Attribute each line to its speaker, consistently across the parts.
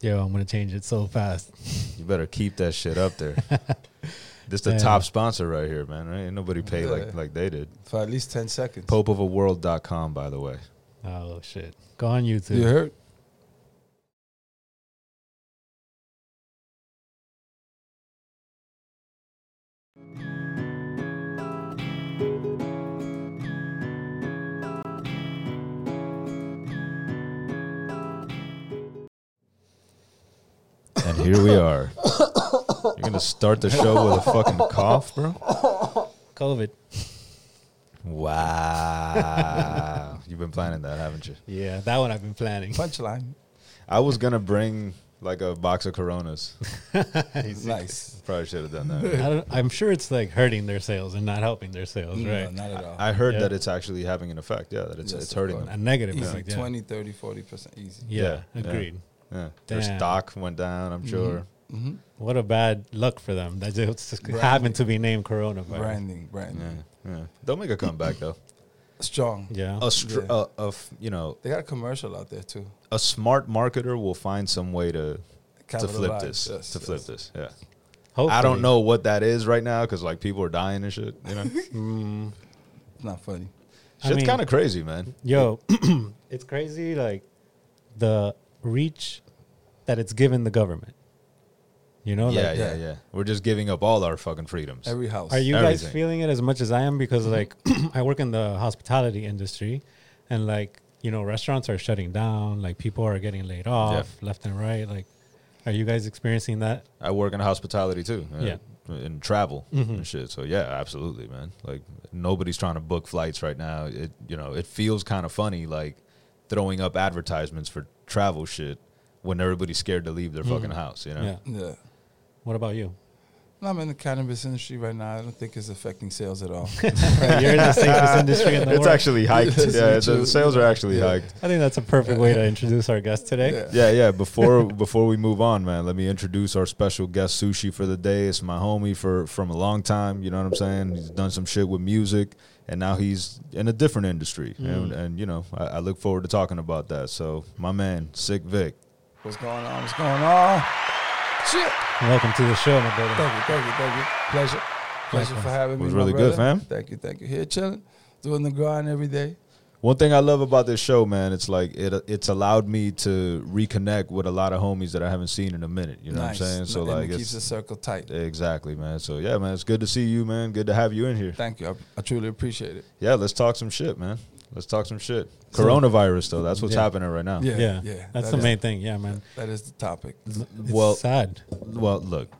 Speaker 1: Yo, I'm gonna change it so fast.
Speaker 2: You better keep that shit up there. this the
Speaker 1: Yeah.
Speaker 2: top sponsor right here, man. Right? Ain't nobody paid like
Speaker 3: Yeah.
Speaker 2: like they did.
Speaker 3: for at least ten seconds.
Speaker 2: Popeofaworld.com, by the way.
Speaker 1: Oh shit. Go on YouTube.
Speaker 3: you heard?
Speaker 2: And here we are. You're gonna start the show with a fucking cough, bro.
Speaker 1: COVID.
Speaker 2: Wow. You've been planning that, haven't you?
Speaker 1: Yeah, that one I've been planning.
Speaker 3: Punchline.
Speaker 2: I was gonna bring like a box of Coronas.
Speaker 3: nice.
Speaker 2: Probably should have done that.
Speaker 1: I don't, I'm sure it's like hurting their sales and not helping their sales,
Speaker 3: No,
Speaker 1: right?
Speaker 3: not at all.
Speaker 2: I heard
Speaker 1: Yeah.
Speaker 2: that it's actually having an effect. Yeah, that it's
Speaker 3: Yes,
Speaker 2: it's
Speaker 3: of
Speaker 2: hurting
Speaker 3: course.
Speaker 2: them.
Speaker 1: A negative
Speaker 3: easy.
Speaker 1: effect. Yeah.
Speaker 3: Twenty, thirty, forty 20, 30, 40 percent easy.
Speaker 1: yeah,
Speaker 2: Yeah, yeah.
Speaker 1: agreed.
Speaker 2: Yeah. Their
Speaker 1: Damn.
Speaker 2: stock went down. I'm sure.
Speaker 3: hmm
Speaker 1: What a bad luck for them that just
Speaker 3: Branding.
Speaker 1: happened to be named coronavirus.
Speaker 3: Branding, branding.
Speaker 2: Yeah, yeah. They'll make a comeback though.
Speaker 3: Strong.
Speaker 1: Yeah.
Speaker 2: A str-
Speaker 3: Yeah.
Speaker 2: a- a f- you know
Speaker 3: They got a commercial out there too.
Speaker 2: a smart marketer will find some way to to flip
Speaker 3: Capitalize.
Speaker 2: this.
Speaker 3: Yes,
Speaker 2: to flip
Speaker 3: yes.
Speaker 2: this, yeah.
Speaker 1: Hopefully.
Speaker 2: I don't know what that is right now because like people are dying and shit. You know,
Speaker 1: Mm,
Speaker 3: It's not funny.
Speaker 1: I
Speaker 2: shit's
Speaker 1: mean-
Speaker 2: kind of crazy, man.
Speaker 1: yo, it's crazy like the reach that it's given the government. You know,
Speaker 2: yeah,
Speaker 1: Oh, like
Speaker 2: yeah,
Speaker 3: yeah.
Speaker 2: yeah. We're just giving up all our fucking freedoms.
Speaker 3: Every house.
Speaker 1: Are you guys
Speaker 2: Everything.
Speaker 1: feeling it as much as I am? Because like I work in the hospitality industry, and like you know, restaurants are shutting down. Like people are getting laid off left and right. Like, are you guys experiencing that?
Speaker 2: I work in hospitality too.
Speaker 1: Yeah. Mm-hmm.
Speaker 2: In travel and shit. So yeah, absolutely, man. Like nobody's trying to book flights right now. It you know, it feels kind of funny like throwing up advertisements for travel shit when everybody's scared to leave their fucking house, you know.
Speaker 1: Mm-hmm. Yeah.
Speaker 3: Yeah.
Speaker 1: What about you?
Speaker 3: No, I'm in the cannabis industry right now. I don't think it's affecting sales at all.
Speaker 1: You're in the safest industry in the
Speaker 2: It's
Speaker 1: world.
Speaker 2: actually hiked. yeah, the sales are actually
Speaker 3: Yeah.
Speaker 2: hiked.
Speaker 1: I think that's a perfect way to introduce our guest today.
Speaker 2: Yeah,
Speaker 3: Yeah.
Speaker 2: yeah. Before before we move on, man, let me introduce our special guest sushi for the day. It's my homie for from a long time. You know what I'm saying? He's done some shit with music, and now he's in a different industry.
Speaker 3: Mm.
Speaker 2: And, and you know, I, I look forward to talking about that. So, my man, Sick Vic.
Speaker 3: What's going on? What's going on? Shit.
Speaker 1: Welcome to the show, my brother.
Speaker 3: Thank you, thank you, thank you. Pleasure. Pleasure for having me.
Speaker 2: Was
Speaker 3: my
Speaker 2: really good,
Speaker 3: brother.
Speaker 2: fam.
Speaker 3: Thank you, thank you. Here chilling, doing the grind every day.
Speaker 2: One thing I love about this show, man, it's like it it's allowed me to reconnect with a lot of homies that I haven't seen in a minute. You know
Speaker 3: nice.
Speaker 2: what I'm saying? So
Speaker 3: and
Speaker 2: like,
Speaker 3: it keeps
Speaker 2: it's,
Speaker 3: the circle tight.
Speaker 2: exactly, man. So yeah, man, it's good to see you, man. Good to have you in here.
Speaker 3: Thank you. I, I truly appreciate it.
Speaker 2: Yeah, let's talk some shit, man. Let's talk some shit. Coronavirus, though, that's what's
Speaker 1: Yeah.
Speaker 2: happening right now.
Speaker 3: Yeah,
Speaker 1: Yeah,
Speaker 3: yeah.
Speaker 1: that's
Speaker 3: that
Speaker 1: the
Speaker 3: is-
Speaker 1: main thing. Yeah, man.
Speaker 3: That is the topic.
Speaker 1: It's
Speaker 2: Well,
Speaker 1: sad.
Speaker 2: well, look,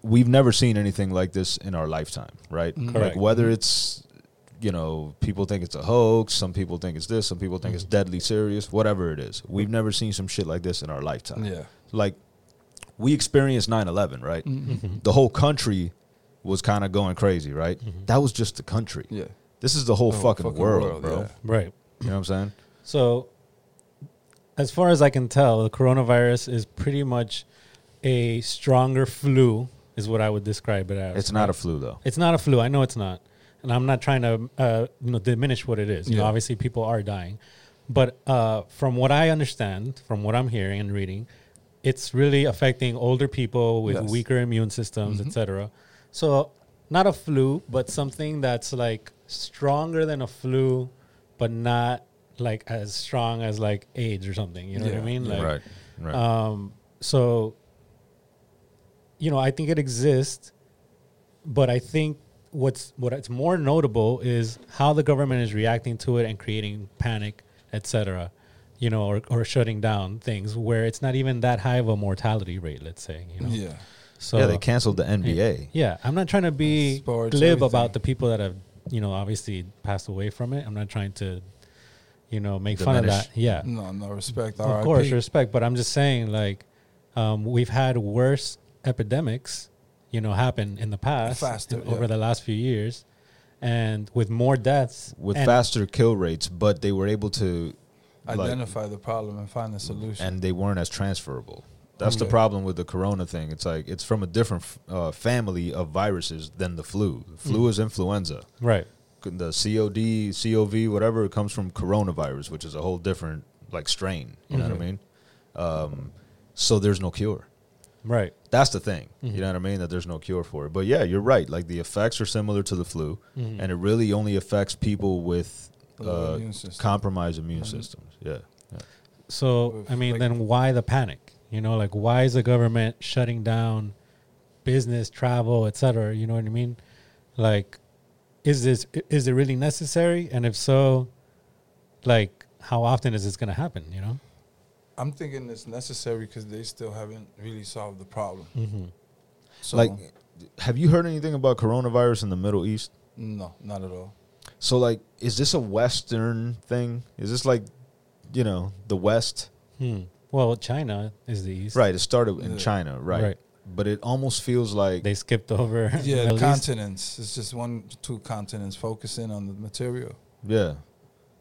Speaker 2: we've never seen anything like this in our lifetime, right?
Speaker 1: Correct.
Speaker 2: Like whether it's, you know, people think it's a hoax, some people think it's this, some people think it's deadly serious, whatever it is. We've never seen some shit like this in our lifetime.
Speaker 3: Yeah. Mm.
Speaker 2: Like we experienced 9/11, right?
Speaker 3: Mm-hmm.
Speaker 2: The whole country was kind of going crazy, right? That was just the country.
Speaker 3: Yeah.
Speaker 2: This is the whole
Speaker 3: The
Speaker 2: Oh,
Speaker 3: whole
Speaker 2: fucking,
Speaker 3: fucking
Speaker 2: world,
Speaker 3: world,
Speaker 2: bro.
Speaker 3: yeah.
Speaker 1: Right.
Speaker 2: You know what I'm saying?
Speaker 1: So, as far as I can tell, the coronavirus is pretty much a stronger flu, is what I would describe it as.
Speaker 2: It's not a flu though.
Speaker 1: It's not a flu. I know it's not, and I'm not trying to uh, you know diminish what it is. You know,
Speaker 3: Yeah.
Speaker 1: obviously people are dying, but uh, from what I understand, from what I'm hearing and reading, it's really affecting older people with
Speaker 3: Yes. Mm-hmm.
Speaker 1: weaker immune systems, etc. So not a flu, but something that's like stronger than a flu, but not like as strong as like AIDS or something. You know what I
Speaker 3: Yeah.
Speaker 1: mean? Like,
Speaker 2: right. Right.
Speaker 1: um, so, you know, I think it exists, but I think what's what it's more notable is how the government is reacting to it and creating panic, etc. You know, or, or shutting down things where it's not even that high of a mortality rate. Let's say, you know,
Speaker 3: Yeah.
Speaker 1: so
Speaker 2: yeah, they canceled the NBA.
Speaker 1: yeah, I'm not trying to be
Speaker 3: Sports,
Speaker 1: glib
Speaker 3: everything.
Speaker 1: about the people that have, you know, obviously passed away from it. I'm not trying to, you know, make fun of
Speaker 2: Diminish.
Speaker 1: that. Yeah,
Speaker 3: No, no respect.
Speaker 1: of
Speaker 3: RIP.
Speaker 1: course respect but i'm just saying like um, we've had worse epidemics you know happen in the past
Speaker 3: Faster,
Speaker 1: over
Speaker 3: yeah.
Speaker 1: the last few years and with more deaths
Speaker 2: With
Speaker 1: and,
Speaker 2: faster kill rates, but they were able to like-
Speaker 3: Identify the problem and find a solution.
Speaker 2: and they weren't as transferable. That's the
Speaker 3: Okay.
Speaker 2: problem with the corona thing. It's like it's from a different f- uh, family of viruses than the flu.
Speaker 1: Mm.
Speaker 2: The flu is influenza.
Speaker 1: right
Speaker 2: The COD, COV, whatever, it
Speaker 1: Mm-hmm.
Speaker 2: comes from coronavirus, which is a whole different like strain. You know what I mean? Um, So there's no cure.
Speaker 1: Right.
Speaker 2: That's the thing.
Speaker 1: Mm-hmm.
Speaker 2: You know what I mean? That there's no cure for it. But yeah, you're right. Like the effects are similar to the flu,
Speaker 1: Mm.
Speaker 3: Mm-hmm.
Speaker 2: and it really only affects people with
Speaker 3: Low
Speaker 2: uh,
Speaker 3: immune system.
Speaker 2: compromised immune systems. Yeah. yeah.
Speaker 1: So
Speaker 3: With,
Speaker 1: I mean,
Speaker 3: like-
Speaker 1: then why the panic? You know, like why is the government shutting down business, travel, etc.? You know what I mean? Like, is this is it really necessary? And if so, like, how often is this going to happen? You know?
Speaker 3: I'm thinking it's necessary because they still haven't really solved the problem.
Speaker 1: Mm-hmm.
Speaker 3: So,
Speaker 2: Like, have you heard anything about coronavirus in the Middle East?
Speaker 3: no, not at all.
Speaker 2: So, like, is this a Western thing? Is this like, you know, the West?
Speaker 1: Hmm. Well, China is the east.
Speaker 2: Right. It started in
Speaker 3: Yeah.
Speaker 2: China, right?
Speaker 1: Right.
Speaker 2: But it almost feels like
Speaker 1: They skipped over.
Speaker 3: Yeah,
Speaker 1: Middle East.
Speaker 3: continents. It's just one, two continents focusing on the material.
Speaker 2: Yeah.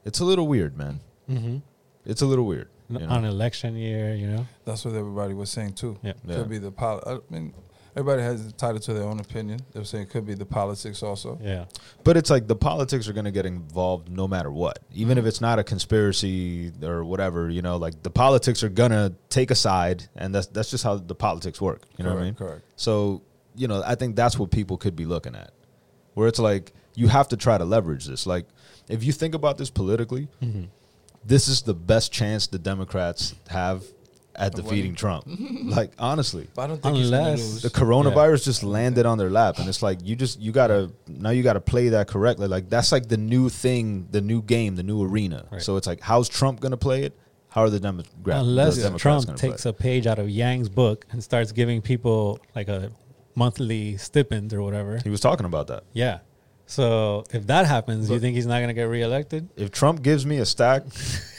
Speaker 2: It's a little weird, man.
Speaker 1: Mhm.
Speaker 2: It's a little weird. you know?
Speaker 1: Mm-hmm. on election year. You know?
Speaker 3: That's what everybody was saying too.
Speaker 1: Yeah.
Speaker 2: Yeah.
Speaker 3: Could be the poli- I mean, everybody has entitled to their own opinion. They're saying it could be the politics also.
Speaker 1: Yeah.
Speaker 2: But it's like the politics are going to get involved no matter what. Even if it's not a conspiracy or whatever, you know, like the politics are going to take a side and that's that's just how the politics work, you know
Speaker 3: correct,
Speaker 2: what I mean?
Speaker 3: Correct.
Speaker 2: So, you know, I think that's what people could be looking at. Where it's like you have to try to leverage this. Like if you think about this politically,
Speaker 1: Mm-hmm.
Speaker 2: this is the best chance the Democrats have at defeating Trump. like honestly.
Speaker 3: But I don't think he's gonna
Speaker 1: Unless-
Speaker 3: lose.
Speaker 2: the coronavirus just landed on their lap and it's like you just you gotta now you gotta play that correctly like that's like the new thing the new game the new arena
Speaker 1: Right.
Speaker 2: so it's like how's trump gonna play it how are the, Demo- gra-
Speaker 1: Unless
Speaker 2: the democrats
Speaker 1: Trump
Speaker 2: gonna
Speaker 1: takes
Speaker 2: play
Speaker 1: a page out of Yang's book and starts giving people like a monthly stipend or whatever.
Speaker 2: it? he was talking about that
Speaker 1: Yeah. So if that happens, you think he's not going to get reelected?
Speaker 2: if trump gives me a stack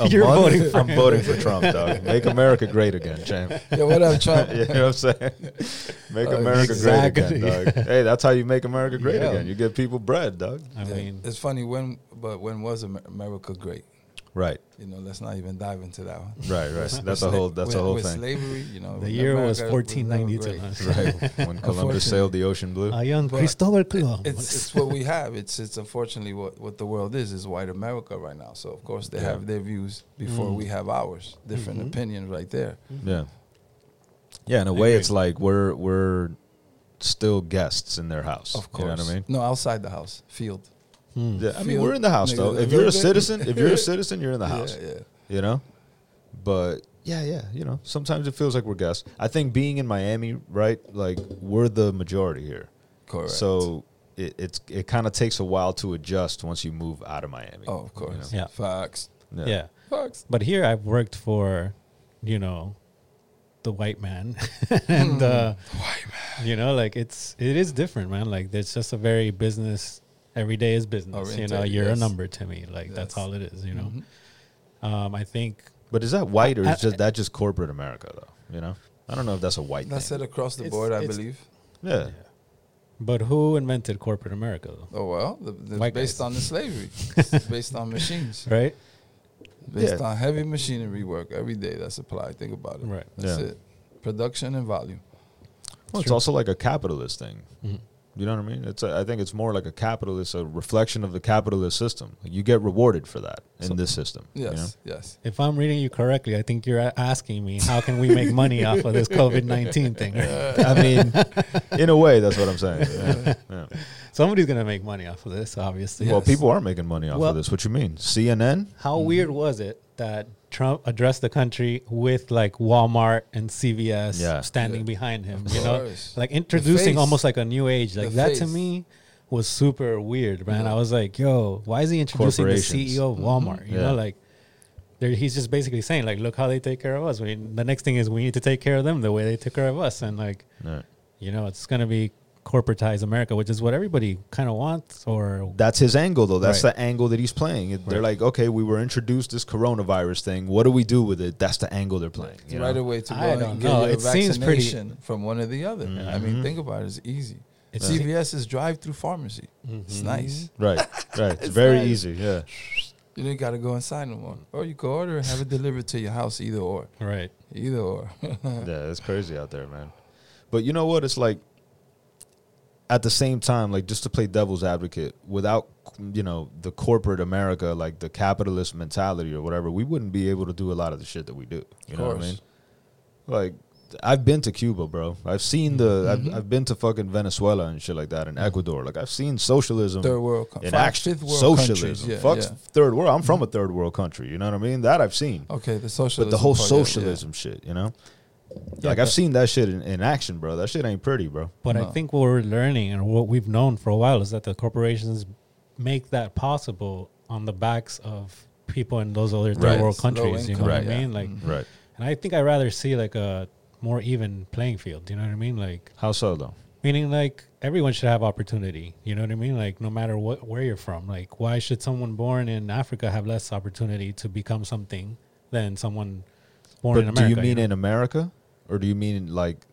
Speaker 2: a
Speaker 1: You're
Speaker 2: month,
Speaker 1: voting for
Speaker 2: i'm
Speaker 1: him.
Speaker 2: voting for trump dog make america great again champ
Speaker 3: yeah, what up, Trump?
Speaker 2: you know what I'm saying? Make
Speaker 3: Uh,
Speaker 2: America
Speaker 1: exactly.
Speaker 2: great again, dog. Hey, that's how you make America great
Speaker 3: Yeah.
Speaker 2: again. You give people bread, dog.
Speaker 1: I
Speaker 3: Yeah,
Speaker 1: mean,
Speaker 3: it's funny when, but when was Amer- America great?
Speaker 2: Right,
Speaker 3: You know, let's not even dive into that one.
Speaker 2: right, right. That's
Speaker 3: With
Speaker 2: a whole.
Speaker 3: sla-
Speaker 2: That's
Speaker 3: with,
Speaker 2: a whole
Speaker 3: with
Speaker 2: thing.
Speaker 3: Slavery, you know,
Speaker 1: the year was
Speaker 3: America never
Speaker 1: 1492.
Speaker 3: great.
Speaker 1: huh?
Speaker 2: Right. When
Speaker 3: Unfortunately.
Speaker 2: Columbus sailed the ocean blue.
Speaker 1: A young
Speaker 3: But
Speaker 1: Cristobal Colon.
Speaker 3: It's it's what we have. It's it's unfortunately what, what the world is is white America right now. So of course they
Speaker 2: Yeah.
Speaker 3: have their views before
Speaker 1: Mm.
Speaker 3: we have ours. Different
Speaker 1: Mhm.
Speaker 3: opinions right there.
Speaker 2: Yeah. Yeah, in a
Speaker 1: I
Speaker 2: way
Speaker 1: agree.
Speaker 2: it's like we're we're still guests in their house.
Speaker 3: Of course.
Speaker 2: You know what I mean?
Speaker 3: No, outside the house, field.
Speaker 1: Hmm.
Speaker 2: Yeah, I mean
Speaker 3: Feel-
Speaker 2: we're in the house
Speaker 3: nigga,
Speaker 2: though.
Speaker 3: the
Speaker 2: If you're a
Speaker 3: little bit-
Speaker 2: citizen, if you're a citizen, you're in the
Speaker 3: Yeah,
Speaker 2: house.
Speaker 3: yeah.
Speaker 2: You know? But yeah, yeah, you know, sometimes it feels like we're guests. I think being in Miami, right, like we're the majority here.
Speaker 3: Correct.
Speaker 2: So it, it's it kind of takes a while to adjust once you move out of Miami.
Speaker 3: oh, of course.
Speaker 1: Yeah.
Speaker 3: Facts.
Speaker 2: Yeah.
Speaker 1: yeah.
Speaker 3: Facts.
Speaker 1: But here I've worked for, you know, the white man and uh,
Speaker 3: Hmm. White
Speaker 1: You know, like it's it is different, man. Like it's just a very business. Every day is business. you know,
Speaker 3: Oriented,
Speaker 1: you're
Speaker 3: yes.
Speaker 1: a number to me. Like that's
Speaker 3: Yes.
Speaker 1: all it is. You know.
Speaker 3: Mm-hmm.
Speaker 1: Um, I think
Speaker 2: But is that white or
Speaker 1: I-
Speaker 2: is just that just corporate America though? You know? I don't know if that's a white
Speaker 3: That's
Speaker 2: thing.
Speaker 3: it across the
Speaker 1: It's-
Speaker 3: board, I
Speaker 1: it's-
Speaker 3: believe.
Speaker 2: Yeah.
Speaker 1: But who invented corporate America, though?
Speaker 3: Oh well, the, the,
Speaker 1: White
Speaker 3: based
Speaker 1: guys.
Speaker 3: on the slavery, It's based on machines,
Speaker 1: Right?
Speaker 3: based
Speaker 2: Yeah.
Speaker 3: on heavy machinery work every day that's applied. Think about it.
Speaker 1: Right.
Speaker 3: That's
Speaker 2: Yeah.
Speaker 3: it. Production and volume.
Speaker 2: Well,
Speaker 1: True.
Speaker 2: it's
Speaker 1: Mm-hmm.
Speaker 2: also like a capitalist thing. You know what I mean? It's a, I think it's more like a capitalist, a reflection of the capitalist system. Like you get rewarded for that in
Speaker 1: So-
Speaker 2: this system. you know?
Speaker 3: Yes. Yes.
Speaker 1: If I'm reading you correctly, I think you're a- asking me how can we make money off of this COVID nineteen thing. right?
Speaker 2: I mean, in a way, that's what I'm saying. Yeah, yeah.
Speaker 1: Somebody's gonna make money off of this, obviously.
Speaker 2: Well,
Speaker 3: Yes.
Speaker 2: people are making money off
Speaker 1: Well-
Speaker 2: of this. What you mean? CNN?
Speaker 1: How weird was it that Trump addressed the country with like Walmart and CVS
Speaker 2: Yeah.
Speaker 1: standing
Speaker 3: Yeah.
Speaker 1: behind him?
Speaker 3: Of
Speaker 1: You know,
Speaker 3: course.
Speaker 1: like
Speaker 3: face.
Speaker 1: introducing almost like a new age. Like
Speaker 3: The
Speaker 1: that to
Speaker 3: face.
Speaker 1: me was super weird, man.
Speaker 3: Yeah. Mm-hmm.
Speaker 1: I was like, yo, why is he introducing the
Speaker 2: Corporations.
Speaker 1: CEO of Walmart? You
Speaker 2: Yeah.
Speaker 1: know, like. There, he's just basically saying, like, look how they take care of us. We, the next thing is we need to take care of them the way they took care of us. And, like,
Speaker 2: Yeah.
Speaker 1: you know, it's going to be corporatized America, which is what everybody kind of wants or
Speaker 2: That's his angle, though. That's
Speaker 1: Right.
Speaker 2: the angle that he's playing. It- They're like, okay, we were introduced this coronavirus thing. What do we do with it? That's the angle they're playing. you know?
Speaker 3: right away to go
Speaker 1: I don't
Speaker 3: and get
Speaker 1: know.
Speaker 3: your
Speaker 1: It seems pretty- Mm-hmm.
Speaker 3: vaccination from one or the other. I mean, think about it. It's easy.
Speaker 1: It's- Mm-hmm.
Speaker 3: CVS is drive-through pharmacy. It's nice.
Speaker 2: Right, right. It's very
Speaker 3: nice.
Speaker 2: easy. Yeah.
Speaker 3: You don't got to go inside no more. Or you can order and have it delivered to your house. Either or.
Speaker 1: right.
Speaker 3: Either or.
Speaker 2: yeah, it's crazy out there, man. But you know what? It's like at the same time, like just to play devil's advocate, without you know the corporate America, like the capitalist mentality or whatever, we wouldn't be able to do a lot of the shit that we do. You know what I
Speaker 3: Course.
Speaker 2: mean? Like I've been to Cuba, bro. I've seen the.
Speaker 3: Mm-hmm.
Speaker 2: I've, I've been to fucking Venezuela and shit like that, and Ecuador. Like I've seen socialism.
Speaker 3: Third world country.
Speaker 2: in action,
Speaker 3: Fifth world countries.
Speaker 2: socialism.
Speaker 3: Yeah,
Speaker 2: Fuck
Speaker 3: yeah. Mm-hmm.
Speaker 2: third world. I'm from a third world country. You know what I mean? That I've seen.
Speaker 3: Okay, the
Speaker 2: But
Speaker 3: socialism.
Speaker 2: the whole
Speaker 3: part, yeah, yeah.
Speaker 2: socialism shit, you know, like I've seen that shit in, in action, bro. That shit ain't pretty, bro.
Speaker 1: But
Speaker 3: No.
Speaker 1: I think what we're learning and what we've known for a while is that the corporations make that possible on the backs of people in those other third
Speaker 2: Right.
Speaker 1: world
Speaker 3: Low
Speaker 1: countries. You know
Speaker 3: income,
Speaker 1: what I
Speaker 3: yeah.
Speaker 1: mean? Like,
Speaker 3: Mhm.
Speaker 2: Right?
Speaker 1: and I think I rather see like a more even playing field. You know what I mean? Like,
Speaker 2: How so though?
Speaker 1: meaning like everyone should have opportunity. You know what I mean? Like, no matter what where you're from. Like, why should someone born in Africa have less opportunity to become something than someone born in
Speaker 2: But
Speaker 1: America?
Speaker 2: do you mean
Speaker 1: know?
Speaker 2: in America, or do you mean like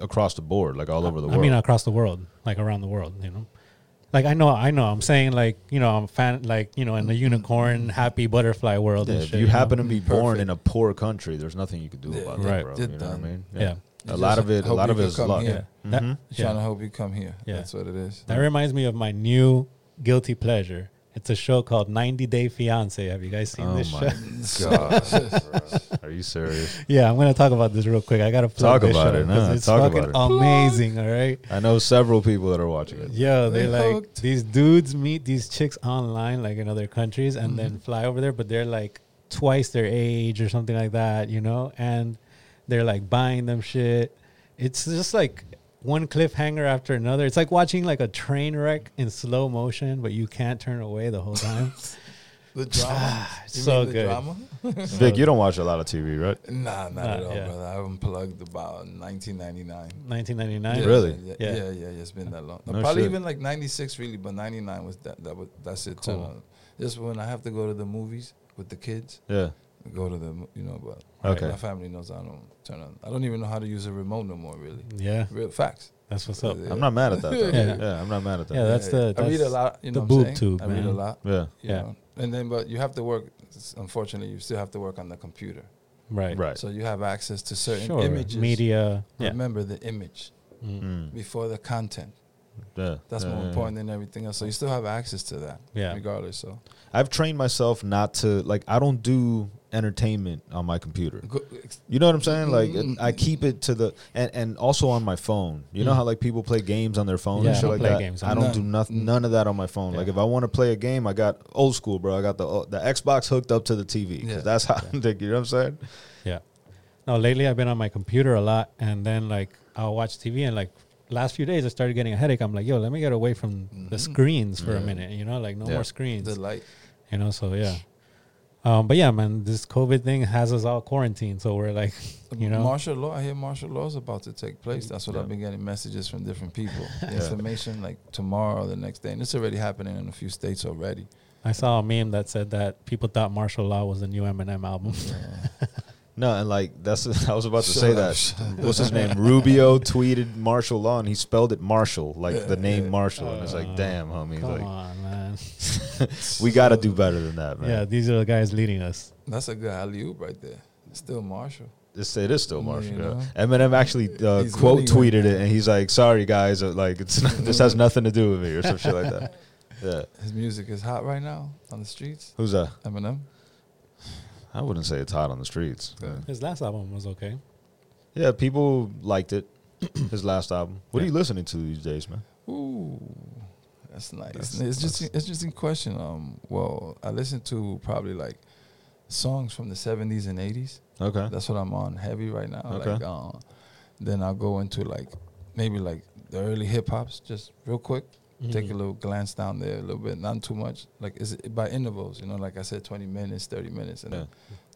Speaker 2: across the board, like all over the
Speaker 1: I
Speaker 2: world?
Speaker 1: mean, across the world, like around the world, you know. Like I know, I know. I'm saying like you know, I'm fan like you know, in the unicorn, happy butterfly world.
Speaker 2: Yeah,
Speaker 1: and
Speaker 2: if
Speaker 1: shit,
Speaker 2: you
Speaker 1: know?
Speaker 2: happen to be born
Speaker 3: Perfect.
Speaker 2: in a poor country, there's nothing you can do
Speaker 3: Yeah,
Speaker 2: about
Speaker 1: right.
Speaker 2: that, bro.
Speaker 3: Did
Speaker 2: You know what I
Speaker 3: done.
Speaker 2: mean?
Speaker 1: yeah,
Speaker 3: You
Speaker 2: A lot
Speaker 3: just
Speaker 2: of it, a
Speaker 3: hope
Speaker 2: lot
Speaker 3: you
Speaker 2: of
Speaker 3: can
Speaker 2: it is
Speaker 3: come
Speaker 2: luck.
Speaker 1: yeah.
Speaker 3: here.
Speaker 1: That,
Speaker 2: Mhm.
Speaker 1: yeah.
Speaker 3: Trying to help you come here.
Speaker 1: Yeah.
Speaker 3: That's what it is.
Speaker 1: that reminds me of my new guilty pleasure. It's a show called 90 Day Fiance. Have you guys seen
Speaker 2: Oh
Speaker 1: this show?
Speaker 2: my god, bro. are you serious?
Speaker 1: Yeah, I'm gonna talk about this real quick. I gotta plug
Speaker 2: Talk
Speaker 1: this
Speaker 2: about
Speaker 1: show
Speaker 2: it,
Speaker 1: 'cause
Speaker 2: nah,
Speaker 1: it's
Speaker 2: talk
Speaker 1: fucking
Speaker 2: about
Speaker 1: amazing. All right.
Speaker 2: I know several people that are watching it.
Speaker 1: Yeah,
Speaker 3: They
Speaker 1: they like
Speaker 3: hooked.
Speaker 1: these dudes meet these chicks online, like in other countries, and then fly over there, but they're like twice their age or something like that, you know? And they're like buying them shit. It's just like one cliffhanger after another. It's like watching like a train wreck in slow motion, but you can't turn away the whole time.
Speaker 3: The drama. You mean
Speaker 1: so
Speaker 3: the
Speaker 1: good.
Speaker 3: Drama?
Speaker 2: Vic, you don't watch a lot of TV, right?
Speaker 3: Nah, not
Speaker 1: Nah,
Speaker 3: at all,
Speaker 1: yeah.
Speaker 3: brother. I haven't plugged about 1999.
Speaker 1: 1999.
Speaker 2: Really?
Speaker 3: Yeah, yeah,
Speaker 1: Yeah.
Speaker 3: yeah, yeah, It's been that long.
Speaker 2: No
Speaker 3: Probably
Speaker 2: shit.
Speaker 3: even like '96, really, but '99 was that. That was that's it.
Speaker 1: Cool.
Speaker 3: Cool. Just when I have to go to the movies with the kids,
Speaker 2: Yeah.
Speaker 3: go to the mo- you know. But
Speaker 2: Okay.
Speaker 3: my family knows I don't turn on. I don't even know how to use a remote no more. Really,
Speaker 1: Yeah,
Speaker 3: real facts.
Speaker 1: that's what's up.
Speaker 2: I'm not mad at that. Though.
Speaker 1: Yeah.
Speaker 2: yeah. I'm not mad at that.
Speaker 1: Yeah, that's the-
Speaker 3: I read a
Speaker 1: that's
Speaker 3: lot. You
Speaker 1: the
Speaker 3: know, what I'm
Speaker 1: boob
Speaker 3: saying?
Speaker 1: tube,
Speaker 3: I read a
Speaker 1: man.
Speaker 3: lot.
Speaker 2: yeah.
Speaker 1: Yeah.
Speaker 3: yeah. And then, but you have to work. s- Unfortunately, you still have to work on the computer.
Speaker 1: Right.
Speaker 2: Right.
Speaker 3: So you have access to certain
Speaker 1: Sure.
Speaker 3: images.
Speaker 1: Media. Yeah.
Speaker 3: Remember the image
Speaker 1: Mm.
Speaker 2: Mm.
Speaker 3: before the content.
Speaker 2: Yeah.
Speaker 3: That's
Speaker 2: Yeah,
Speaker 3: more
Speaker 2: yeah, yeah.
Speaker 3: important than everything else. So you still have access to that,
Speaker 1: Yeah.
Speaker 3: regardless. So
Speaker 2: I've trained myself not to like. I don't do entertainment on my computer.
Speaker 3: Go- ex-
Speaker 2: You know what I'm saying? Like it- I keep it to the and, and also on my phone. You know
Speaker 1: Mm.
Speaker 2: how like people play games on their phone
Speaker 1: Yeah,
Speaker 2: and
Speaker 1: I
Speaker 2: shit
Speaker 1: don't
Speaker 2: like
Speaker 1: play
Speaker 2: that.
Speaker 1: games on my
Speaker 2: I
Speaker 1: Mm.
Speaker 2: don't do
Speaker 3: phone.
Speaker 2: nothing, none of that on my phone. Like
Speaker 1: Yeah.
Speaker 2: if I want to play a game, I got old school, bro. I got the the Xbox hooked up to the TV. 'cause
Speaker 3: Yeah.
Speaker 2: That's how I'm thinking. You know what I'm saying?
Speaker 1: Yeah. No, lately I've been on my computer a lot, and then like I'll watch TV, and like last few days I started getting a headache. I'm like, yo, let me get away from the screens for a minute, you know, like no
Speaker 2: Yeah.
Speaker 1: more screens,
Speaker 3: the light.
Speaker 1: you know. So yeah. Um, but yeah, man, this COVID thing has us all quarantined, so we're like, you know,
Speaker 3: martial law. I hear martial law is about to take place. That's what
Speaker 2: Yeah.
Speaker 3: I've been getting messages from different people. Information like tomorrow or the next day, and it's already happening in a few states already.
Speaker 1: I saw a meme that said that people thought martial law was the new Eminem album.
Speaker 3: Mm-hmm.
Speaker 2: No, and like that's I was about to
Speaker 3: Shut
Speaker 2: say
Speaker 3: up,
Speaker 2: that.
Speaker 3: shut up.
Speaker 2: What's his name? Rubio tweeted martial law, and he spelled it Marshall, like
Speaker 3: Yeah,
Speaker 2: the name
Speaker 3: yeah.
Speaker 2: Marshall. and it's like,
Speaker 1: Uh,
Speaker 2: damn, homie,
Speaker 1: Come
Speaker 2: like
Speaker 1: on, man.
Speaker 2: we got to do better than that, man.
Speaker 1: Yeah, these are the guys leading us.
Speaker 3: That's a good alley oop right there. It's still martial.
Speaker 2: It's, it is still Marshall.
Speaker 3: You know?
Speaker 2: yeah. Eminem actually uh,
Speaker 3: He's
Speaker 2: quote
Speaker 3: winning right
Speaker 2: tweeted it, and he's like, "Sorry guys, uh, like it's not, this has nothing to do with me or some shit like that." Yeah,
Speaker 3: His music is hot right now on the streets.
Speaker 2: who's that?
Speaker 3: Eminem.
Speaker 2: I wouldn't say it's hot on the streets. Yeah,
Speaker 3: Yeah.
Speaker 1: His last album was okay.
Speaker 2: Yeah, people liked it. His last album. What are you listening to these days, man?
Speaker 3: Ooh, that's nice.
Speaker 2: That's-
Speaker 3: it's just
Speaker 2: that's-
Speaker 3: it's just in question. Um, well, I listen to probably like songs from the seventies and eighties.
Speaker 2: Okay.
Speaker 3: That's what I'm on heavy right now.
Speaker 2: Okay.
Speaker 3: Like, uh, then I'll go into like maybe like the early hip hops, just real quick. Take
Speaker 1: Mm-hmm.
Speaker 2: Mm-hmm.
Speaker 3: a little glance down there a little bit, not too much. Like is it by intervals, you know, like I said, 20 minutes, 30 minutes, and then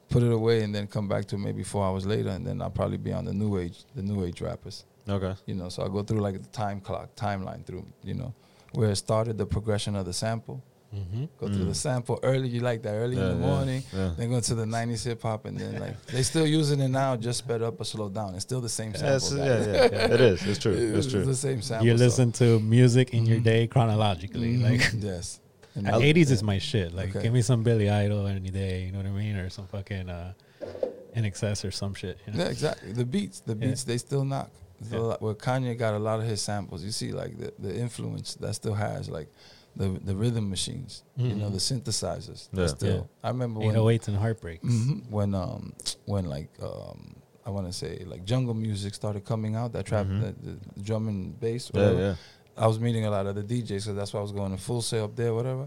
Speaker 3: put it away, and then come back to it maybe four hours later, and then I'll probably be on the new age, the new age rappers
Speaker 2: Okay.
Speaker 3: you know so i go through like the time clock timeline through you know where it started the progression of the sample
Speaker 1: Mm-hmm.
Speaker 3: go through the
Speaker 2: Mm.
Speaker 3: sample early you like that early
Speaker 2: Yeah,
Speaker 3: in the
Speaker 2: yeah,
Speaker 3: morning
Speaker 2: yeah.
Speaker 3: then go to the 90s hip hop and then like they still using it now just sped up or slowed down it's still the same sample
Speaker 2: That's- yeah,
Speaker 3: guys.
Speaker 2: yeah, yeah. It is. It's true. It's
Speaker 3: the
Speaker 2: true.
Speaker 3: same sample
Speaker 1: You
Speaker 3: so-
Speaker 1: listen to music in your day chronologically,
Speaker 2: Mm-hmm.
Speaker 1: like
Speaker 3: yes And
Speaker 1: Uh,
Speaker 3: that-
Speaker 1: 80s is my shit. Like,
Speaker 3: Okay.
Speaker 1: give me some Billy Idol any day, you know what I mean? Or some fucking uh, In Excess or some shit. You know?
Speaker 3: yeah exactly the beats the
Speaker 1: Yeah.
Speaker 3: beats they still knock There's a
Speaker 1: Yeah.
Speaker 3: lot- where kanye got a lot of his samples you see like the, the influence that still has like the, the rhythm machines you know
Speaker 1: Mhm.
Speaker 3: the synthesizers
Speaker 2: Yeah.
Speaker 3: that's still i remember when
Speaker 1: 808s and Heartbreaks.
Speaker 3: Mhm. when um when like um I want to say like jungle music started coming out. That trap,
Speaker 1: Mm-hmm.
Speaker 2: Mhm.
Speaker 3: that- the, drum and bass.
Speaker 2: Yeah,
Speaker 3: whatever.
Speaker 2: yeah.
Speaker 3: I was meeting a lot of the DJs, so that's why I was going to full sale up there, whatever.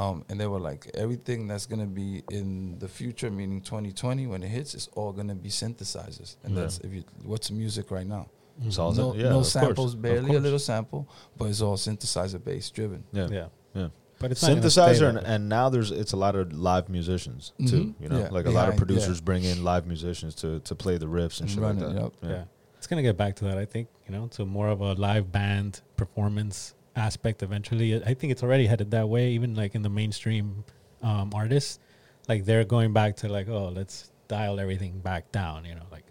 Speaker 3: Um, and they were like, everything that's gonna be in the future, meaning 2020, when it hits, it's all gonna be synthesizers. And
Speaker 2: Yeah.
Speaker 3: that's if you what's music right now.
Speaker 2: It's all
Speaker 3: no
Speaker 2: that- yeah,
Speaker 3: no
Speaker 2: of course,
Speaker 3: samples,
Speaker 2: of
Speaker 3: barely a
Speaker 2: course.
Speaker 3: little sample, but it's all synthesizer based driven.
Speaker 2: Yeah.
Speaker 1: yeah,
Speaker 2: Yeah.
Speaker 1: But it's not gonna stay
Speaker 2: synthesizer
Speaker 1: that
Speaker 2: and,
Speaker 1: way.
Speaker 2: and now there's it's a lot of live musicians too
Speaker 3: Mhm.
Speaker 2: you know
Speaker 3: Yeah.
Speaker 2: like a lot of
Speaker 3: Behind, yeah.
Speaker 2: producers bring in live musicians to to play the riffs and,
Speaker 3: And
Speaker 2: shit
Speaker 3: run
Speaker 2: like
Speaker 3: it
Speaker 2: that
Speaker 3: up.
Speaker 1: yeah. It's gonna get back to that, I think. You know, to more of a live band performance aspect eventually. I think it's already headed that way. Even like in the mainstream um, artists, like they're going back to like, oh, let's dial everything back down. You know, like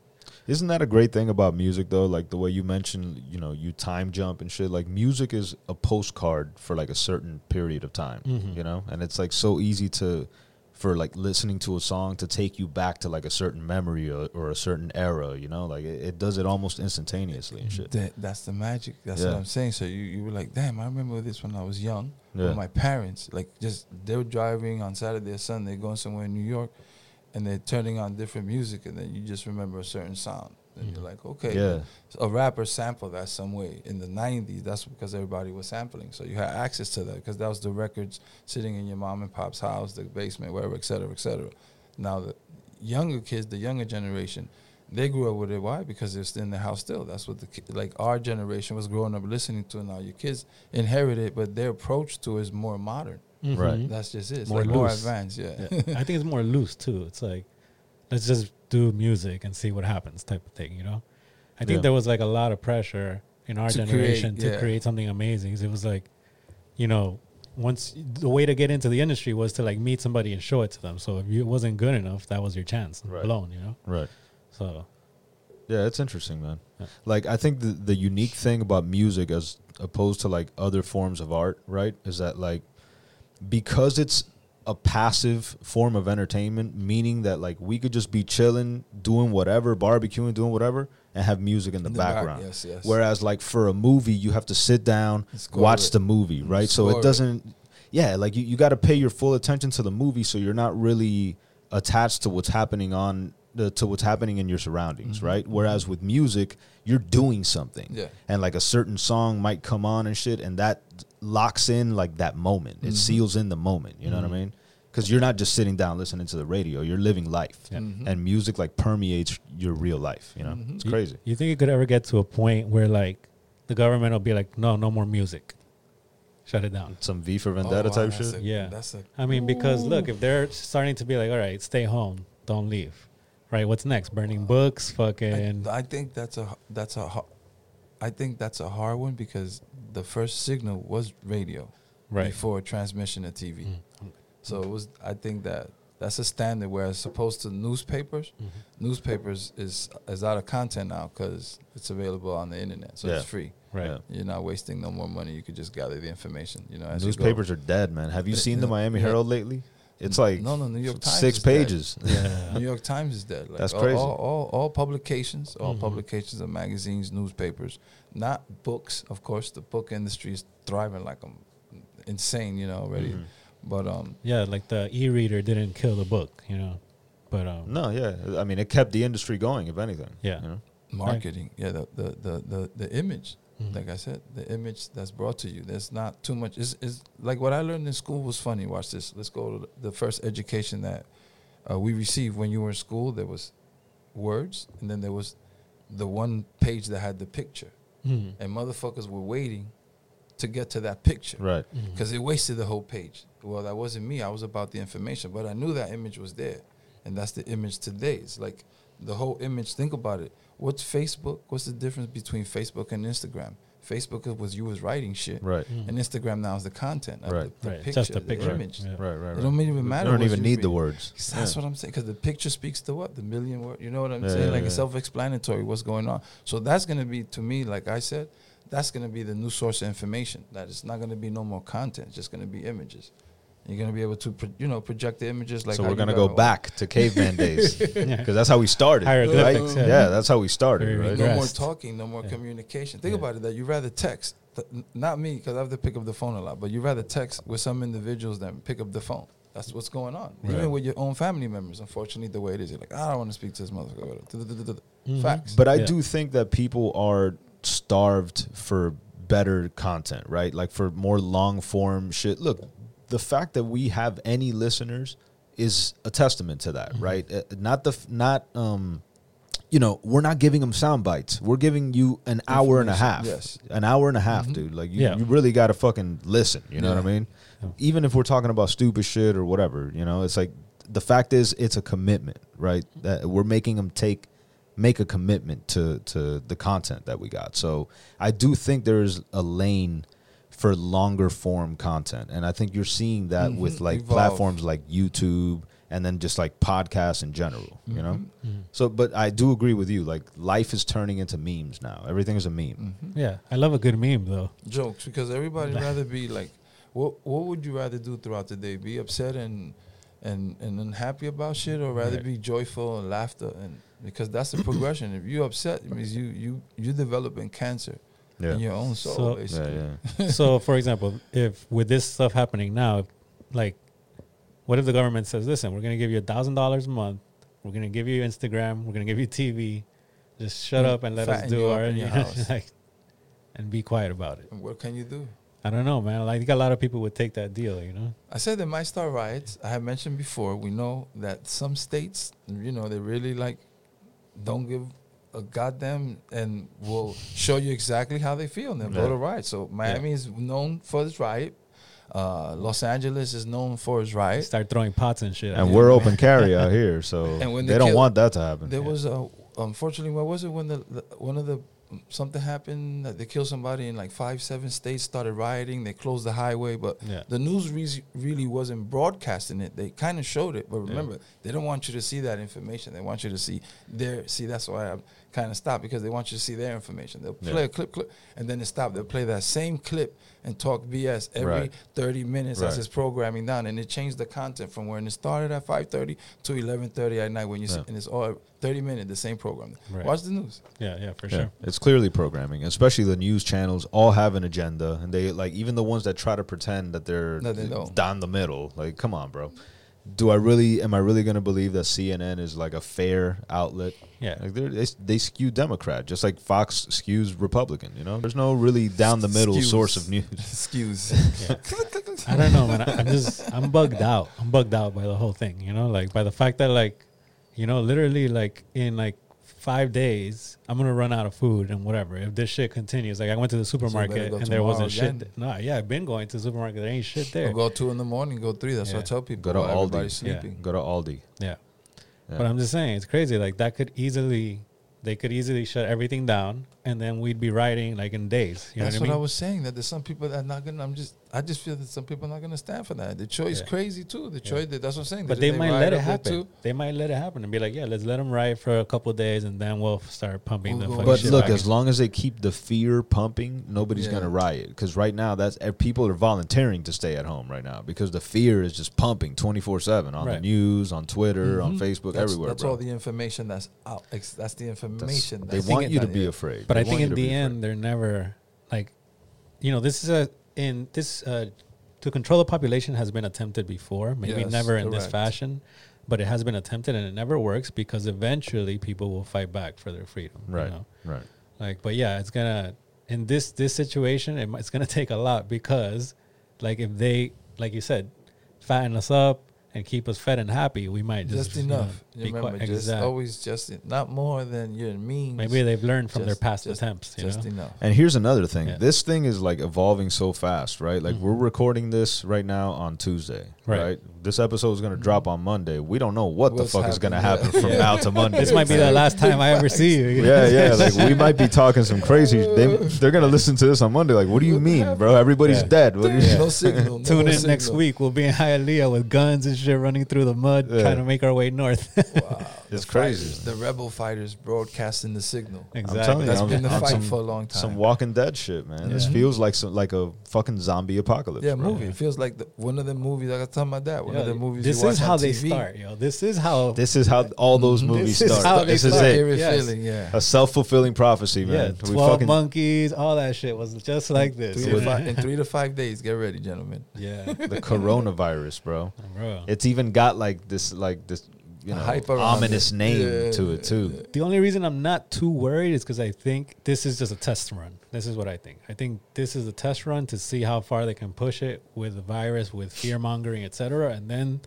Speaker 2: Isn't that a great thing about music though? Like the way you mentioned, you know, you time jump and shit. Like music is a postcard for like a certain period of time,
Speaker 1: Mhm.
Speaker 2: you know? And it's like so easy to for like listening to a song to take you back to like a certain memory or, or a certain era, you know? Like it, it does it almost instantaneously and shit.
Speaker 3: That, that's the magic. That's
Speaker 2: Yeah.
Speaker 3: what I'm saying. So you, you were like, damn, I remember this when I was young.
Speaker 2: Yeah.
Speaker 3: With Oh my parents, like, just they were driving on Saturday or Sunday, going somewhere in New York, and they're turning on different music, and then you just remember a certain sound. And you're like, okay,
Speaker 2: Mm. Yeah.
Speaker 3: a rapper sampled that some way in the 90s. That's because everybody was sampling. So you had access to that because that was the records sitting in your mom and pop's house, the basement, wherever, et cetera, et cetera. Now, the younger kids, the younger generation, they grew up with it. Why? Because they're still in the house still. That's what the ki- like our generation was growing up listening to. Now your kids inherit it, but their approach to it is more modern.
Speaker 2: Right.
Speaker 3: That's just it. It's
Speaker 1: Mm-hmm. More
Speaker 3: like more
Speaker 1: loose.
Speaker 3: advanced.
Speaker 1: Yeah.
Speaker 3: Yeah.
Speaker 1: I think it's more loose too. It's like let's just do music and see what happens type of thing, you know? I think
Speaker 2: Yeah.
Speaker 1: there was like a lot of pressure in our
Speaker 3: To create,
Speaker 1: generation to
Speaker 3: yeah.
Speaker 1: create something amazing. 'Cause It was like, you know, once the way to get into the industry was to like meet somebody and show it to them. So if you wasn't good enough, that was your chance
Speaker 2: Right.
Speaker 1: alone, you know?
Speaker 2: Right.
Speaker 1: So
Speaker 2: Yeah, it's interesting, man.
Speaker 1: Yeah.
Speaker 2: Like I think the the unique thing about music as opposed to like other forms of art, right, is that like because it's a passive form of entertainment, meaning that like we could just be chilling, doing whatever, barbecuing, doing whatever, and have music in the,
Speaker 3: In the back,
Speaker 2: background.
Speaker 3: yes, yes.
Speaker 2: Whereas like for a movie, you have to sit down,
Speaker 3: Score
Speaker 2: watch
Speaker 3: it.
Speaker 2: the movie, right? So
Speaker 3: Score
Speaker 2: it
Speaker 3: it.
Speaker 2: doesn't. Yeah, like you, you got to pay your full attention to the movie, so you're not really attached to what's happening on the, to what's happening in your surroundings, right? Whereas with music, you're doing something,
Speaker 3: Mm-hmm. Yeah.
Speaker 2: and like a certain song might come on and shit, and that locks in like that moment.
Speaker 3: Mm-hmm.
Speaker 2: It seals in the moment. You know what I mean? Because you're not just sitting down listening to the radio. You're living life,
Speaker 1: Yeah.
Speaker 3: Mm-hmm.
Speaker 2: and music like permeates your real life. You know, it's
Speaker 1: You-
Speaker 2: crazy.
Speaker 1: You, think it could ever get to a point where like the government will be like, no, no more music, shut it down?
Speaker 2: Some V for Vendetta
Speaker 3: Oh, wow,
Speaker 2: type
Speaker 3: that's
Speaker 2: shit.
Speaker 3: a-
Speaker 1: Yeah.
Speaker 3: That's a
Speaker 1: I mean, because look, if they're starting to be like, all right, stay home, don't leave, right? What's next? Burning books, fucking.
Speaker 3: I, I think that's a that's a ho- I think that's a hard one because the first signal was radio
Speaker 1: Right.
Speaker 3: before transmission to TV.
Speaker 2: Mm.
Speaker 3: So it was I think that that's a standard where as opposed to newspapers,
Speaker 1: Mm-hmm.
Speaker 3: newspapers is is out of content now because it's available on the internet, so
Speaker 2: Yeah.
Speaker 3: it's free.
Speaker 1: right.
Speaker 2: Yeah.
Speaker 3: You're not wasting no more money. You could just gather the information. You know, as you go.
Speaker 2: Newspapers are dead, man. Have you
Speaker 3: Uh,
Speaker 2: seen the
Speaker 3: uh,
Speaker 2: Miami
Speaker 3: yeah.
Speaker 2: Herald lately? It's like
Speaker 3: no, no, New York Times
Speaker 2: six
Speaker 3: is dead.
Speaker 2: pages.
Speaker 3: New York Times is dead. Like
Speaker 2: That's
Speaker 3: all,
Speaker 2: crazy. Mm-hmm.
Speaker 3: All, all, all publications, all publications of magazines, newspapers, not books. Of course, the book industry is thriving like I'm insane, you know, already.
Speaker 2: Mm-hmm.
Speaker 3: But um,
Speaker 1: Yeah, like the e-reader didn't kill the book, you know. But um,
Speaker 2: No, yeah. I mean, it kept the industry going, if anything.
Speaker 1: Yeah.
Speaker 2: you know?
Speaker 3: marketing, yeah, the the the the, the image,
Speaker 1: mm-hmm.
Speaker 2: Mm-hmm.
Speaker 3: like I said, the image that's brought to you. There's not too much. It's, it's like what I learned in school was funny. Watch this. Let's go to the first education that uh, we received when you were in school. There was words, and then there was the one page that had the picture.
Speaker 1: mhm,
Speaker 3: and motherfuckers were waiting to get to that picture
Speaker 2: Right.
Speaker 1: mhm.
Speaker 3: because it wasted the whole page. Well, that wasn't me. I was about the information, but I knew that image was there, and that's the image today. It's like the whole image. Think about it. What's Facebook? What's the difference between Facebook and Instagram? Facebook was you was writing shit,
Speaker 2: Right.
Speaker 1: Mhm.
Speaker 3: and Instagram now is the content, of
Speaker 2: Right.
Speaker 3: The, the
Speaker 1: Right,
Speaker 3: picture,
Speaker 1: just the picture.
Speaker 3: image.
Speaker 1: Yeah.
Speaker 2: Right. Right.
Speaker 3: It
Speaker 2: right.
Speaker 3: don't even matter
Speaker 2: You don't
Speaker 3: what
Speaker 2: even
Speaker 3: you
Speaker 2: need the
Speaker 3: read.
Speaker 2: words. Yeah.
Speaker 3: That's what I'm saying. Because the picture speaks to what the million word. You know what I'm
Speaker 2: Yeah,
Speaker 3: saying?
Speaker 2: yeah,
Speaker 3: like
Speaker 2: yeah.
Speaker 3: it's self-explanatory. What's going on? So that's gonna be to me, like I said, that's gonna be the new source of information. That it's not gonna be no more content. It's just gonna be images. You're gonna be able to, pro- you know, project the images like.
Speaker 2: so
Speaker 3: how
Speaker 2: we're
Speaker 3: you
Speaker 2: gonna
Speaker 3: got-
Speaker 2: go back to caveman days
Speaker 1: Yeah.
Speaker 2: because that's how we started. Right?
Speaker 1: Hieroglyphics,
Speaker 2: Yeah.
Speaker 1: yeah.
Speaker 2: that's how we started.
Speaker 1: Very
Speaker 2: Right.
Speaker 3: No more
Speaker 1: Regressed.
Speaker 3: talking. No more communication. Think
Speaker 2: Yeah.
Speaker 3: about it. That you rather text. Th- n- Not me, because I have to pick up the phone a lot. But you rather text with some individuals than pick up the phone. That's what's going on.
Speaker 2: Right.
Speaker 3: Even with your own family members, unfortunately, the way it is, you're like, I don't want to speak to this motherfucker. Facts.
Speaker 2: Mm-hmm. But I
Speaker 1: Yeah.
Speaker 2: do think that people are starved for better content, right? Like for more long form shit. Look, the fact that we have any listeners is a testament to
Speaker 1: Mm-hmm.
Speaker 2: that, right? Uh, Not the f- not um you know, we're not giving them sound bites. We're giving you an hour and a half.
Speaker 3: Information, yes.
Speaker 2: An hour and a half, dude. Like
Speaker 1: Mm-hmm.
Speaker 2: you,
Speaker 1: Yeah.
Speaker 2: you really got to fucking listen, you know
Speaker 3: Yeah.
Speaker 2: what I mean?
Speaker 1: Yeah.
Speaker 2: Even if we're talking about stupid shit or whatever, you know, it's like the fact is it's a commitment, right?
Speaker 1: Mm-hmm.
Speaker 2: That we're making them take make a commitment to to the content that we got. So I do think there is a lane for longer form content, and I think you're seeing that with
Speaker 3: Mhm.
Speaker 2: like
Speaker 3: Evolve.
Speaker 2: platforms like YouTube and then just like podcasts in general,
Speaker 3: Mm-hmm.
Speaker 2: you know.
Speaker 1: Mm-hmm.
Speaker 2: So, but I do agree with you. Like life is turning into memes now. Everything is a meme.
Speaker 1: Yeah, I love a good meme though.
Speaker 3: Mm-hmm. jokes because everybody rather be like what what would you rather do throughout the day be upset and and and unhappy about shit or rather
Speaker 1: Right.
Speaker 3: be joyful and laughter and because that's the progression if you upset it means you you you developing cancer in your own soul
Speaker 1: So-
Speaker 3: basically.
Speaker 1: so, for example, if with this stuff happening now, if, like, what if the government says, "Listen, we're going to give you a thousand dollars a month. We're going to give you Instagram. We're going to give you TV. Just shut
Speaker 3: Mm,
Speaker 1: up and let us
Speaker 3: fatten
Speaker 1: do
Speaker 3: you up
Speaker 1: our
Speaker 3: in your house."
Speaker 1: like, and be quiet about it."
Speaker 3: And what can you do
Speaker 1: I don't know, man. Like, I think a lot of people would take that deal, you know?
Speaker 3: I said they might start riots. I have mentioned before, we know that some states, you know, they really like don't give a goddamn and will show you exactly how they feel and they'll go
Speaker 2: Yeah.
Speaker 3: to riots. So Miami is known for its riot. Uh, Los Angeles is known for its
Speaker 1: They
Speaker 3: riot.
Speaker 1: start throwing pots and shit.
Speaker 2: And we're open carry out here, so
Speaker 3: And when
Speaker 2: they,
Speaker 3: they
Speaker 2: don't
Speaker 3: kill-
Speaker 2: want that to happen.
Speaker 3: There was a unfortunately what was it when the, the one of the mm, something happened that they killed somebody in like five seven states started rioting they closed the highway but
Speaker 1: Yeah.
Speaker 3: the news re- really wasn't broadcasting it they kind of showed it but remember they don't want you to see that information they want you to see their see that's why i kind of stopped because they want you to see their information they'll play
Speaker 2: Yeah.
Speaker 3: a clip clip and then they stop they'll play that same clip and talk bs every
Speaker 2: Right.
Speaker 3: 30 minutes
Speaker 2: Right.
Speaker 3: as it's programming down and it changed the content from when it started at 5.30 to 11.30 at night when you
Speaker 2: Yeah.
Speaker 3: sit and it's all 30 minutes the same program
Speaker 1: Right.
Speaker 3: watch the news
Speaker 1: Yeah, yeah, for
Speaker 2: Yeah,
Speaker 1: sure.
Speaker 2: It's clearly programming, especially the news channels all have an agenda and they like even the ones that try to pretend that they're
Speaker 3: No, they don't.
Speaker 2: down the middle. Like, come on, bro. Do I really am I really going to believe that CNN is like a fair outlet?
Speaker 1: Yeah.
Speaker 2: Like they're, they they skew Democrat just like Fox skews Republican, you know? There's no really down the middle
Speaker 3: Skews.
Speaker 2: source of news.
Speaker 3: skews
Speaker 1: I don't know, man. I- I'm just I'm bugged out. I'm bugged out by the whole thing, you know, like by the fact that like, you know, literally like in like five days, I'm gonna run out of food and whatever. If this shit continues, like I went to the supermarket
Speaker 3: go
Speaker 1: and there wasn't
Speaker 3: tomorrow
Speaker 1: shit. No, yeah, I've been going to the supermarket. There ain't shit there.
Speaker 3: Or go two in the morning go three that's what
Speaker 1: Yeah.
Speaker 3: i tell people
Speaker 2: Go to
Speaker 3: while
Speaker 2: Aldi.
Speaker 3: everybody's
Speaker 1: Yeah.
Speaker 3: sleeping
Speaker 2: Go to Aldi.
Speaker 1: Yeah.
Speaker 2: Yeah.
Speaker 1: But I'm just saying, it's crazy. Like that could easily, they could easily shut everything down, and then we'd be riding like in days. You
Speaker 3: That's
Speaker 1: know
Speaker 3: what
Speaker 1: what,
Speaker 3: I was saying. That there's some people that are not gonna. I'm just. I just feel that some people are not gonna stand for that. Detroit is
Speaker 1: Yeah.
Speaker 3: crazy too. Detroit. That's what I'm saying.
Speaker 1: I mean? But they, might let
Speaker 3: riot
Speaker 1: it
Speaker 3: up there
Speaker 1: happen.
Speaker 3: too.
Speaker 1: They might let it happen and be like, yeah, let's let them ride for a couple days, and then we'll start pumping the
Speaker 3: We'll go
Speaker 1: fucking
Speaker 2: But
Speaker 1: shit
Speaker 2: look,
Speaker 1: back
Speaker 2: as long as they keep the fear pumping, nobody's
Speaker 3: Yeah.
Speaker 2: gonna riot. Because right now, that's eh, people are volunteering to stay at home right now because the fear is just pumping twenty four seven on the
Speaker 1: Right.
Speaker 2: news, on Twitter, on
Speaker 3: Mhm.
Speaker 2: Facebook,
Speaker 3: that's,
Speaker 2: everywhere.
Speaker 3: That's
Speaker 2: bro.
Speaker 3: all the information that's out. Ex- That's the
Speaker 2: That's-
Speaker 3: information.
Speaker 2: they
Speaker 3: that's
Speaker 2: want
Speaker 3: being
Speaker 2: you to
Speaker 3: done
Speaker 2: be
Speaker 3: here.
Speaker 2: afraid.
Speaker 1: But
Speaker 2: They
Speaker 1: I
Speaker 2: want
Speaker 1: think
Speaker 2: you
Speaker 1: in
Speaker 2: to be
Speaker 1: the end,
Speaker 2: afraid.
Speaker 1: they're never like, you know, this is a in this uh, to control the population has been attempted before. Maybe
Speaker 3: Yes,
Speaker 1: never in this
Speaker 3: correct.
Speaker 1: fashion, but it has been attempted and it never works because eventually people will fight back for their freedom. you
Speaker 2: right,
Speaker 1: know?
Speaker 2: right.
Speaker 1: Like, but yeah, it's gonna in this this situation, it, mi- it's gonna take a lot because, like, if they like you said, fatten us up. And keep us fed and happy. We might just,
Speaker 3: Just
Speaker 1: you know,
Speaker 3: enough. You
Speaker 1: be
Speaker 3: remember,
Speaker 1: quiet.
Speaker 3: just
Speaker 1: Exact-
Speaker 3: always just en- not more than your means.
Speaker 1: Maybe they've learned from their
Speaker 3: just-
Speaker 1: past
Speaker 3: just-
Speaker 1: attempts. You
Speaker 3: just
Speaker 1: know?
Speaker 3: enough.
Speaker 2: And here's another thing.
Speaker 1: Yeah. Mm-hmm.
Speaker 2: This thing is like evolving so fast, right? Like we're recording this right now on Tuesday,
Speaker 1: Right.
Speaker 2: right? This episode is going to drop on Monday. We don't know what
Speaker 3: Mm-hmm. What's
Speaker 2: the fuck is going to
Speaker 3: happening.
Speaker 2: happen from now to Monday.
Speaker 1: This might be the last time I ever see you. you know?
Speaker 2: Yeah, yeah. Like we might be talking some crazy. They they're gonna listen to this on Monday. Like, what do you mean, bro? Everybody's
Speaker 1: Yeah.
Speaker 2: dead. What do you-
Speaker 3: No signal. no
Speaker 1: Tune in next
Speaker 3: signal.
Speaker 1: week. We'll be in Hialeah with guns and shit running through the mud,
Speaker 2: Yeah.
Speaker 1: trying to make our way north.
Speaker 3: Wow.
Speaker 2: It's
Speaker 3: The
Speaker 2: crazy.
Speaker 3: fighters, the rebel fighters broadcasting the signal.
Speaker 1: Exactly.
Speaker 2: telling you,
Speaker 3: That's
Speaker 2: I'm-
Speaker 3: been the
Speaker 2: I'm
Speaker 3: fight
Speaker 2: some-
Speaker 3: for a long time.
Speaker 2: Some Walking Dead shit, man. This
Speaker 3: Yeah.
Speaker 2: feels like some like a fucking zombie apocalypse.
Speaker 3: yeah,
Speaker 2: bro.
Speaker 3: movie. It feels like the, one of the movies. Like I was telling my dad, one
Speaker 1: Yeah,
Speaker 3: of the movies.
Speaker 1: this
Speaker 3: you watch
Speaker 1: is
Speaker 3: on
Speaker 1: how they
Speaker 3: TV.
Speaker 1: start, yo. This is how.
Speaker 2: This is how all those
Speaker 3: Mhm.
Speaker 2: movies
Speaker 1: This is
Speaker 2: start.
Speaker 1: how they
Speaker 2: this is
Speaker 1: start.
Speaker 2: it.
Speaker 3: Scary
Speaker 1: Yes.
Speaker 3: feeling, yeah.
Speaker 2: A self fulfilling prophecy,
Speaker 1: yeah,
Speaker 2: man. We
Speaker 1: twelve
Speaker 2: fucking-
Speaker 1: monkeys, all that shit was just like this.
Speaker 3: Three
Speaker 1: you
Speaker 3: to
Speaker 1: know?
Speaker 3: five, in three to five days, get ready, gentlemen.
Speaker 1: yeah,
Speaker 2: the coronavirus, bro.
Speaker 1: bro.
Speaker 2: It's even got like this, like this, you
Speaker 3: A
Speaker 2: know,
Speaker 3: hype around
Speaker 2: ominous
Speaker 3: it.
Speaker 2: name
Speaker 3: Yeah,
Speaker 2: to it too.
Speaker 1: The only reason I'm not too worried is because I think this is just a test run. This is what I think. I think this is a test run to see how far they can push it with the virus, with fear mongering, etc. And then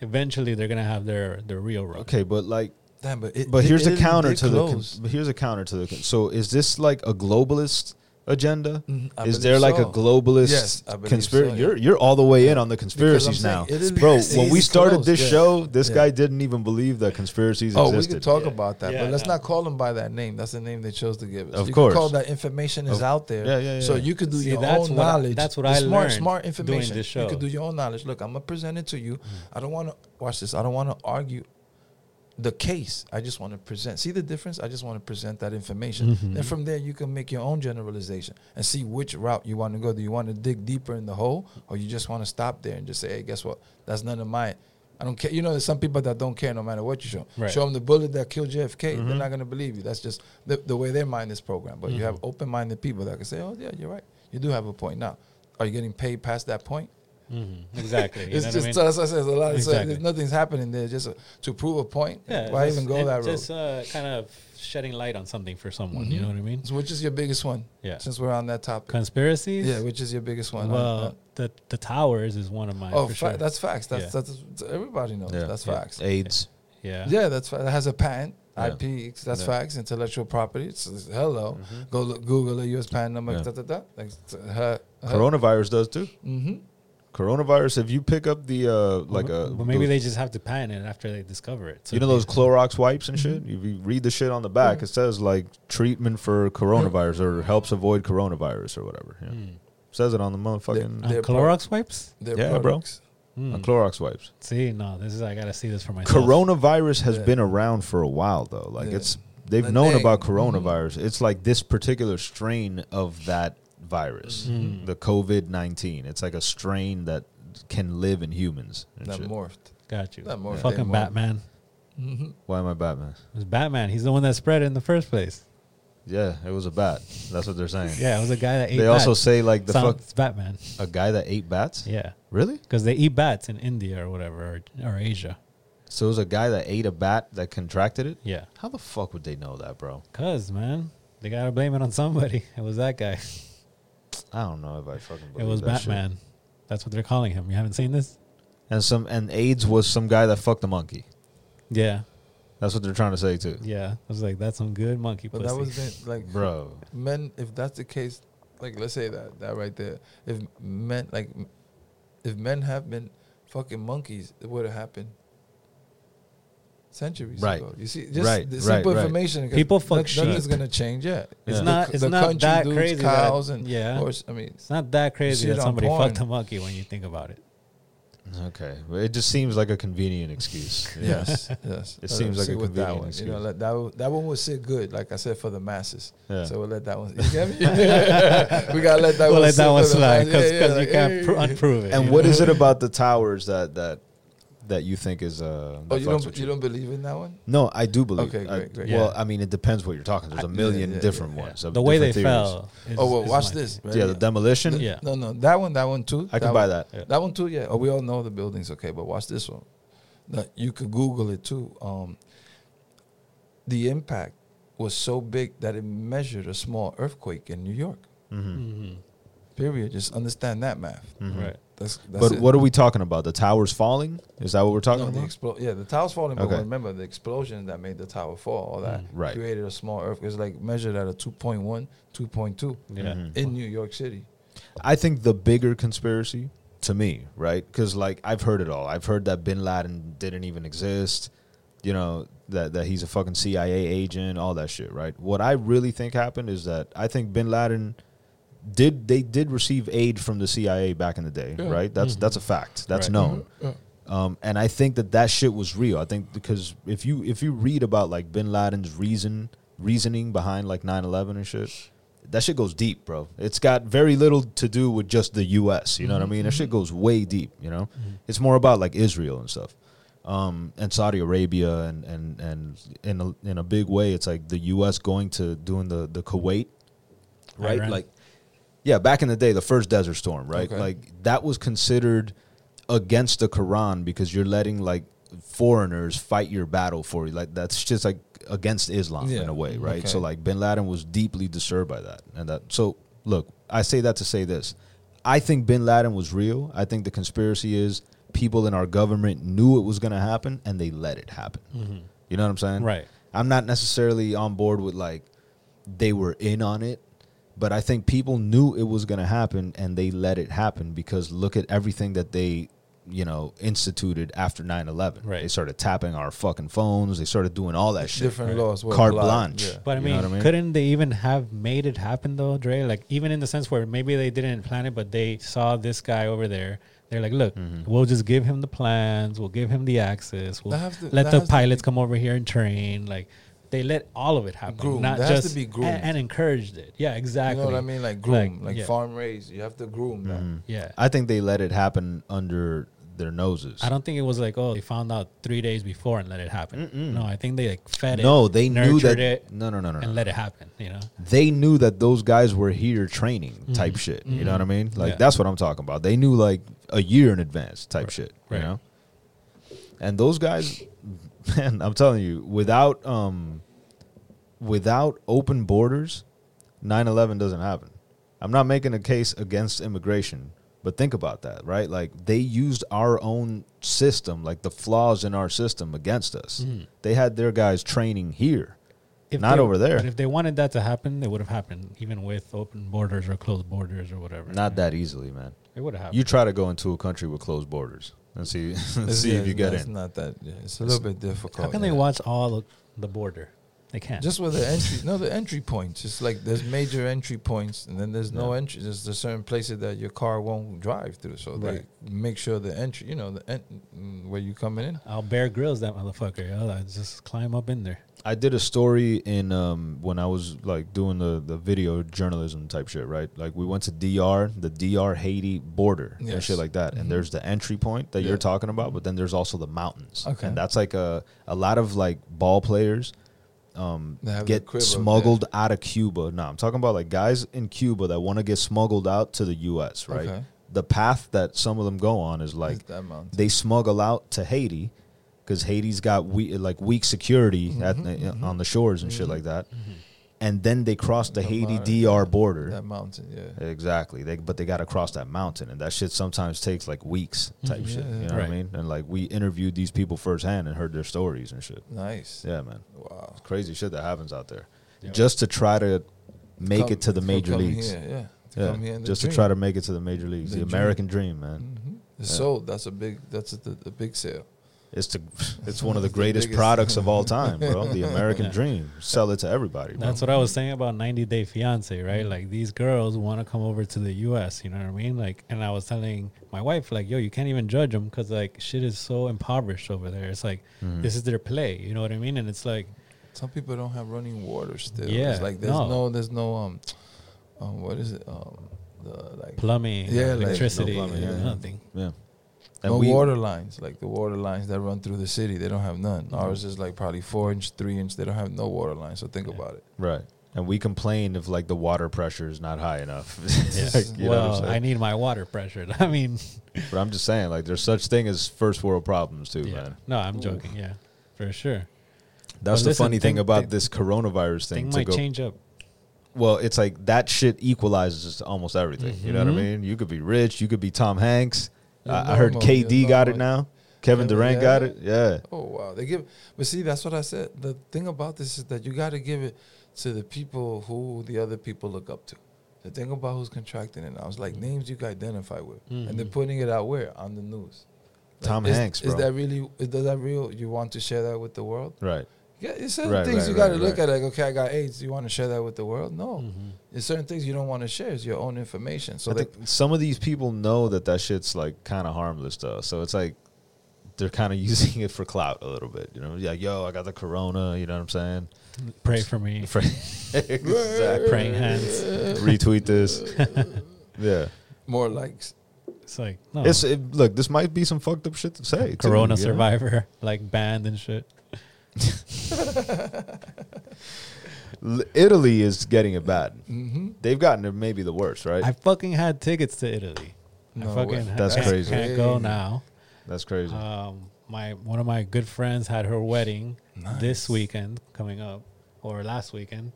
Speaker 1: eventually they're gonna have their their real run.
Speaker 2: Okay, but like,
Speaker 3: Damn, but it,
Speaker 2: but
Speaker 3: it-
Speaker 2: here's
Speaker 3: it
Speaker 2: a
Speaker 3: didn't-
Speaker 2: counter
Speaker 3: it
Speaker 2: to the. con-
Speaker 3: closed.
Speaker 2: But here's a counter to the. con- So is this like a globalist agenda?
Speaker 3: Mhm, I
Speaker 2: Is
Speaker 3: believe
Speaker 2: there like a
Speaker 3: so.
Speaker 2: globalist
Speaker 3: Yes, I believe
Speaker 2: conspiracy?
Speaker 3: so, yeah.
Speaker 2: You're you're all the way in on the
Speaker 3: Because I'm
Speaker 2: conspiracies
Speaker 3: saying,
Speaker 2: now,
Speaker 3: it is-
Speaker 2: bro. When
Speaker 3: Conspiracies
Speaker 2: we
Speaker 3: is
Speaker 2: started
Speaker 3: closed,
Speaker 2: this
Speaker 3: yeah.
Speaker 2: show, this
Speaker 3: Yeah.
Speaker 2: guy didn't even believe that conspiracies
Speaker 3: Oh, we
Speaker 2: existed.
Speaker 3: could talk about that,
Speaker 1: Yeah,
Speaker 3: but let's
Speaker 1: no.
Speaker 3: not call them by that name. That's the name they chose to give us.
Speaker 2: Of
Speaker 3: you
Speaker 2: course.
Speaker 3: could call that information is
Speaker 2: Of-
Speaker 3: out there.
Speaker 2: Yeah, yeah,
Speaker 3: So
Speaker 2: yeah.
Speaker 3: you could do
Speaker 1: See,
Speaker 3: your
Speaker 1: that's
Speaker 3: own
Speaker 1: what I-
Speaker 3: knowledge.
Speaker 1: that's what
Speaker 3: The
Speaker 1: I
Speaker 3: smart,
Speaker 1: learned
Speaker 3: smart
Speaker 1: doing this
Speaker 3: information. You
Speaker 1: show. Mm.
Speaker 3: could do your own knowledge. Look, I'm gonna present it to you. I don't want to watch this. I don't want to argue the case. I just want to present. See the difference? I just want to present that information.
Speaker 2: Mm-hmm.
Speaker 1: Mhm.
Speaker 3: And from there, you can make your own generalization and see which route you want to go. Do you want to dig deeper in the hole, or you just want to stop there and just say, "Hey, guess what? That's none of my." I don't care. You know, there's some people that don't care no matter what you show. 'em.
Speaker 1: Right. Mm-hmm.
Speaker 3: Show them the bullet that killed JFK. They're not going to believe you. That's just the, the way their mind is programmed. But you have
Speaker 1: Mm-hmm.
Speaker 3: open minded people that can say, oh, yeah, you're right. You do have a point. Now, are you getting paid past that point?
Speaker 1: Mhm, Exactly. You
Speaker 3: it's
Speaker 1: know what I
Speaker 3: just,
Speaker 1: mean?
Speaker 3: so that's what I said, it's a lot. It's, uh,
Speaker 1: Exactly.
Speaker 3: there's nothing's happening there. Just uh, to prove a point,
Speaker 1: yeah,
Speaker 3: why
Speaker 1: just-
Speaker 3: even go
Speaker 1: it
Speaker 3: that road?
Speaker 1: Just uh, kind of shedding light on something for someone. You know what I mean?
Speaker 3: So which is your biggest one?
Speaker 1: Yeah.
Speaker 3: Since we're on that topic.
Speaker 1: Conspiracies.
Speaker 3: yeah, which is your biggest one?
Speaker 1: Well,
Speaker 3: Uh,
Speaker 1: the the towers is one of mine.
Speaker 3: oh,
Speaker 1: for
Speaker 3: fa-
Speaker 1: sure.
Speaker 3: that's facts. That's,
Speaker 1: Yeah.
Speaker 3: that's, everybody knows.
Speaker 2: Yeah.
Speaker 3: That's
Speaker 1: Yeah.
Speaker 3: facts.
Speaker 2: AIDS.
Speaker 1: yeah.
Speaker 3: Yeah, that's fa- that has a patent.
Speaker 2: Yeah.
Speaker 3: IP, that's
Speaker 2: Yeah.
Speaker 3: facts. Intellectual property. It's, it's- hello,
Speaker 2: Mm-hmm.
Speaker 3: go look, Google a U.S. patent number.
Speaker 2: Yeah.
Speaker 3: Da, da, da. Like, t- her,
Speaker 2: Coronavirus does too.
Speaker 3: hmm
Speaker 2: Coronavirus. If you pick up the uh,
Speaker 3: Mm-hmm.
Speaker 2: like a,
Speaker 1: But maybe
Speaker 2: those-
Speaker 1: they just have to patent it after they discover it. So
Speaker 2: you know those Clorox wipes and shit.
Speaker 3: Mm-hmm.
Speaker 2: If you read the shit on the back, it says like treatment for coronavirus
Speaker 3: Mm-hmm.
Speaker 2: or helps avoid coronavirus or whatever. Yeah.
Speaker 1: Mm.
Speaker 2: Says it on the motherfucking
Speaker 1: On
Speaker 3: They're pro-
Speaker 1: Uh, Clorox wipes.
Speaker 3: Their
Speaker 2: Yeah, bro.
Speaker 3: products.
Speaker 2: on
Speaker 1: Mm.
Speaker 2: Clorox wipes.
Speaker 1: See, no, this is I gotta see this for myself.
Speaker 2: Coronavirus has
Speaker 3: Yeah.
Speaker 2: been around for a while though. Like
Speaker 3: Yeah.
Speaker 2: it's they've
Speaker 3: The
Speaker 2: known
Speaker 3: thing.
Speaker 2: about
Speaker 1: Mm-hmm.
Speaker 3: Mhm.
Speaker 2: coronavirus. It's like this particular strain of that virus,
Speaker 3: Mm-hmm.
Speaker 1: Mhm.
Speaker 2: the COVID nineteen. It's like a strain that can live in humans. and
Speaker 3: That
Speaker 2: shit.
Speaker 3: morphed.
Speaker 1: Got you.
Speaker 3: That more- that
Speaker 1: Fucking
Speaker 3: more-
Speaker 1: Batman.
Speaker 3: Mhm.
Speaker 2: Why am I Batman?
Speaker 1: It was Batman. He's the one that spread it in the first place.
Speaker 2: Yeah, it was a bat. That's what they're saying.
Speaker 1: Yeah, it was a guy that ate.
Speaker 2: They also
Speaker 1: bats.
Speaker 2: say like the
Speaker 1: Sound-
Speaker 2: fuck
Speaker 1: it's Batman.
Speaker 2: a guy that ate bats.
Speaker 1: Yeah,
Speaker 2: Really?
Speaker 1: because they eat bats in India or whatever or, or Asia.
Speaker 2: So it was a guy that ate a bat that contracted it.
Speaker 1: Yeah,
Speaker 2: How the fuck would they know that, bro?
Speaker 1: cause man, they gotta blame it on somebody. It was that guy.
Speaker 2: I don't know if I fucking.
Speaker 1: It
Speaker 2: Believe
Speaker 1: was
Speaker 2: that shit.
Speaker 1: Batman. That's what they're calling him. You haven't seen this?
Speaker 2: And some and AIDS was some guy that fucked a monkey.
Speaker 1: Yeah,
Speaker 2: That's what they're trying to say too,
Speaker 1: yeah. I was like, that's some good monkey
Speaker 3: But
Speaker 1: pussy.
Speaker 3: that was been, like
Speaker 2: bro.
Speaker 3: men. If that's the case, like let's say that that right there. If men like, if men have been fucking monkeys, it would have happened centuries
Speaker 2: Right.
Speaker 3: ago. You see, just
Speaker 2: Right,
Speaker 3: the
Speaker 2: right,
Speaker 3: simple
Speaker 2: right.
Speaker 3: information. 'cause
Speaker 1: People fuck
Speaker 3: noth- Nothing's
Speaker 1: sheep.
Speaker 3: gonna change. Yeah,
Speaker 1: it's
Speaker 2: Yeah.
Speaker 1: not.
Speaker 3: c-
Speaker 1: It's not that
Speaker 3: dudes,
Speaker 1: crazy. that-
Speaker 3: Cows and
Speaker 1: yeah,
Speaker 3: horse. I mean,
Speaker 1: It's not that crazy
Speaker 3: see it
Speaker 1: that
Speaker 3: on
Speaker 1: somebody
Speaker 3: porn.
Speaker 1: fucked a monkey when you think about it.
Speaker 2: Okay, Well, it just seems like a convenient excuse. you know?
Speaker 3: Yes, yes.
Speaker 2: It seems like
Speaker 3: see
Speaker 2: a
Speaker 3: with that
Speaker 2: convenient
Speaker 3: one. You
Speaker 2: excuse.
Speaker 3: know, let that one, that one would sit good, like I said, for the masses.
Speaker 2: Yeah.
Speaker 3: So we'll let that one. You get me? we gotta let that
Speaker 1: we'll
Speaker 3: one.
Speaker 1: let
Speaker 3: sit
Speaker 1: that
Speaker 3: for
Speaker 1: one
Speaker 3: the
Speaker 1: slide
Speaker 3: masses.
Speaker 1: because
Speaker 3: Yeah, yeah,
Speaker 1: you
Speaker 3: like,
Speaker 1: can't pr-
Speaker 3: hey.
Speaker 1: unprove it.
Speaker 2: And
Speaker 1: you
Speaker 2: what
Speaker 1: know?
Speaker 2: is it about the towers that that that you think is uh?
Speaker 3: Oh,
Speaker 2: that
Speaker 3: you
Speaker 2: fucks
Speaker 3: don't
Speaker 2: with
Speaker 3: you don't believe in that one?
Speaker 2: No, I do believe.
Speaker 3: Okay,
Speaker 2: I-
Speaker 3: great, great.
Speaker 2: Well,
Speaker 1: Yeah.
Speaker 2: I mean, it depends what you're talking. There's a million
Speaker 3: yeah, yeah,
Speaker 2: different
Speaker 1: Yeah.
Speaker 2: ones. of
Speaker 1: The way they
Speaker 2: different theories.
Speaker 1: fell. is-
Speaker 3: oh well,
Speaker 1: is
Speaker 3: watch
Speaker 1: my
Speaker 3: this.
Speaker 1: thing.
Speaker 3: right?
Speaker 2: Yeah, the demolition.
Speaker 1: Yeah.
Speaker 3: No, no, that one, that one too.
Speaker 2: I can
Speaker 3: that
Speaker 2: buy
Speaker 3: one-
Speaker 2: that.
Speaker 1: Yeah.
Speaker 3: That one too. Yeah, oh, we all know the building's okay, but watch this one. Now, you could Google it too. Um, the impact was so big that it measured a small earthquake in New York.
Speaker 2: Mm-hmm.
Speaker 1: Mhm.
Speaker 3: Period. Just understand that math.
Speaker 1: Mm-hmm. Right.
Speaker 3: That's, that's
Speaker 2: But
Speaker 3: it.
Speaker 2: what are we talking about? The towers falling? Is that what we're talking
Speaker 3: No, the
Speaker 2: about?
Speaker 3: explo- yeah, the tower's falling. But
Speaker 2: Okay.
Speaker 3: remember, the explosion that made the tower fall, all that
Speaker 1: Mm.
Speaker 2: Right.
Speaker 3: created a small earthquake. It's like measured at a 2.1, 2.2
Speaker 1: Yeah.
Speaker 2: Mhm.
Speaker 3: in New York City.
Speaker 2: I think the bigger conspiracy to me, right? Because like I've heard it all. I've heard that Bin Laden didn't even exist. You know that that he's a fucking CIA agent, all that shit, right? What I really think happened is that I think Bin Laden did they did receive aid from the CIA back in the day,
Speaker 3: Yeah.
Speaker 2: right? That's
Speaker 1: Mhm.
Speaker 2: that's a fact. That's
Speaker 1: Right. Mm-hmm.
Speaker 2: known. Um, and I think that that shit was real. I think because if you if you read about like Bin Laden's reason reasoning behind like 9-11 and shit, that shit goes deep, bro. It's got very little to do with just the U.S. You know
Speaker 1: Mm-hmm.
Speaker 2: what I mean? That shit goes way deep. You know, it's more about like Israel and stuff, um, and Saudi Arabia, and and and in a, in a big way, it's like the U.S. going to doing the the Kuwait, right?
Speaker 1: Iran.
Speaker 2: Like, yeah, back in the day, the first Desert Storm, right?
Speaker 3: Okay.
Speaker 2: Like that was considered against the Quran because you're letting like foreigners fight your battle for you. Like that's just like against Islam in
Speaker 3: Yeah.
Speaker 2: a way, right?
Speaker 3: Okay.
Speaker 2: So like like bin Laden was deeply disturbed by that. And that so look, I say that to say this. I think bin Laden was real. I think the conspiracy is people in our government knew it was going to happen and they let it happen.
Speaker 3: Mm-hmm.
Speaker 2: You know what I'm saying?
Speaker 1: Right.
Speaker 2: I'm not necessarily on board with like they were in on it, but I think people knew it was going to happen and they let it happen because look at everything that they, you know, instituted after 9/11.
Speaker 1: Right.
Speaker 2: They started tapping our fucking phones, they started doing all that shit.
Speaker 3: Different laws. were
Speaker 2: Carte
Speaker 3: applied,
Speaker 2: blanche.
Speaker 3: yeah.
Speaker 1: But I
Speaker 2: You know
Speaker 1: mean,
Speaker 2: what I mean?
Speaker 1: couldn't they even have made it happen though, Dre? Like even in the sense where maybe they didn't plan it, but they saw this guy over there. They're like, look,
Speaker 2: Mm-hmm.
Speaker 1: we'll just give him the plans. We'll give him the access. We'll
Speaker 3: That have to-
Speaker 1: let
Speaker 3: that
Speaker 1: the
Speaker 3: has to
Speaker 1: pilots come over here and train. Like they let all of it happen,
Speaker 3: Groomed.
Speaker 1: not
Speaker 3: That has
Speaker 1: just
Speaker 3: to be
Speaker 1: and-
Speaker 3: groomed.
Speaker 1: And, encouraged it. Yeah, exactly.
Speaker 3: You know what I mean? Like groom, like,
Speaker 1: yeah,
Speaker 3: farm raised. You have to
Speaker 2: Mm.
Speaker 3: groom that.
Speaker 1: Yeah,
Speaker 2: I think they let it happen under their noses.
Speaker 1: I don't think it was like oh they found out three days before and let it happen. No, I think they like fed it.
Speaker 2: no, they knew
Speaker 1: nurtured
Speaker 2: that.
Speaker 1: it
Speaker 2: no, no, no, no.
Speaker 1: and
Speaker 2: no.
Speaker 1: let it happen. You know.
Speaker 2: they knew that those guys were here training
Speaker 1: Mm-hmm.
Speaker 2: type shit. You know what I mean? Like
Speaker 1: Yeah.
Speaker 2: that's what I'm talking about. They knew like a year in advance type shit.
Speaker 1: right.
Speaker 2: You know. And those guys, man, I'm telling you, without um, without open borders, 9/11 doesn't happen. I'm not making a case against immigration, but think about that, right? Like they used our own system, like the flaws in our system against us.
Speaker 1: Mm-hmm.
Speaker 2: They had their guys training here. Not
Speaker 1: they-
Speaker 2: over there.
Speaker 1: But if they wanted that to happen, it would have happened, even with open borders or closed borders or whatever.
Speaker 2: Not that easily, man.
Speaker 1: it would have happened.
Speaker 2: You try to go into a country with closed borders and see and
Speaker 3: It's-
Speaker 2: see
Speaker 3: yeah,
Speaker 2: if you get
Speaker 3: it's
Speaker 2: in.
Speaker 3: not that. Yeah, it's a little bit difficult.
Speaker 1: How can
Speaker 3: yeah.
Speaker 1: they watch all of the border? They can't.
Speaker 3: Just with the entry, no, the entry points. It's like there's major entry points, and then there's no
Speaker 2: Yeah.
Speaker 3: entry. There's, there's certain places that your car won't drive through, so
Speaker 1: Right.
Speaker 3: they make sure the entry, you know, the en- mm, where you coming in.
Speaker 1: I'll bear grills that motherfucker. I'll, I'll just climb up in there.
Speaker 2: I did a story in um, when I was like doing the, the video journalism type shit, right? Like we went to DR, the DR Haiti border and
Speaker 3: Yes. Mm-hmm.
Speaker 2: shit like that. And there's the entry point that
Speaker 3: Yeah.
Speaker 2: you're talking about, but then there's also the mountains.
Speaker 3: Okay.
Speaker 2: And that's like a a lot of like ball players um,
Speaker 3: They have the
Speaker 2: get
Speaker 3: crib up there.
Speaker 2: smuggled out of Cuba. No, I'm talking about like guys in Cuba that want to get smuggled out to the U.S. Right?
Speaker 3: Okay.
Speaker 2: The path that some of them go on is like
Speaker 3: that mountain.
Speaker 2: they smuggle out to Haiti because Haiti's got we, like weak security
Speaker 3: Mm-hmm,
Speaker 2: at, on the shores and shit like that, and then they cross the,
Speaker 3: The
Speaker 2: Haiti
Speaker 3: mar-
Speaker 2: DR border.
Speaker 3: That mountain, yeah.
Speaker 2: Exactly. They but they got to cross that mountain, and that shit sometimes takes like weeks type
Speaker 3: Mhm.
Speaker 2: shit. You
Speaker 3: Yeah,
Speaker 2: know
Speaker 3: yeah.
Speaker 2: what I
Speaker 1: Right.
Speaker 2: mean? And like we interviewed these people firsthand and heard their stories and shit.
Speaker 3: Nice.
Speaker 2: Yeah, man
Speaker 3: Wow.
Speaker 2: crazy shit that happens out there
Speaker 1: Yeah.
Speaker 2: just to try to make
Speaker 3: Come-
Speaker 2: it to the major
Speaker 3: come
Speaker 2: leagues
Speaker 3: Here, yeah. To
Speaker 2: yeah
Speaker 3: come here and
Speaker 2: just
Speaker 3: dream.
Speaker 2: to try to make it to the major leagues
Speaker 3: The
Speaker 2: the,
Speaker 3: dream.
Speaker 2: american dream man
Speaker 3: Mhm. It's sold. That's a big. That's a, the, the big sale.
Speaker 2: it's the it's one of the
Speaker 3: It's the
Speaker 2: greatest
Speaker 3: biggest.
Speaker 2: products of all time bro the american
Speaker 1: Yeah.
Speaker 2: dream sell it to everybody bro.
Speaker 1: That's what I was saying about 90 Day Fiance,
Speaker 2: Mm-hmm.
Speaker 1: right? Like these girls want to come over to the U.S. You know what I mean? Like, and I was telling my wife, like, yo, you can't even judge them because like shit is so impoverished over there. It's like
Speaker 2: Mm-hmm. Mm.
Speaker 1: this is their play. You know what I mean? And it's like
Speaker 3: Some people don't have running water still.
Speaker 1: Yeah,
Speaker 3: It's like there's
Speaker 1: no.
Speaker 3: no, there's no um, um, what is it um, the like
Speaker 1: plumbing,
Speaker 3: Yeah, like, no
Speaker 1: electricity,
Speaker 2: plumbing,
Speaker 1: you know,
Speaker 2: yeah.
Speaker 1: nothing.
Speaker 2: yeah and
Speaker 3: no
Speaker 2: we
Speaker 3: water lines like the water lines that run through the city. They don't have none. Ours is like probably four inch, three inch. They don't have no water lines. So think about it.
Speaker 2: right and we complain if like the water pressure is not high enough
Speaker 1: Yeah.
Speaker 2: Like, you know what I'm
Speaker 1: well,
Speaker 2: saying?
Speaker 1: I need my water pressured. I mean,
Speaker 2: but i'm just saying like there's such thing as first world problems too
Speaker 1: yeah.
Speaker 2: man
Speaker 1: No, I'm joking. Yeah, for sure.
Speaker 2: that's
Speaker 1: But
Speaker 2: the
Speaker 1: listen,
Speaker 2: funny thing
Speaker 1: thing-
Speaker 2: about
Speaker 1: thing-
Speaker 2: this coronavirus thing
Speaker 1: Thing
Speaker 2: to
Speaker 1: might
Speaker 2: go
Speaker 1: change up.
Speaker 2: well, it's like that shit equalizes almost everything. You know what I
Speaker 1: Mhm.
Speaker 2: mean? You could be rich, you could be Tom Hanks.
Speaker 3: You're
Speaker 2: I, I heard
Speaker 3: normal, you're
Speaker 2: KD got it
Speaker 3: normal.
Speaker 2: now. Kevin
Speaker 3: Yeah,
Speaker 2: Durant
Speaker 3: yeah.
Speaker 2: got it. Yeah.
Speaker 3: Oh wow, they give. But see, that's what I said. The thing about this is that you got to give it to the people who the other people look up to. The thing about who's contracting it, I was like names you can identify with, and they're putting it out where on the news. Like,
Speaker 2: Mm-hmm. Tom
Speaker 3: is-
Speaker 2: Hanks,
Speaker 3: Is
Speaker 2: bro.
Speaker 3: that really? Is that that real? You want to share that with the world?
Speaker 2: Right.
Speaker 3: Yeah, it's certain
Speaker 2: Right,
Speaker 3: things
Speaker 2: right,
Speaker 3: you got to
Speaker 2: right,
Speaker 3: look
Speaker 2: right. Mm-hmm.
Speaker 3: at. Like, okay, I got AIDS. Do you want to share that with the world?
Speaker 2: Oh.
Speaker 3: No.
Speaker 1: Mm-hmm.
Speaker 3: There's certain things you don't want to share. It's your own information. So
Speaker 2: I
Speaker 3: they,
Speaker 2: think some of these people know that that shit's like kind of harmless though. So it's like they're kind of using it for clout a little bit. You know, yeah, yo, I got the corona. You know what I'm
Speaker 1: Pray for me.
Speaker 2: saying? exactly.
Speaker 1: Praying hands.
Speaker 2: Retweet this. Yeah,
Speaker 3: More likes.
Speaker 1: It's like no.
Speaker 2: it's it, look. This might be some fucked up shit to say.
Speaker 1: Oh.
Speaker 2: too,
Speaker 1: Corona
Speaker 2: you know?
Speaker 1: survivor, like banned and shit.
Speaker 2: L- Italy is getting it bad.
Speaker 3: Mm-hmm.
Speaker 2: They've gotten it maybe the worst, right?
Speaker 1: I fucking had tickets to Italy. I fucking had-
Speaker 2: That's
Speaker 1: can't-
Speaker 2: crazy.
Speaker 1: Can't go now.
Speaker 2: That's crazy.
Speaker 1: Um, my one of my good friends had her wedding this weekend coming up, or last weekend.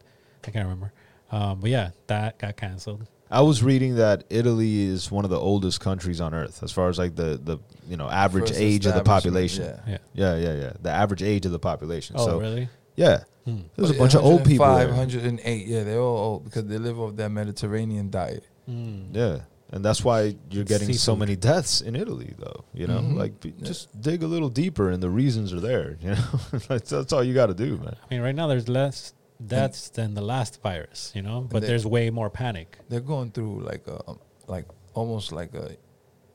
Speaker 1: I can't remember. Um, but yeah, that got canceled.
Speaker 2: I was reading that Italy is one of the oldest countries on earth as far as like the the you know average
Speaker 3: First
Speaker 2: age of the
Speaker 3: establishment,
Speaker 2: population. Yeah.
Speaker 1: Yeah.
Speaker 2: yeah, yeah, The average age of the population.
Speaker 1: Oh,
Speaker 2: so
Speaker 1: really?
Speaker 2: yeah,
Speaker 1: Hmm.
Speaker 2: there's a bunch of old people.
Speaker 3: Five
Speaker 2: There.
Speaker 3: hundred and eight. Yeah, they're all old because they live off that Mediterranean diet.
Speaker 1: Mm.
Speaker 2: Yeah, and that's why you're getting so
Speaker 1: Seafood.
Speaker 2: many deaths in Italy, though. You know,
Speaker 3: Mhm.
Speaker 2: like be-
Speaker 3: Yeah.
Speaker 2: just dig a little deeper, and the reasons are there. You know, that's, that's all you got to do, man.
Speaker 1: I mean, right now there's less deaths than the last virus, you know, but
Speaker 3: they-
Speaker 1: there's way more panic.
Speaker 3: They're going through like a um, like almost like a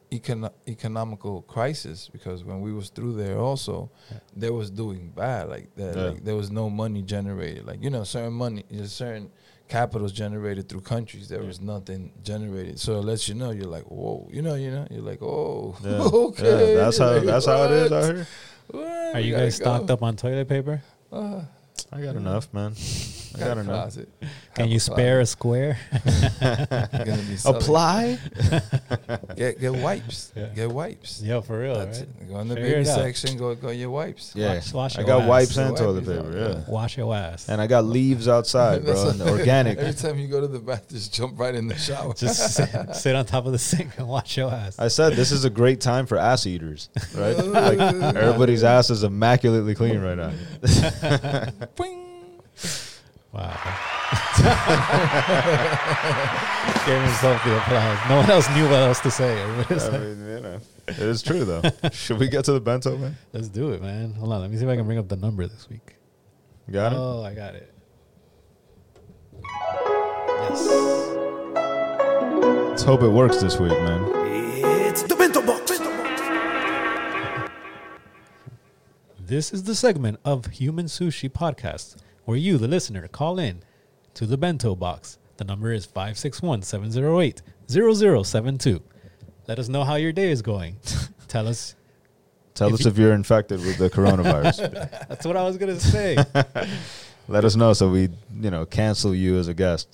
Speaker 3: econo- economical crisis because when we was through there also,
Speaker 1: Yeah.
Speaker 3: they was doing bad. Like, the,
Speaker 2: Yeah.
Speaker 3: like there was no money generated. Like you know, certain money, there's certain capitals generated through countries. There
Speaker 2: Yeah.
Speaker 3: was nothing generated. So it lets you know. You're like, whoa. You know. You know. You're like, oh,
Speaker 2: Yeah.
Speaker 3: okay.
Speaker 2: Yeah, that's how
Speaker 3: Like,
Speaker 2: that's how it is
Speaker 3: what?
Speaker 2: out here.
Speaker 3: What?
Speaker 1: Are
Speaker 3: We
Speaker 1: you
Speaker 3: gotta
Speaker 1: guys
Speaker 3: go.
Speaker 1: stocked up on toilet paper?
Speaker 3: Uh,
Speaker 2: I got enough, man. I got enough.
Speaker 3: closet.
Speaker 1: Can
Speaker 3: Have
Speaker 1: you
Speaker 3: a
Speaker 1: spare a square?
Speaker 3: closet. Gonna be selling-
Speaker 2: Apply.
Speaker 3: Get, get wipes.
Speaker 1: Yeah.
Speaker 3: Get wipes.
Speaker 1: yeah, for real,
Speaker 3: That's
Speaker 1: right?
Speaker 3: it. Go in the
Speaker 1: Figure
Speaker 3: baby
Speaker 1: it out.
Speaker 3: section. Go go your wipes.
Speaker 2: Yeah,
Speaker 1: Wash- wash
Speaker 2: I
Speaker 1: your
Speaker 2: got
Speaker 1: ass.
Speaker 2: wipes and
Speaker 3: Your
Speaker 2: toilet
Speaker 3: wipe is
Speaker 2: paper.
Speaker 3: out,
Speaker 2: Yeah.
Speaker 3: yeah.
Speaker 1: Wash your ass.
Speaker 2: And I got leaves outside, bro.
Speaker 3: That's
Speaker 2: And
Speaker 3: what-
Speaker 2: organic.
Speaker 3: Every time you go to the bath, just jump right in the shower.
Speaker 1: Just sit, sit on top of the sink and wash your ass.
Speaker 2: I said this is a great time for ass eaters, right? like everybody's ass is immaculately clean right now.
Speaker 3: Boing.
Speaker 1: Wow. Gave himself the applause. No one else knew what else to say. Everybody was
Speaker 2: I
Speaker 1: like,
Speaker 2: mean, you know, it is true though. Should we get to the bento, man?
Speaker 1: Let's do it, man. Hold on. Let me see if I can bring up the number this week.
Speaker 2: Got it.
Speaker 1: Oh, I got it. Yes.
Speaker 2: Let's hope it works this week, man.
Speaker 4: It's the Bento Box.
Speaker 1: This is the segment of Human Sushi Podcast where you, the listener, call in to the bento box. The number is 561 708 0072. Let us know how your day is going. Tell us.
Speaker 2: Tell
Speaker 1: If
Speaker 2: us
Speaker 1: you-
Speaker 2: if you're infected with the coronavirus.
Speaker 1: That's what I was going to say.
Speaker 2: Let us know so we, you know, cancel you as a guest.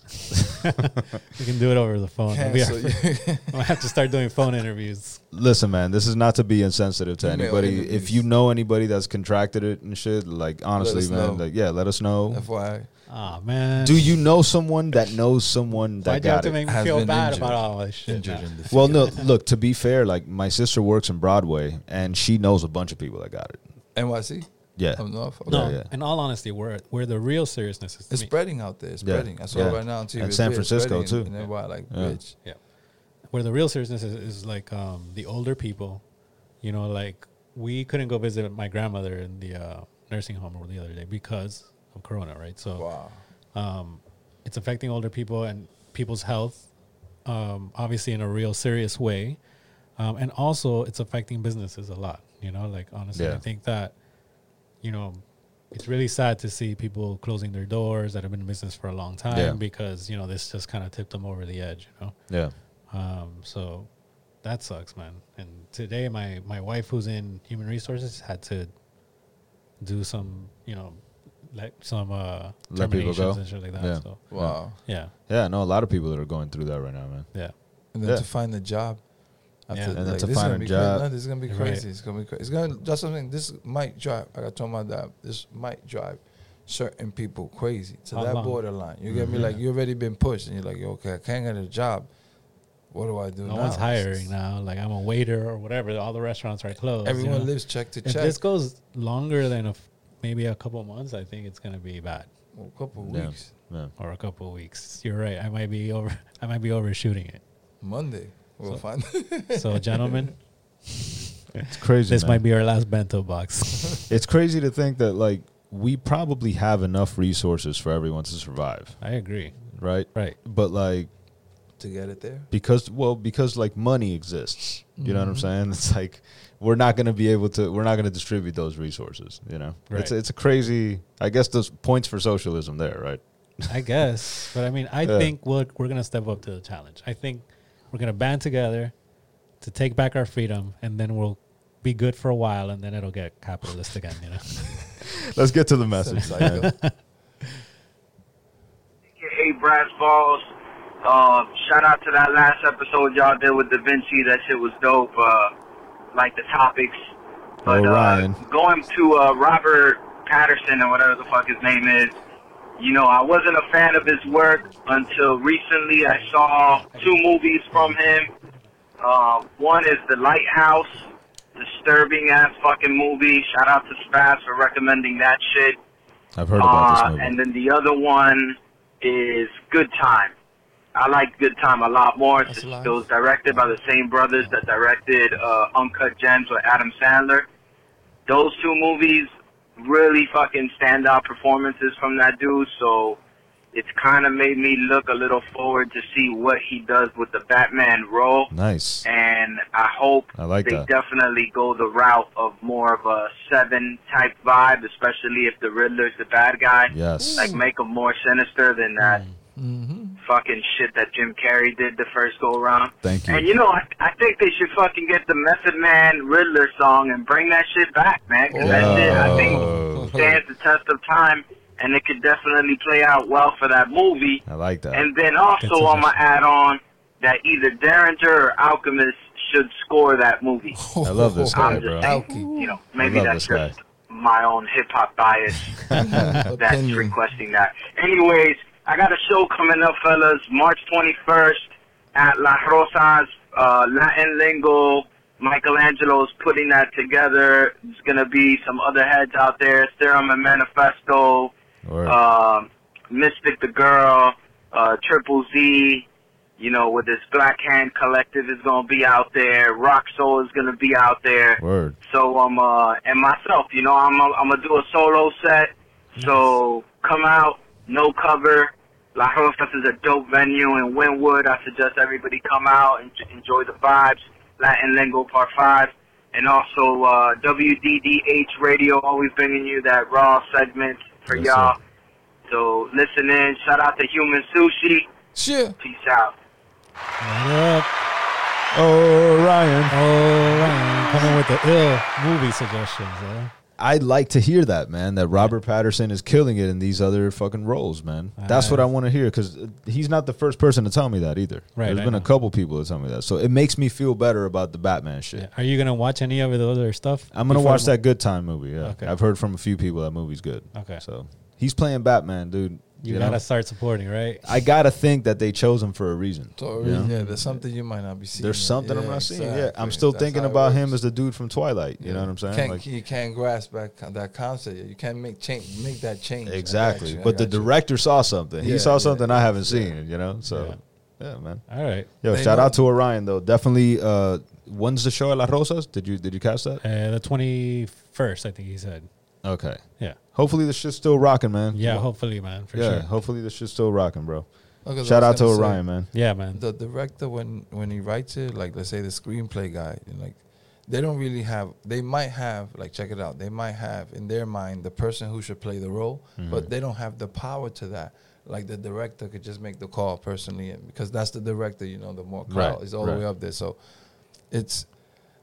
Speaker 1: we can do it over the phone. We
Speaker 3: Cancel.
Speaker 1: are- I have to start doing phone interviews.
Speaker 2: Listen, man, this is not to be insensitive to
Speaker 3: Email
Speaker 2: anybody.
Speaker 3: interviews.
Speaker 2: If you know anybody that's contracted it and shit, like honestly,
Speaker 3: us
Speaker 2: man,
Speaker 3: know.
Speaker 2: like yeah, let us know.
Speaker 3: FYI.
Speaker 1: Ah man.
Speaker 2: Do you know someone that knows someone
Speaker 1: Why
Speaker 2: that
Speaker 1: do you have
Speaker 2: got
Speaker 1: to
Speaker 2: it?
Speaker 1: make me
Speaker 3: Has
Speaker 1: feel
Speaker 3: been
Speaker 1: bad
Speaker 3: injured.
Speaker 1: about all this shit?
Speaker 3: Injured
Speaker 1: now?
Speaker 3: in the
Speaker 2: Well, no, look, to be fair, like my sister works in Broadway and she knows a bunch of people that got it.
Speaker 3: NYC.
Speaker 2: Yeah.
Speaker 3: Up north.
Speaker 1: No,
Speaker 2: Yeah, yeah.
Speaker 1: in all honesty, where where the real seriousness is. to
Speaker 3: It's
Speaker 1: me.
Speaker 3: spreading out there. It's
Speaker 2: Yeah.
Speaker 3: spreading. I saw
Speaker 2: Yeah.
Speaker 3: it right now on TV.
Speaker 2: And
Speaker 3: It's
Speaker 2: San
Speaker 3: big, it's
Speaker 2: Francisco,
Speaker 3: spreading,
Speaker 2: too.
Speaker 3: And everybody like,
Speaker 2: Yeah.
Speaker 3: bitch.
Speaker 1: Yeah. Where the real seriousness is, is like um, the older people, you know, like we couldn't go visit my grandmother in the uh, nursing home or the other day because of Corona, right? So
Speaker 3: Wow.
Speaker 1: um, it's affecting older people and people's health, um, obviously in a real serious way, um, and also it's affecting businesses a lot. You know, like honestly, I
Speaker 2: Yeah.
Speaker 1: think that you know, it's really sad to see people closing their doors that have been in business for a long time
Speaker 2: Yeah.
Speaker 1: because you know this just kind of tipped them over the edge. You
Speaker 2: Yeah.
Speaker 1: know, um, so that sucks, man. And today, my my wife, who's in human resources, had to do some, you know, like some uh,
Speaker 2: Let people
Speaker 1: terminations
Speaker 2: go.
Speaker 1: and shit like that.
Speaker 2: Yeah.
Speaker 1: So
Speaker 3: Wow.
Speaker 1: yeah,
Speaker 2: Yeah, I know a lot of people that are going through that right now, man.
Speaker 1: yeah.
Speaker 3: and then
Speaker 2: Yeah.
Speaker 3: to find a job.
Speaker 1: Yeah. And
Speaker 2: then to
Speaker 3: this is
Speaker 2: find
Speaker 3: gonna
Speaker 2: a
Speaker 3: be
Speaker 2: job.
Speaker 3: Crazy. No, this is gonna be
Speaker 1: Right.
Speaker 3: crazy. It's gonna be crazy. It's gonna that's something. This might drive. Like I told my dad, this might drive certain people crazy to
Speaker 1: How
Speaker 3: that
Speaker 1: long?
Speaker 3: borderline. You get me?
Speaker 1: Mhm.
Speaker 3: Like you already been pushed, and you're like, okay, I can't get a job. What do I do?
Speaker 1: No
Speaker 3: now?
Speaker 1: one's hiring now. Like I'm a waiter or whatever. All the restaurants are closed. you
Speaker 3: Everyone
Speaker 1: know?
Speaker 3: lives check to
Speaker 1: If
Speaker 3: check.
Speaker 1: this goes longer than a f- maybe a couple months, I think it's gonna be bad.
Speaker 3: a couple
Speaker 2: Yeah.
Speaker 3: weeks,
Speaker 2: Yeah.
Speaker 1: or a couple of weeks. You're right. I might be over. I might be overshooting it.
Speaker 3: Monday
Speaker 1: So-
Speaker 3: we'll find.
Speaker 1: So, gentlemen,
Speaker 2: It's crazy.
Speaker 1: this
Speaker 2: man.
Speaker 1: might be our last bento box.
Speaker 2: It's crazy to think that like we probably have enough resources for everyone to survive,
Speaker 1: I agree.
Speaker 2: right?
Speaker 1: Right.
Speaker 2: But like
Speaker 3: to get it there.
Speaker 1: Mm-hmm.
Speaker 2: because well because like money exists you know what i'm saying it's like we're not going to be able to we're not going to distribute those resources you know it's,
Speaker 1: Right.
Speaker 2: it's a crazy i guess those points for socialism there right
Speaker 1: I guess. But I mean, I
Speaker 2: Yeah.
Speaker 1: think we're, we're going to step up to the challenge. I think we're going to band together to take back our freedom, and then we'll be good for a while, and then it'll get capitalist again, you know?
Speaker 2: let's get to the message Diane.
Speaker 5: Your eight brass balls. Uh, shout out to that last episode y'all did with Da Vinci. That shit was dope. Uh, like the topics. But
Speaker 2: Oh, Ryan.
Speaker 5: Uh, going to uh, Robert Patterson or whatever the fuck his name is. You know, I wasn't a fan of his work until recently. I saw two movies from him. Uh, one is The Lighthouse, disturbing ass fucking movie. Shout out to Spaz for recommending that shit.
Speaker 2: i've heard about
Speaker 5: Uh,
Speaker 2: this
Speaker 5: And
Speaker 2: movie
Speaker 5: then the other one is Good Time. I like Good Time a lot more. It's,
Speaker 3: That's live.
Speaker 5: it was directed by the same brothers that directed uh, Uncut Gems with Adam Sandler. Those two movies really fucking standout performances from that dude. So it's kind of made me look a little forward to see what he does with the Batman role
Speaker 2: nice
Speaker 5: and I hope
Speaker 2: I like
Speaker 5: they
Speaker 2: that.
Speaker 5: definitely go the route of more of a seven type vibe, especially if the Riddler's the bad guy.
Speaker 2: yes
Speaker 5: Like make him more sinister than that
Speaker 2: Mm.
Speaker 3: hmm
Speaker 2: Mm-hmm.
Speaker 5: fucking shit that Jim Carrey did the first go around.
Speaker 2: thank
Speaker 5: And
Speaker 2: you
Speaker 5: you know, I, I think they should fucking get the Method Man Riddler song and bring that shit back, man. 'cause that shit, I think,
Speaker 2: Oh,
Speaker 5: stands the test of time, and it could definitely play out well for that movie.
Speaker 2: i like that
Speaker 5: And then also, I'm gonna add on that either Derringer or Alchemist should score that movie.
Speaker 2: i love this guy
Speaker 5: I'm just
Speaker 2: Oh, bro
Speaker 5: saying,
Speaker 3: Alky.
Speaker 5: you know, maybe
Speaker 2: love
Speaker 5: that's
Speaker 2: this guy.
Speaker 5: just my own hip hop bias that's
Speaker 3: Opinion.
Speaker 5: requesting that. Anyways, I got a show coming up, fellas, March 21st at La Rosa's uh, Latin Lingo. Michelangelo's putting that together. There's gonna be some other heads out there. Serum and Manifesto
Speaker 2: Word.
Speaker 5: um, Mystic the Girl, uh, Triple Z, you know, with this Black Hand Collective is going to be out there. Rock Soul is going to be out there.
Speaker 2: word
Speaker 5: So, um, uh, and myself, you know, I'm, I'm going to do a solo set. So, come out, no cover. La Rosas is a dope venue in Wynwood. I suggest everybody come out and j- enjoy the vibes. Latin Lingo Part 5. And also, uh, WDDH Radio, always bringing you that raw segment for
Speaker 2: Yes,
Speaker 5: y'all.
Speaker 2: sir.
Speaker 5: So listen in. Shout out to Human Sushi.
Speaker 3: Shit.
Speaker 5: Peace out.
Speaker 1: Yep.
Speaker 2: oh ryan
Speaker 1: Oh, Ryan, coming with the ill movie suggestions. Eh?
Speaker 2: I'd like to hear that, man. That Robert Patterson is killing it in these other fucking roles, man. That's what I want to hear because he's not the first person to tell me that either.
Speaker 1: Right,
Speaker 2: There's
Speaker 1: I
Speaker 2: been a
Speaker 1: know.
Speaker 2: couple people to tell me that, so it makes me feel better about the Batman shit.
Speaker 1: Yeah. Are you gonna watch any of the other stuff?
Speaker 2: I'm gonna
Speaker 1: before
Speaker 2: watch
Speaker 1: the-
Speaker 2: that Good Time movie. Yeah,
Speaker 1: Okay.
Speaker 2: I've heard from a few people that movie's good.
Speaker 1: Okay.
Speaker 2: so he's playing Batman, dude.
Speaker 1: You,
Speaker 2: You, know?
Speaker 1: gotta start supporting, right?
Speaker 2: I gotta think that they chose him for a reason.
Speaker 3: So,
Speaker 2: you know?
Speaker 3: yeah, there's something you might not be seeing.
Speaker 2: There's something I'm
Speaker 3: Yeah,
Speaker 2: not seeing. Yeah, I'm
Speaker 3: exactly.
Speaker 2: still
Speaker 3: That's
Speaker 2: thinking
Speaker 3: how it
Speaker 2: about him
Speaker 3: works.
Speaker 2: as the dude from Twilight. You know what I'm saying?
Speaker 3: Can't,
Speaker 2: Like-
Speaker 3: you can't grasp that, con- that concept. yet. You can't make change, make that change. I got
Speaker 2: Exactly.
Speaker 3: you, I
Speaker 2: but the
Speaker 3: got you.
Speaker 2: director saw something.
Speaker 3: Yeah,
Speaker 2: he saw
Speaker 3: yeah,
Speaker 2: something I haven't seen, you know? So, yeah, man.
Speaker 1: All right.
Speaker 2: Yo,
Speaker 3: They
Speaker 2: shout
Speaker 3: know.
Speaker 2: out to Orion, though. Definitely, uh, when's the show at La Rosas? Did you did you catch that?
Speaker 1: Uh, the twenty first, I think he said.
Speaker 2: Okay.
Speaker 1: Yeah.
Speaker 2: Hopefully, the shit's still rocking, man.
Speaker 1: Yeah. Hopefully, man. For
Speaker 2: yeah,
Speaker 1: sure.
Speaker 2: hopefully, the shit's still rocking, bro.
Speaker 3: Look, 'cause I
Speaker 2: Shout
Speaker 3: was
Speaker 2: out to
Speaker 3: gonna say,
Speaker 2: Orion, man.
Speaker 1: Yeah, man.
Speaker 3: The director, when when he writes it, like let's say the screenplay guy, and, like they don't really have. They might have like check it out. They might have in their mind the person who should play the role,
Speaker 2: Mm-hmm.
Speaker 3: but they don't have the power to that. Like the director could just make the call personally, and because that's the director, you know, the more clout
Speaker 2: Right,
Speaker 3: is all
Speaker 2: right.
Speaker 3: the way up there. So it's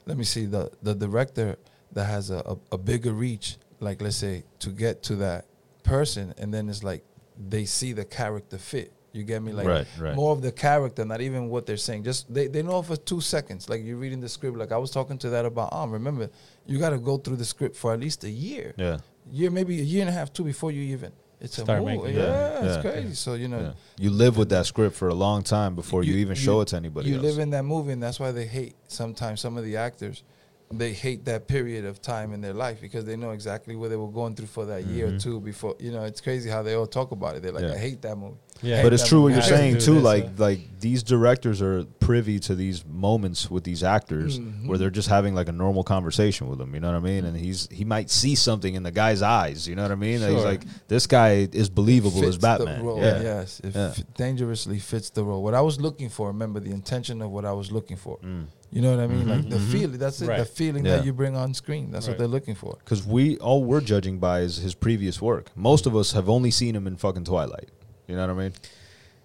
Speaker 3: let me see the the director that has a, a, a bigger reach like let's say to get to that person and then it's like they see the character fit you get me like
Speaker 2: Right, right.
Speaker 3: more of the character not even what they're saying just they, they know for two seconds like you're reading the script like i was talking to that about um remember you got to go through the script for at least a year
Speaker 2: Yeah.
Speaker 3: year maybe a year and a half two before you even it's
Speaker 1: Start
Speaker 3: a movie
Speaker 1: making-
Speaker 3: yeah,
Speaker 2: Yeah,
Speaker 3: it's
Speaker 2: yeah,
Speaker 3: crazy so you know
Speaker 2: yeah. You live with that script for a long time before you, even show it to anybody
Speaker 3: You
Speaker 2: else.
Speaker 3: live in that movie, and that's why they hate sometimes some of the actors. They hate that period of time in their life because they know exactly what they were going through for that year or two before. You know, it's crazy how they all talk about it. They're like,
Speaker 2: Mm-hmm. Yeah.
Speaker 3: I hate that movie.
Speaker 1: Yeah.
Speaker 2: but it's
Speaker 3: that
Speaker 2: true what
Speaker 3: movie.
Speaker 2: you're
Speaker 3: I didn't
Speaker 2: saying
Speaker 1: do
Speaker 2: too.
Speaker 1: this,
Speaker 2: like
Speaker 1: uh,
Speaker 2: like these directors are privy to these moments with these actors where they're just having like a normal conversation with them. You know what I mean? And he's he might see something in the guy's eyes. You know what I mean? And He's
Speaker 3: Sure.
Speaker 2: like, this guy is believable
Speaker 3: fits
Speaker 2: as
Speaker 3: the
Speaker 2: Batman.
Speaker 3: role,
Speaker 2: Yeah.
Speaker 3: Yes, it
Speaker 2: Yeah.
Speaker 3: f- dangerously fits the role. What I was looking for, remember the intention of what I was looking for. You know what I mean? Like the feeling. That's it. The
Speaker 1: Mm-hmm. Right.
Speaker 3: feeling
Speaker 2: Mm. Mm-hmm. Yeah.
Speaker 3: that you bring on screen. That's
Speaker 1: Right.
Speaker 3: what they're looking for.
Speaker 2: Because we all we're judging by is his previous work. Most of us have only seen him in fucking Twilight. You know what I mean?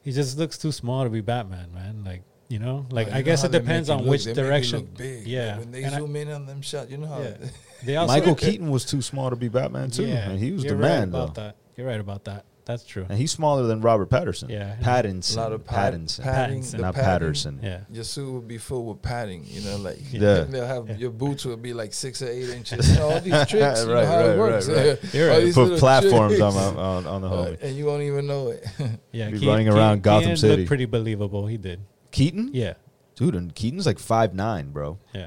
Speaker 1: He just looks too small to be Batman, man. Like you know, like
Speaker 3: You
Speaker 1: I
Speaker 3: know
Speaker 1: guess
Speaker 3: how
Speaker 1: it
Speaker 3: they make
Speaker 1: depends
Speaker 3: you
Speaker 1: on
Speaker 3: look?
Speaker 1: which
Speaker 3: They make you
Speaker 1: direction.
Speaker 3: look big.
Speaker 1: Yeah,
Speaker 3: When they
Speaker 1: And I-
Speaker 3: zoom in on them shots, you know how.
Speaker 1: yeah. They also-
Speaker 2: Michael Keaton was too small to be Batman too. and he was
Speaker 1: you're
Speaker 2: the
Speaker 1: right
Speaker 2: man though.
Speaker 1: about that. You're right about that. That's true.
Speaker 2: And he's smaller than Robert Patterson.
Speaker 1: Yeah.
Speaker 2: Pattinson.
Speaker 3: A lot of pat-
Speaker 2: Pattinson.
Speaker 3: padding,
Speaker 1: Pattinson.
Speaker 3: the
Speaker 2: not
Speaker 3: padding.
Speaker 2: Patterson.
Speaker 1: Yeah,
Speaker 3: Your suit would be full with padding, you know, like
Speaker 2: Yeah.
Speaker 3: they'll have your boots will be like six or eight inches. You know, all these tricks, you know
Speaker 2: Right,
Speaker 3: how
Speaker 2: right,
Speaker 3: it works.
Speaker 2: right, right.
Speaker 1: You're
Speaker 3: All
Speaker 1: right.
Speaker 3: these
Speaker 2: Put
Speaker 3: little
Speaker 2: platforms on,
Speaker 3: tricks.
Speaker 2: my, on on the
Speaker 3: Uh,
Speaker 2: homie.
Speaker 3: and you won't even know it.
Speaker 1: yeah.
Speaker 2: Be running around Gotham
Speaker 1: looked
Speaker 2: City.
Speaker 1: pretty believable. He did.
Speaker 2: Keaton?
Speaker 1: Yeah,
Speaker 2: Dude, and Keaton's like five nine, bro.
Speaker 1: yeah.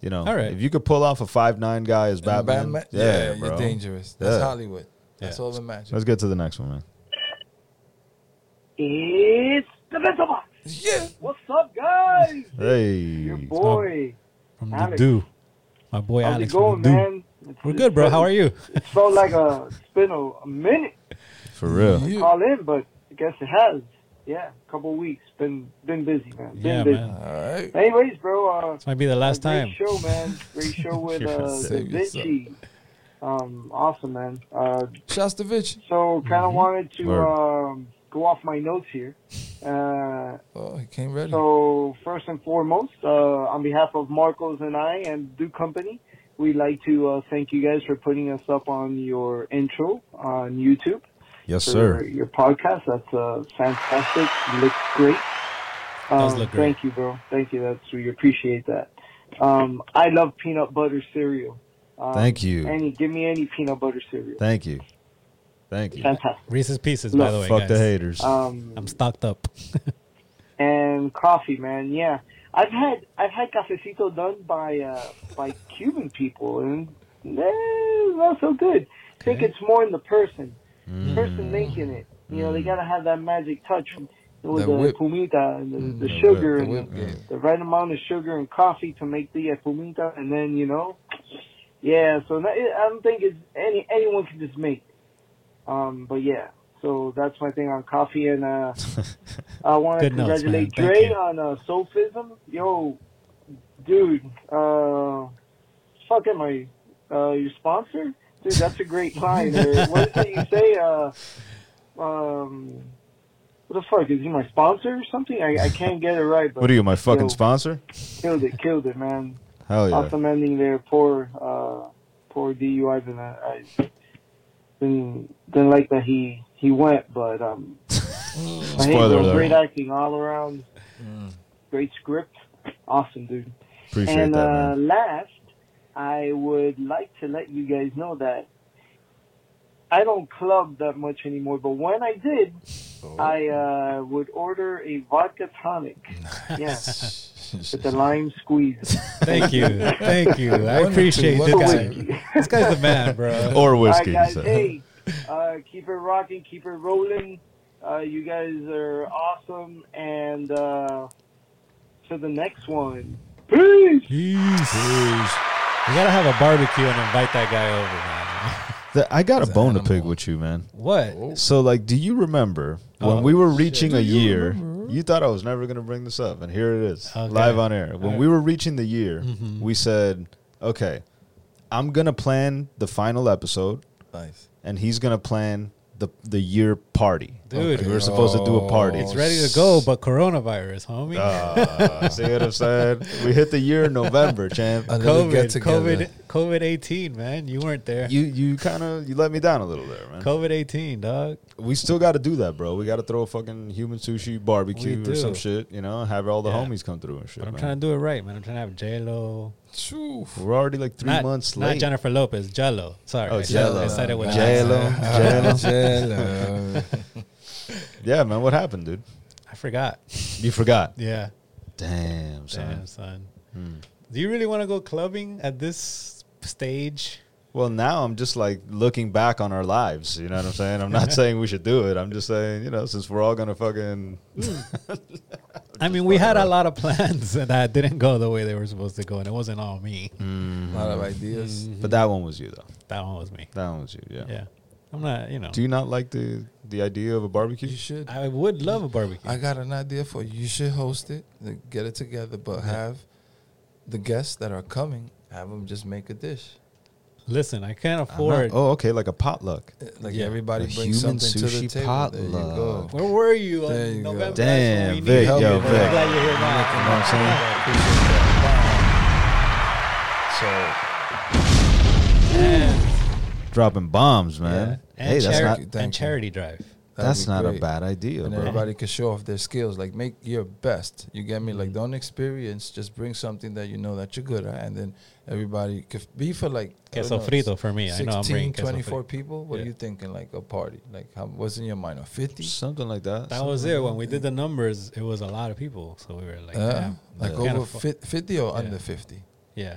Speaker 2: You know,
Speaker 1: All right.
Speaker 2: if you could pull off a five nine guy as
Speaker 3: And
Speaker 2: Batman, yeah, bro.
Speaker 3: you're dangerous. That's
Speaker 2: Yeah.
Speaker 3: Hollywood. That's
Speaker 1: Yeah.
Speaker 3: all that matters.
Speaker 2: Let's get to the next one, man.
Speaker 6: It's the Bento Box.
Speaker 3: yeah.
Speaker 6: What's up, guys?
Speaker 2: Hey,
Speaker 6: Boy,
Speaker 1: From the
Speaker 6: Alex.
Speaker 1: do, my boy
Speaker 6: how's
Speaker 1: Alex.
Speaker 6: it going,
Speaker 1: from the do.
Speaker 6: man? It's-
Speaker 1: We're good, bro. How are you?
Speaker 6: It felt like a it's been a, a minute
Speaker 2: for real.
Speaker 6: to
Speaker 3: You-
Speaker 6: call in, but I guess it has. Yeah, a couple weeks. Been been busy, man. Been
Speaker 1: yeah,
Speaker 6: busy.
Speaker 1: man.
Speaker 3: All right.
Speaker 6: Anyways, bro. Uh,
Speaker 1: This might be the last
Speaker 6: great
Speaker 1: time.
Speaker 6: show, man. Great show with
Speaker 2: You're
Speaker 6: uh,
Speaker 2: gonna
Speaker 6: Da
Speaker 3: save yourself.
Speaker 6: Vinci. Um, awesome, man. Uh,
Speaker 3: Shostakovich.
Speaker 6: so, kind of wanted to
Speaker 2: Mm-hmm. Word.
Speaker 6: um, go off my notes here. Uh,
Speaker 3: Oh, he came ready.
Speaker 6: so, first and foremost, uh, on behalf of Marcos and I and Duke Company, we'd like to uh, thank you guys for putting us up on your intro on YouTube.
Speaker 2: Yes,
Speaker 6: for
Speaker 2: sir.
Speaker 6: Your podcast. That's uh, fantastic. Looks great.
Speaker 1: Does
Speaker 6: Um,
Speaker 1: look great.
Speaker 6: Thank you, bro. Thank you. That's we appreciate that. Um, I love peanut butter cereal. Um,
Speaker 2: Thank you.
Speaker 6: Any, give me any peanut butter cereal.
Speaker 2: Thank you, thank you.
Speaker 6: Fantastic.
Speaker 1: Reese's Pieces, by
Speaker 6: Look,
Speaker 1: the way,
Speaker 2: Fuck
Speaker 1: guys.
Speaker 2: the haters.
Speaker 6: Um,
Speaker 1: I'm stocked up.
Speaker 6: and coffee, man. Yeah, I've had I've had cafecito done by uh, by Cuban people, and eh, not so good. I think
Speaker 1: Okay.
Speaker 6: it's more in the person,
Speaker 2: Mm.
Speaker 6: the
Speaker 3: Mm.
Speaker 6: person making it. You know, they gotta have that magic touch with
Speaker 3: That
Speaker 6: the
Speaker 3: whip.
Speaker 6: pumita and the, the,
Speaker 2: the
Speaker 3: Mm,
Speaker 6: sugar
Speaker 3: The
Speaker 6: and
Speaker 3: whip game.
Speaker 6: the right amount of sugar and coffee to make the pumita, and then you know, yeah. So that, I don't think it's any anyone can just make. it. Um, but yeah, so that's my thing on coffee, and uh, I want to
Speaker 1: Good notes,
Speaker 6: congratulate
Speaker 1: man. Thank
Speaker 6: Dre
Speaker 1: you.
Speaker 6: on uh, Sophism. Yo, dude, uh, fuck am I? Uh, your sponsor, dude. That's a great line. Or what did you say? Uh, um. What the fuck? Is he my sponsor or something? I, I can't get it right. But
Speaker 2: what are you, my fucking
Speaker 6: yo,
Speaker 2: sponsor?
Speaker 6: Killed it, killed it, man.
Speaker 2: Hell yeah.
Speaker 6: Awesome ending there. Poor, uh, poor DUI. And I, I didn't, didn't like that he he went, but um, I hate
Speaker 2: Spoiler
Speaker 6: Will.
Speaker 2: alert.
Speaker 6: great acting all around. Great script, awesome dude.
Speaker 2: Appreciate
Speaker 6: and
Speaker 2: that,
Speaker 6: uh,
Speaker 2: man.
Speaker 6: last, I would like to let you guys know that I don't club that much anymore. But when I did,
Speaker 2: Oh.
Speaker 6: I uh, would order a vodka tonic. Yes, with the lime squeeze.
Speaker 1: Thank you, thank you. I
Speaker 3: One or two,
Speaker 1: appreciate
Speaker 3: one
Speaker 1: this
Speaker 3: or
Speaker 1: guy.
Speaker 3: two.
Speaker 1: This guy's the man, bro.
Speaker 2: Or
Speaker 6: All
Speaker 2: whiskey.
Speaker 6: right, guys.
Speaker 2: so.
Speaker 6: Hey, uh, keep it rocking, keep it rolling. Uh, you guys are awesome, and uh, to the next one. Peace.
Speaker 1: We gotta have a barbecue and invite that guy over, man.
Speaker 2: Th- I got a
Speaker 3: an
Speaker 2: bone to pick
Speaker 3: animal.
Speaker 2: with you, man.
Speaker 1: What?
Speaker 2: So, like, do you remember when
Speaker 1: Oh,
Speaker 2: we were reaching a
Speaker 3: Do you
Speaker 2: year?
Speaker 3: remember?
Speaker 2: You thought I was never going to bring this up, and here it is,
Speaker 1: Okay. Mm-hmm.
Speaker 2: live on air. When
Speaker 1: Alright.
Speaker 2: we were reaching the year, we said, "Okay, I'm going to plan the final episode,
Speaker 3: Nice.
Speaker 2: and he's going to plan the the year party."
Speaker 1: Dude. Oh,
Speaker 2: Like, we were supposed to do a party.
Speaker 1: It's ready to go, but coronavirus, homie.
Speaker 2: Ah, see what I'm saying? We hit the year in November, champ.
Speaker 3: A little
Speaker 1: COVID,
Speaker 3: get-together.
Speaker 1: COVID, COVID eighteen, man. You weren't there.
Speaker 2: You you kind of you let me down a little there, man.
Speaker 1: COVID eighteen, dog.
Speaker 2: We still got to do that, bro. We got to throw a fucking human sushi barbecue
Speaker 1: We
Speaker 2: or
Speaker 1: do.
Speaker 2: some shit, you know, and have all the
Speaker 1: Yeah.
Speaker 2: homies come through and shit.
Speaker 1: But I'm
Speaker 2: man.
Speaker 1: trying to do it right, man. I'm trying to have J Lo.
Speaker 3: Phew.
Speaker 2: We're already like three
Speaker 1: not,
Speaker 2: months
Speaker 1: Not
Speaker 2: late.
Speaker 1: Jennifer Lopez, Jello. Sorry,
Speaker 2: Oh,
Speaker 1: I said-
Speaker 2: Jello.
Speaker 1: I said it with
Speaker 2: Jello.
Speaker 1: an accent.
Speaker 2: Jello.
Speaker 3: Jello.
Speaker 2: yeah, man. What happened, dude?
Speaker 1: I forgot.
Speaker 2: You forgot.
Speaker 1: Yeah.
Speaker 2: Damn, son. Hmm.
Speaker 1: Damn, son. Do you really want to go clubbing at this stage?
Speaker 2: Well, now I'm just like looking back on our lives. You know what I'm saying? I'm not saying we should do it. I'm just saying, you know, since we're all gonna fucking
Speaker 1: I mean, we had a lot of plans that didn't go the way they were supposed to go, and it wasn't all me. Mm-hmm.
Speaker 3: A lot
Speaker 2: Mm.
Speaker 3: of ideas.
Speaker 2: But that one was you though.
Speaker 1: That one was me.
Speaker 2: That one was you, yeah.
Speaker 1: Yeah, I'm not. You know,
Speaker 2: Do you not like the the idea of a barbecue?
Speaker 3: You should.
Speaker 1: I would love a barbecue.
Speaker 3: I got an idea for you. You should host it, like, get it together, but have the guests that are coming have them just make a dish.
Speaker 1: Listen, I can't
Speaker 2: I'm
Speaker 1: afford.
Speaker 2: not- oh, okay, like a potluck.
Speaker 3: Uh, Like
Speaker 1: Yeah.
Speaker 3: everybody
Speaker 2: A
Speaker 3: brings
Speaker 2: human
Speaker 3: something to the
Speaker 2: sushi
Speaker 3: table. There you go.
Speaker 2: potluck.
Speaker 1: Where were you on
Speaker 3: There you go.
Speaker 1: November? That's
Speaker 2: Damn,
Speaker 1: what we
Speaker 2: Vic,
Speaker 1: need.
Speaker 2: yo,
Speaker 1: I'm
Speaker 2: Vic.
Speaker 1: glad you're here
Speaker 2: You
Speaker 1: now.
Speaker 2: know what I'm saying?
Speaker 3: I appreciate that.
Speaker 2: Dropping bombs, man.
Speaker 1: And
Speaker 2: Hey, that's
Speaker 1: chari-
Speaker 2: not
Speaker 3: Thank
Speaker 1: and
Speaker 3: you.
Speaker 1: charity drive.
Speaker 3: That'd
Speaker 2: that's
Speaker 3: be
Speaker 2: not a
Speaker 3: great.
Speaker 2: bad idea,
Speaker 3: and
Speaker 2: bro.
Speaker 3: everybody could show off their skills. Like make your best. You get me?
Speaker 2: Mm-hmm.
Speaker 3: Like don't experience. Just bring something that you know that you're good at, and then everybody could be for like I
Speaker 1: Queso
Speaker 3: don't know,
Speaker 1: frito for me. I know I'm
Speaker 3: 16,
Speaker 1: bringing queso
Speaker 3: 24
Speaker 1: frito.
Speaker 3: people. What
Speaker 1: Yeah.
Speaker 3: are you thinking? Like a party? Like how, what's in your mind? A fifty?
Speaker 2: Something like that.
Speaker 1: That was it. When we did the numbers, it was a lot of people, so we were like,
Speaker 3: Yeah.
Speaker 1: damn.
Speaker 3: Uh, Like
Speaker 1: Yeah.
Speaker 3: over
Speaker 1: Kinda fu-
Speaker 3: fif- fifty or under fifty?
Speaker 1: yeah,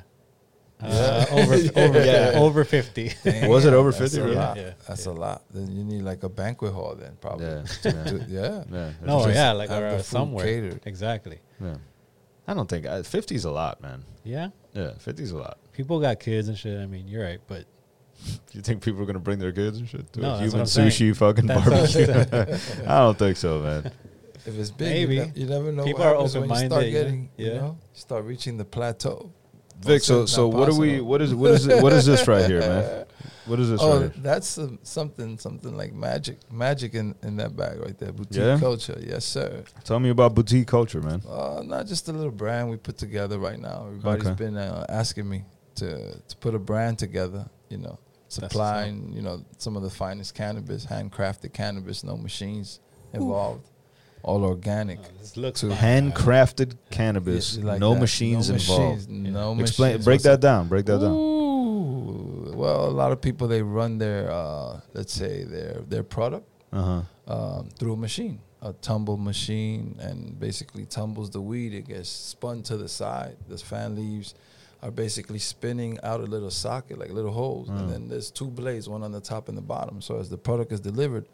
Speaker 1: Uh, over over
Speaker 2: Yeah.
Speaker 1: over fifty.
Speaker 2: Was it
Speaker 3: Damn,
Speaker 2: over
Speaker 3: that's
Speaker 2: 50,
Speaker 3: a
Speaker 2: really?
Speaker 3: lot.
Speaker 1: Yeah.
Speaker 3: That's a lot. Then you need like a banquet hall. Then probably.
Speaker 2: Yeah,
Speaker 3: To- yeah.
Speaker 2: Yeah, it's
Speaker 1: no,
Speaker 2: just-
Speaker 1: yeah, like
Speaker 3: have
Speaker 1: or,
Speaker 3: the
Speaker 1: uh,
Speaker 3: food
Speaker 1: somewhere
Speaker 3: catered.
Speaker 1: exactly.
Speaker 2: yeah. I don't think I, 50's a lot, man.
Speaker 1: Yeah,
Speaker 2: Yeah, 50's a lot.
Speaker 1: people got kids and shit. I mean, you're right, but
Speaker 2: You think people are gonna bring their kids and shit to
Speaker 1: No,
Speaker 2: a
Speaker 1: that's
Speaker 2: human
Speaker 1: what I'm saying.
Speaker 2: sushi fucking
Speaker 1: That's what I'm
Speaker 2: barbecue? I don't think so, man.
Speaker 3: If it's big,
Speaker 1: Maybe.
Speaker 3: You, ne- you never know.
Speaker 1: People
Speaker 3: what
Speaker 1: are
Speaker 3: happens when You start
Speaker 1: open-minded, yeah.
Speaker 3: getting, you
Speaker 1: Yeah.
Speaker 3: know, start reaching the plateau.
Speaker 2: Vic, so
Speaker 3: it's
Speaker 2: so
Speaker 3: not
Speaker 2: what are we?
Speaker 3: possible.
Speaker 2: What is what is it, what is this right here, man? What is this
Speaker 3: oh,
Speaker 2: right here?
Speaker 3: that's some something, something like magic, magic in, in that bag right there. Boutique
Speaker 2: Yeah?
Speaker 3: culture, yes, sir.
Speaker 2: Tell me about boutique culture, man.
Speaker 3: Uh, not just a little brand we put together right now. Everybody's
Speaker 2: Okay.
Speaker 3: been uh, asking me to to put a brand together. You know,
Speaker 1: what's
Speaker 3: supplying you know some of the finest cannabis, handcrafted cannabis, no machines involved, all organic.
Speaker 1: this looks
Speaker 3: To
Speaker 1: fine.
Speaker 2: Handcrafted cannabis,
Speaker 3: Yeah, like
Speaker 2: no
Speaker 3: that.
Speaker 2: machines
Speaker 3: No
Speaker 2: involved.
Speaker 3: machines, no
Speaker 2: Explain.
Speaker 3: machines
Speaker 2: break that down. Break that down.
Speaker 3: Ooh, well, a lot of people they run their uh, let's say their their product
Speaker 2: Uh huh.
Speaker 3: um, through a machine, a tumble machine, and basically tumbles the weed. It gets spun to the side. The fan leaves are basically spinning out a little socket, like little holes, and then there's two blades, one on the top and the bottom. So as the product is delivered,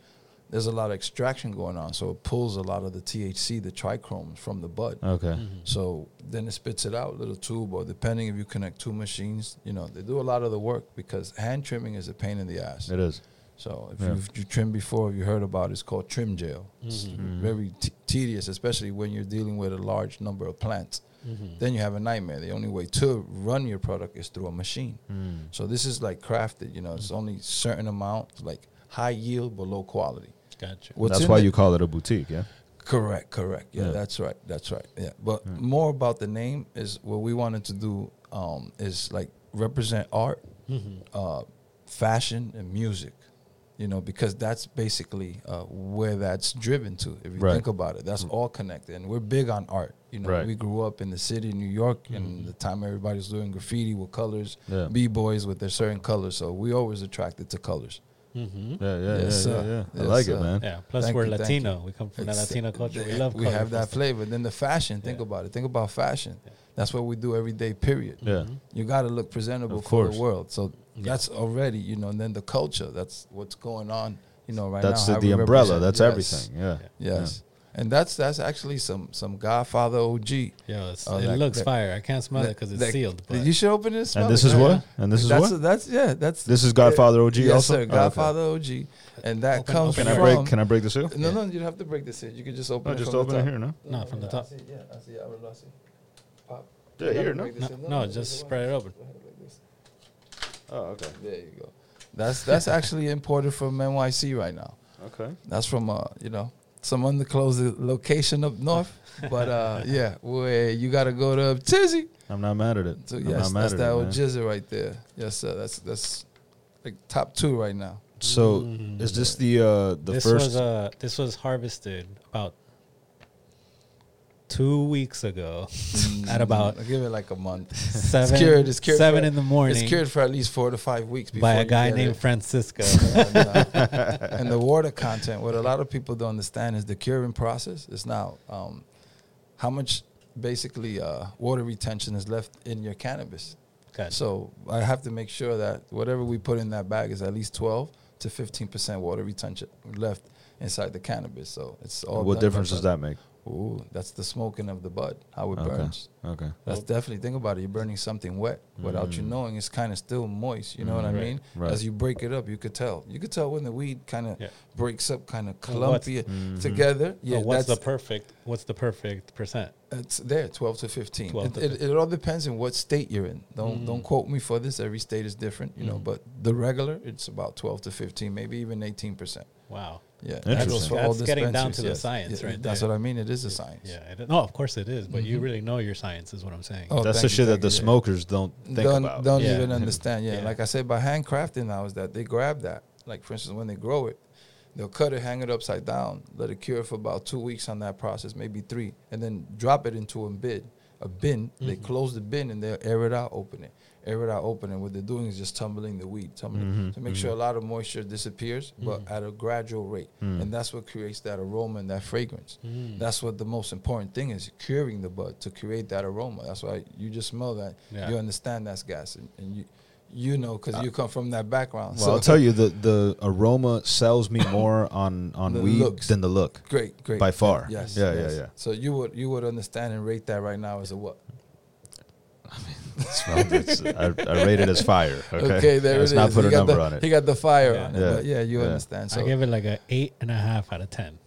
Speaker 3: there's a lot of extraction going on. So it pulls a lot of the THC, the trichomes, from the bud.
Speaker 2: Okay.
Speaker 3: Mm-hmm. So then it spits it out, little tube, or depending if you connect two machines, you know, they do a lot of the work because hand trimming is a pain in the ass.
Speaker 2: It is.
Speaker 3: So if
Speaker 2: Yeah.
Speaker 3: you've you trimmed before, if you heard about it, it's called trim jail. It's very t- tedious, especially when you're dealing with a large number of plants. Then you have a nightmare. The only way to run your product is through a machine. So this is like crafted, you know, it's only certain amount, like high yield but low quality.
Speaker 1: Gotcha.
Speaker 3: What's
Speaker 2: That's
Speaker 3: in
Speaker 2: why
Speaker 3: it-
Speaker 2: you call it a boutique, yeah.
Speaker 3: Correct, correct. Yeah,
Speaker 2: Yeah.
Speaker 3: that's right. That's right. Yeah. But more about the name is what we wanted to do um, is like represent art,
Speaker 2: Mm-hmm.
Speaker 3: uh, fashion, and music. You know, because that's basically uh, where that's driven to. If you
Speaker 2: Right. Mm.
Speaker 3: think about it, that's all connected. And we're big on art. You know,
Speaker 2: Right. Mm-hmm.
Speaker 3: we grew up in the city, of New York, and the time everybody was doing graffiti with colors,
Speaker 2: Yeah.
Speaker 3: b boys with their certain colors. So we always attracted to colors.
Speaker 2: Yeah, yeah,
Speaker 3: Mm-hmm. Yes,
Speaker 2: yeah, yeah,
Speaker 3: sir.
Speaker 2: yeah. I
Speaker 3: Yes,
Speaker 2: like it,
Speaker 3: sir.
Speaker 2: man.
Speaker 1: Yeah. Plus,
Speaker 3: Thank
Speaker 1: we're
Speaker 3: you, thank you.
Speaker 1: Latino. We come from the
Speaker 3: Ex-
Speaker 1: Latino culture. We love.
Speaker 3: we have that
Speaker 1: colorful
Speaker 3: flavor. Then the fashion. Think
Speaker 1: Yeah.
Speaker 3: about it. Think about fashion. That's what we do every day. Period.
Speaker 2: Yeah.
Speaker 3: You got to look presentable
Speaker 2: Of
Speaker 3: for
Speaker 2: course.
Speaker 3: the world. So that's already you know. And then the culture. That's what's going on. You know right
Speaker 2: That's
Speaker 3: now.
Speaker 2: the,
Speaker 3: how
Speaker 2: the
Speaker 3: we
Speaker 2: umbrella.
Speaker 3: represent.
Speaker 2: That's
Speaker 3: Yes.
Speaker 2: everything. Yeah.
Speaker 3: Yes. And that's that's actually some some Godfather OG.
Speaker 1: Yeah, it's,
Speaker 3: Oh,
Speaker 1: it
Speaker 3: that-
Speaker 1: looks
Speaker 3: that-
Speaker 1: fire. I can't smell it
Speaker 3: That-
Speaker 1: because it's
Speaker 3: that-
Speaker 1: sealed. But
Speaker 3: You should open this.
Speaker 2: this is what? And this is
Speaker 3: that's
Speaker 2: what?
Speaker 3: that's yeah. That's
Speaker 2: This is Godfather OG
Speaker 3: Yes,
Speaker 2: also? Oh,
Speaker 3: sir.
Speaker 2: okay.
Speaker 3: Godfather OG. And that comes
Speaker 2: Can I
Speaker 3: from.
Speaker 2: break can I break the seal?
Speaker 3: No, no. You don't have to break this in. You can just open.
Speaker 2: No,
Speaker 3: it
Speaker 2: just
Speaker 3: from the
Speaker 2: open it
Speaker 3: top.
Speaker 2: here, no?
Speaker 1: No, from the
Speaker 3: I
Speaker 1: top.
Speaker 3: see, yeah, I see. I will I see. Pop.
Speaker 2: Yeah,
Speaker 3: You gotta
Speaker 2: here, no?
Speaker 3: break this
Speaker 1: no,
Speaker 3: in.
Speaker 1: no, just spread it open.
Speaker 3: like this.
Speaker 2: Oh, okay.
Speaker 3: There you go. That's that's actually imported from NYC right now.
Speaker 2: Okay.
Speaker 3: That's from uh, you know, some underclosed location up north. But uh, yeah, where you gotta go to Tizzy.
Speaker 2: I'm not mad at it.
Speaker 3: So
Speaker 2: I'm
Speaker 3: yes,
Speaker 2: not mad
Speaker 3: that's
Speaker 2: at
Speaker 3: that
Speaker 2: it,
Speaker 3: old
Speaker 2: man.
Speaker 3: jizzy right there. Yes, sir. That's that's like top two right now.
Speaker 2: So
Speaker 3: Mm-hmm.
Speaker 2: is this the uh the
Speaker 1: this
Speaker 2: first
Speaker 1: was uh, this was harvested about two weeks ago Mm.
Speaker 3: Mm.
Speaker 1: at about
Speaker 3: I give it like a month.
Speaker 1: seven
Speaker 3: it's cured. It's cured.
Speaker 1: seven
Speaker 3: for-
Speaker 1: in the morning
Speaker 3: It's cured for at least four to five weeks. Before
Speaker 1: by a
Speaker 3: you
Speaker 1: guy
Speaker 3: get
Speaker 1: named
Speaker 3: it.
Speaker 1: Francisco.
Speaker 3: and, uh, and the water content. What a lot of people don't understand is the curing process is now um, how much basically uh, water retention is left in your cannabis.
Speaker 1: Gotcha.
Speaker 3: So I have to make sure that whatever we put in that bag is at least 12 to 15% water retention left inside the cannabis. So it's all.
Speaker 2: what
Speaker 3: done by
Speaker 2: difference does
Speaker 3: the-
Speaker 2: that make?
Speaker 3: Ooh, that's the smoking of the bud, how it
Speaker 2: Okay.
Speaker 3: burns.
Speaker 2: Okay.
Speaker 3: That's definitely think about it. You're burning something wet without you knowing. It's kind of still moist. You know what I
Speaker 1: Mm. Right.
Speaker 3: mean?
Speaker 2: Right.
Speaker 3: As you break it up, you could tell. You could tell when the weed kind of
Speaker 1: Yeah.
Speaker 3: breaks up, kind of
Speaker 1: And what's-
Speaker 3: clumpy together. Yeah,
Speaker 1: so what's the
Speaker 3: that's
Speaker 1: perfect? What's the perfect percent?
Speaker 3: it's there. Twelve to fifteen.
Speaker 1: 12 to
Speaker 3: it,
Speaker 1: Mm.
Speaker 3: it- it all depends on what state you're in. Don't don't quote me for this. Every state is different. You know, but the regular it's about twelve to fifteen, maybe even eighteen percent.
Speaker 1: Wow.
Speaker 3: Yeah,
Speaker 2: Interesting.
Speaker 1: That's getting down to the
Speaker 3: dispensaries,
Speaker 1: science right
Speaker 3: That's
Speaker 1: there.
Speaker 3: what I mean. It is a science.
Speaker 1: Yeah. It, no, of course it is, but you really know your science, is what I'm saying.
Speaker 3: Mm-hmm. Oh,
Speaker 2: That's the
Speaker 3: thank you,
Speaker 2: shit that
Speaker 3: thank
Speaker 2: the
Speaker 3: you, yeah.
Speaker 2: smokers don't think
Speaker 3: don't
Speaker 2: about.
Speaker 3: don't
Speaker 1: Yeah.
Speaker 3: even understand. Yeah.
Speaker 1: Yeah.
Speaker 3: like I said, by handcrafting now is that they grab that. Like for instance, when they grow it, they'll cut it, hang it upside down, let it cure for about two weeks on that process, maybe three, and then drop it into a bin. A bin. They
Speaker 2: Mm-hmm.
Speaker 3: close the bin and they'll air it out, open it, air it out, open it. What they're doing is just tumbling the weed, tumbling
Speaker 2: Mm-hmm.
Speaker 3: to make sure a lot of moisture disappears, but at a gradual rate,
Speaker 2: Mm.
Speaker 3: and that's what creates that aroma and that fragrance. That's what the most important thing is: curing the bud to create that aroma. That's why you just smell that.
Speaker 1: Yeah.
Speaker 3: You understand that's gas, and, and you you know because you come from that background.
Speaker 2: Uh, Well, I'll tell you the the aroma sells me more on on
Speaker 3: The
Speaker 2: weed
Speaker 3: looks.
Speaker 2: than the look.
Speaker 3: great, great
Speaker 2: By far.
Speaker 3: Yes,
Speaker 2: Yeah, yeah,
Speaker 3: yes.
Speaker 2: yeah.
Speaker 3: So you would you would understand and rate that right now as a what?
Speaker 2: It's- it's- I, I rate it as fire. Okay,
Speaker 3: there it
Speaker 2: Let's
Speaker 3: is.
Speaker 2: not put
Speaker 3: he
Speaker 2: a
Speaker 3: got
Speaker 2: number
Speaker 3: the,
Speaker 2: on it.
Speaker 3: He got the fire
Speaker 1: Yeah.
Speaker 3: on it.
Speaker 2: Yeah.
Speaker 3: But yeah, you
Speaker 2: Yeah.
Speaker 3: understand. So
Speaker 1: I give it like a eight and a half out of ten.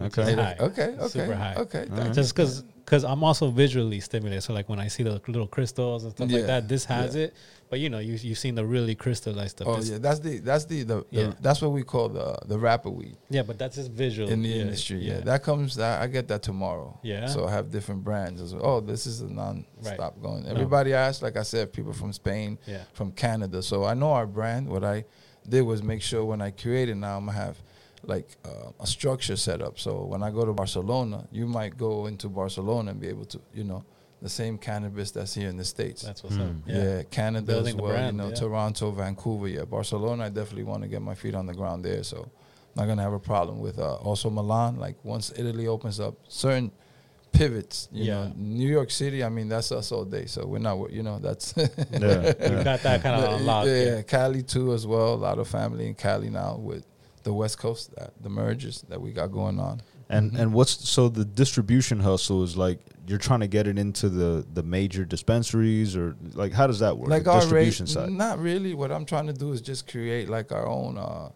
Speaker 2: okay,
Speaker 1: Eight
Speaker 3: high. Okay, okay,
Speaker 1: Super high.
Speaker 3: okay,
Speaker 1: Just
Speaker 3: thank
Speaker 1: Just because because I'm also visually stimulated. So like when I see the little crystals and stuff
Speaker 3: Yeah,
Speaker 1: like that, this has it. But you know, you you've seen the really crystallized stuff.
Speaker 3: oh
Speaker 1: This-
Speaker 3: yeah, that's the that's the, the, the
Speaker 1: Yeah.
Speaker 3: that's what we call the the rapper weed
Speaker 1: yeah, but that's just visual
Speaker 3: in the
Speaker 1: Yeah,
Speaker 3: industry. Yeah. that comes. That, I get that tomorrow.
Speaker 1: Yeah.
Speaker 3: So I have different brands as well. Oh, this is a non-stop
Speaker 1: Right.
Speaker 3: going. Everybody asked, like I said, people from Spain,
Speaker 1: Yeah.
Speaker 3: from Canada. So I know our brand. What I did was make sure when I created now I'm gonna have like uh, a structure set up. So when I go to Barcelona, you might go into Barcelona and be able to, you know, the same cannabis that's here in the states.
Speaker 1: that's what's up.
Speaker 3: yeah. Canada
Speaker 1: Building
Speaker 3: as
Speaker 1: the
Speaker 3: well.
Speaker 1: brand,
Speaker 3: you know,
Speaker 1: yeah.
Speaker 3: Toronto, Vancouver. Yeah, Barcelona. I definitely want to get my feet on the ground there. So not gonna have a problem with. Uh, also Milan. Like once Italy opens up, certain pivots. You
Speaker 1: Yeah.
Speaker 3: know, New York City. I mean, that's us all day. So we're not. wor- You know, that's
Speaker 2: Yeah,
Speaker 1: You
Speaker 2: yeah.
Speaker 1: got that kind
Speaker 3: yeah,
Speaker 1: of unlocked.
Speaker 3: Yeah,
Speaker 1: Yeah.
Speaker 3: Cali too as well. A lot of family in Cali now with the West Coast, that, the mergers that we got going on.
Speaker 2: And and what's so the distribution hustle is like you're trying to get it into the the major dispensaries or like how does that work?
Speaker 3: Like
Speaker 2: the
Speaker 3: our
Speaker 2: distribution
Speaker 3: rate,
Speaker 2: side.
Speaker 3: not really. What I'm trying to do is just create like our own, uh,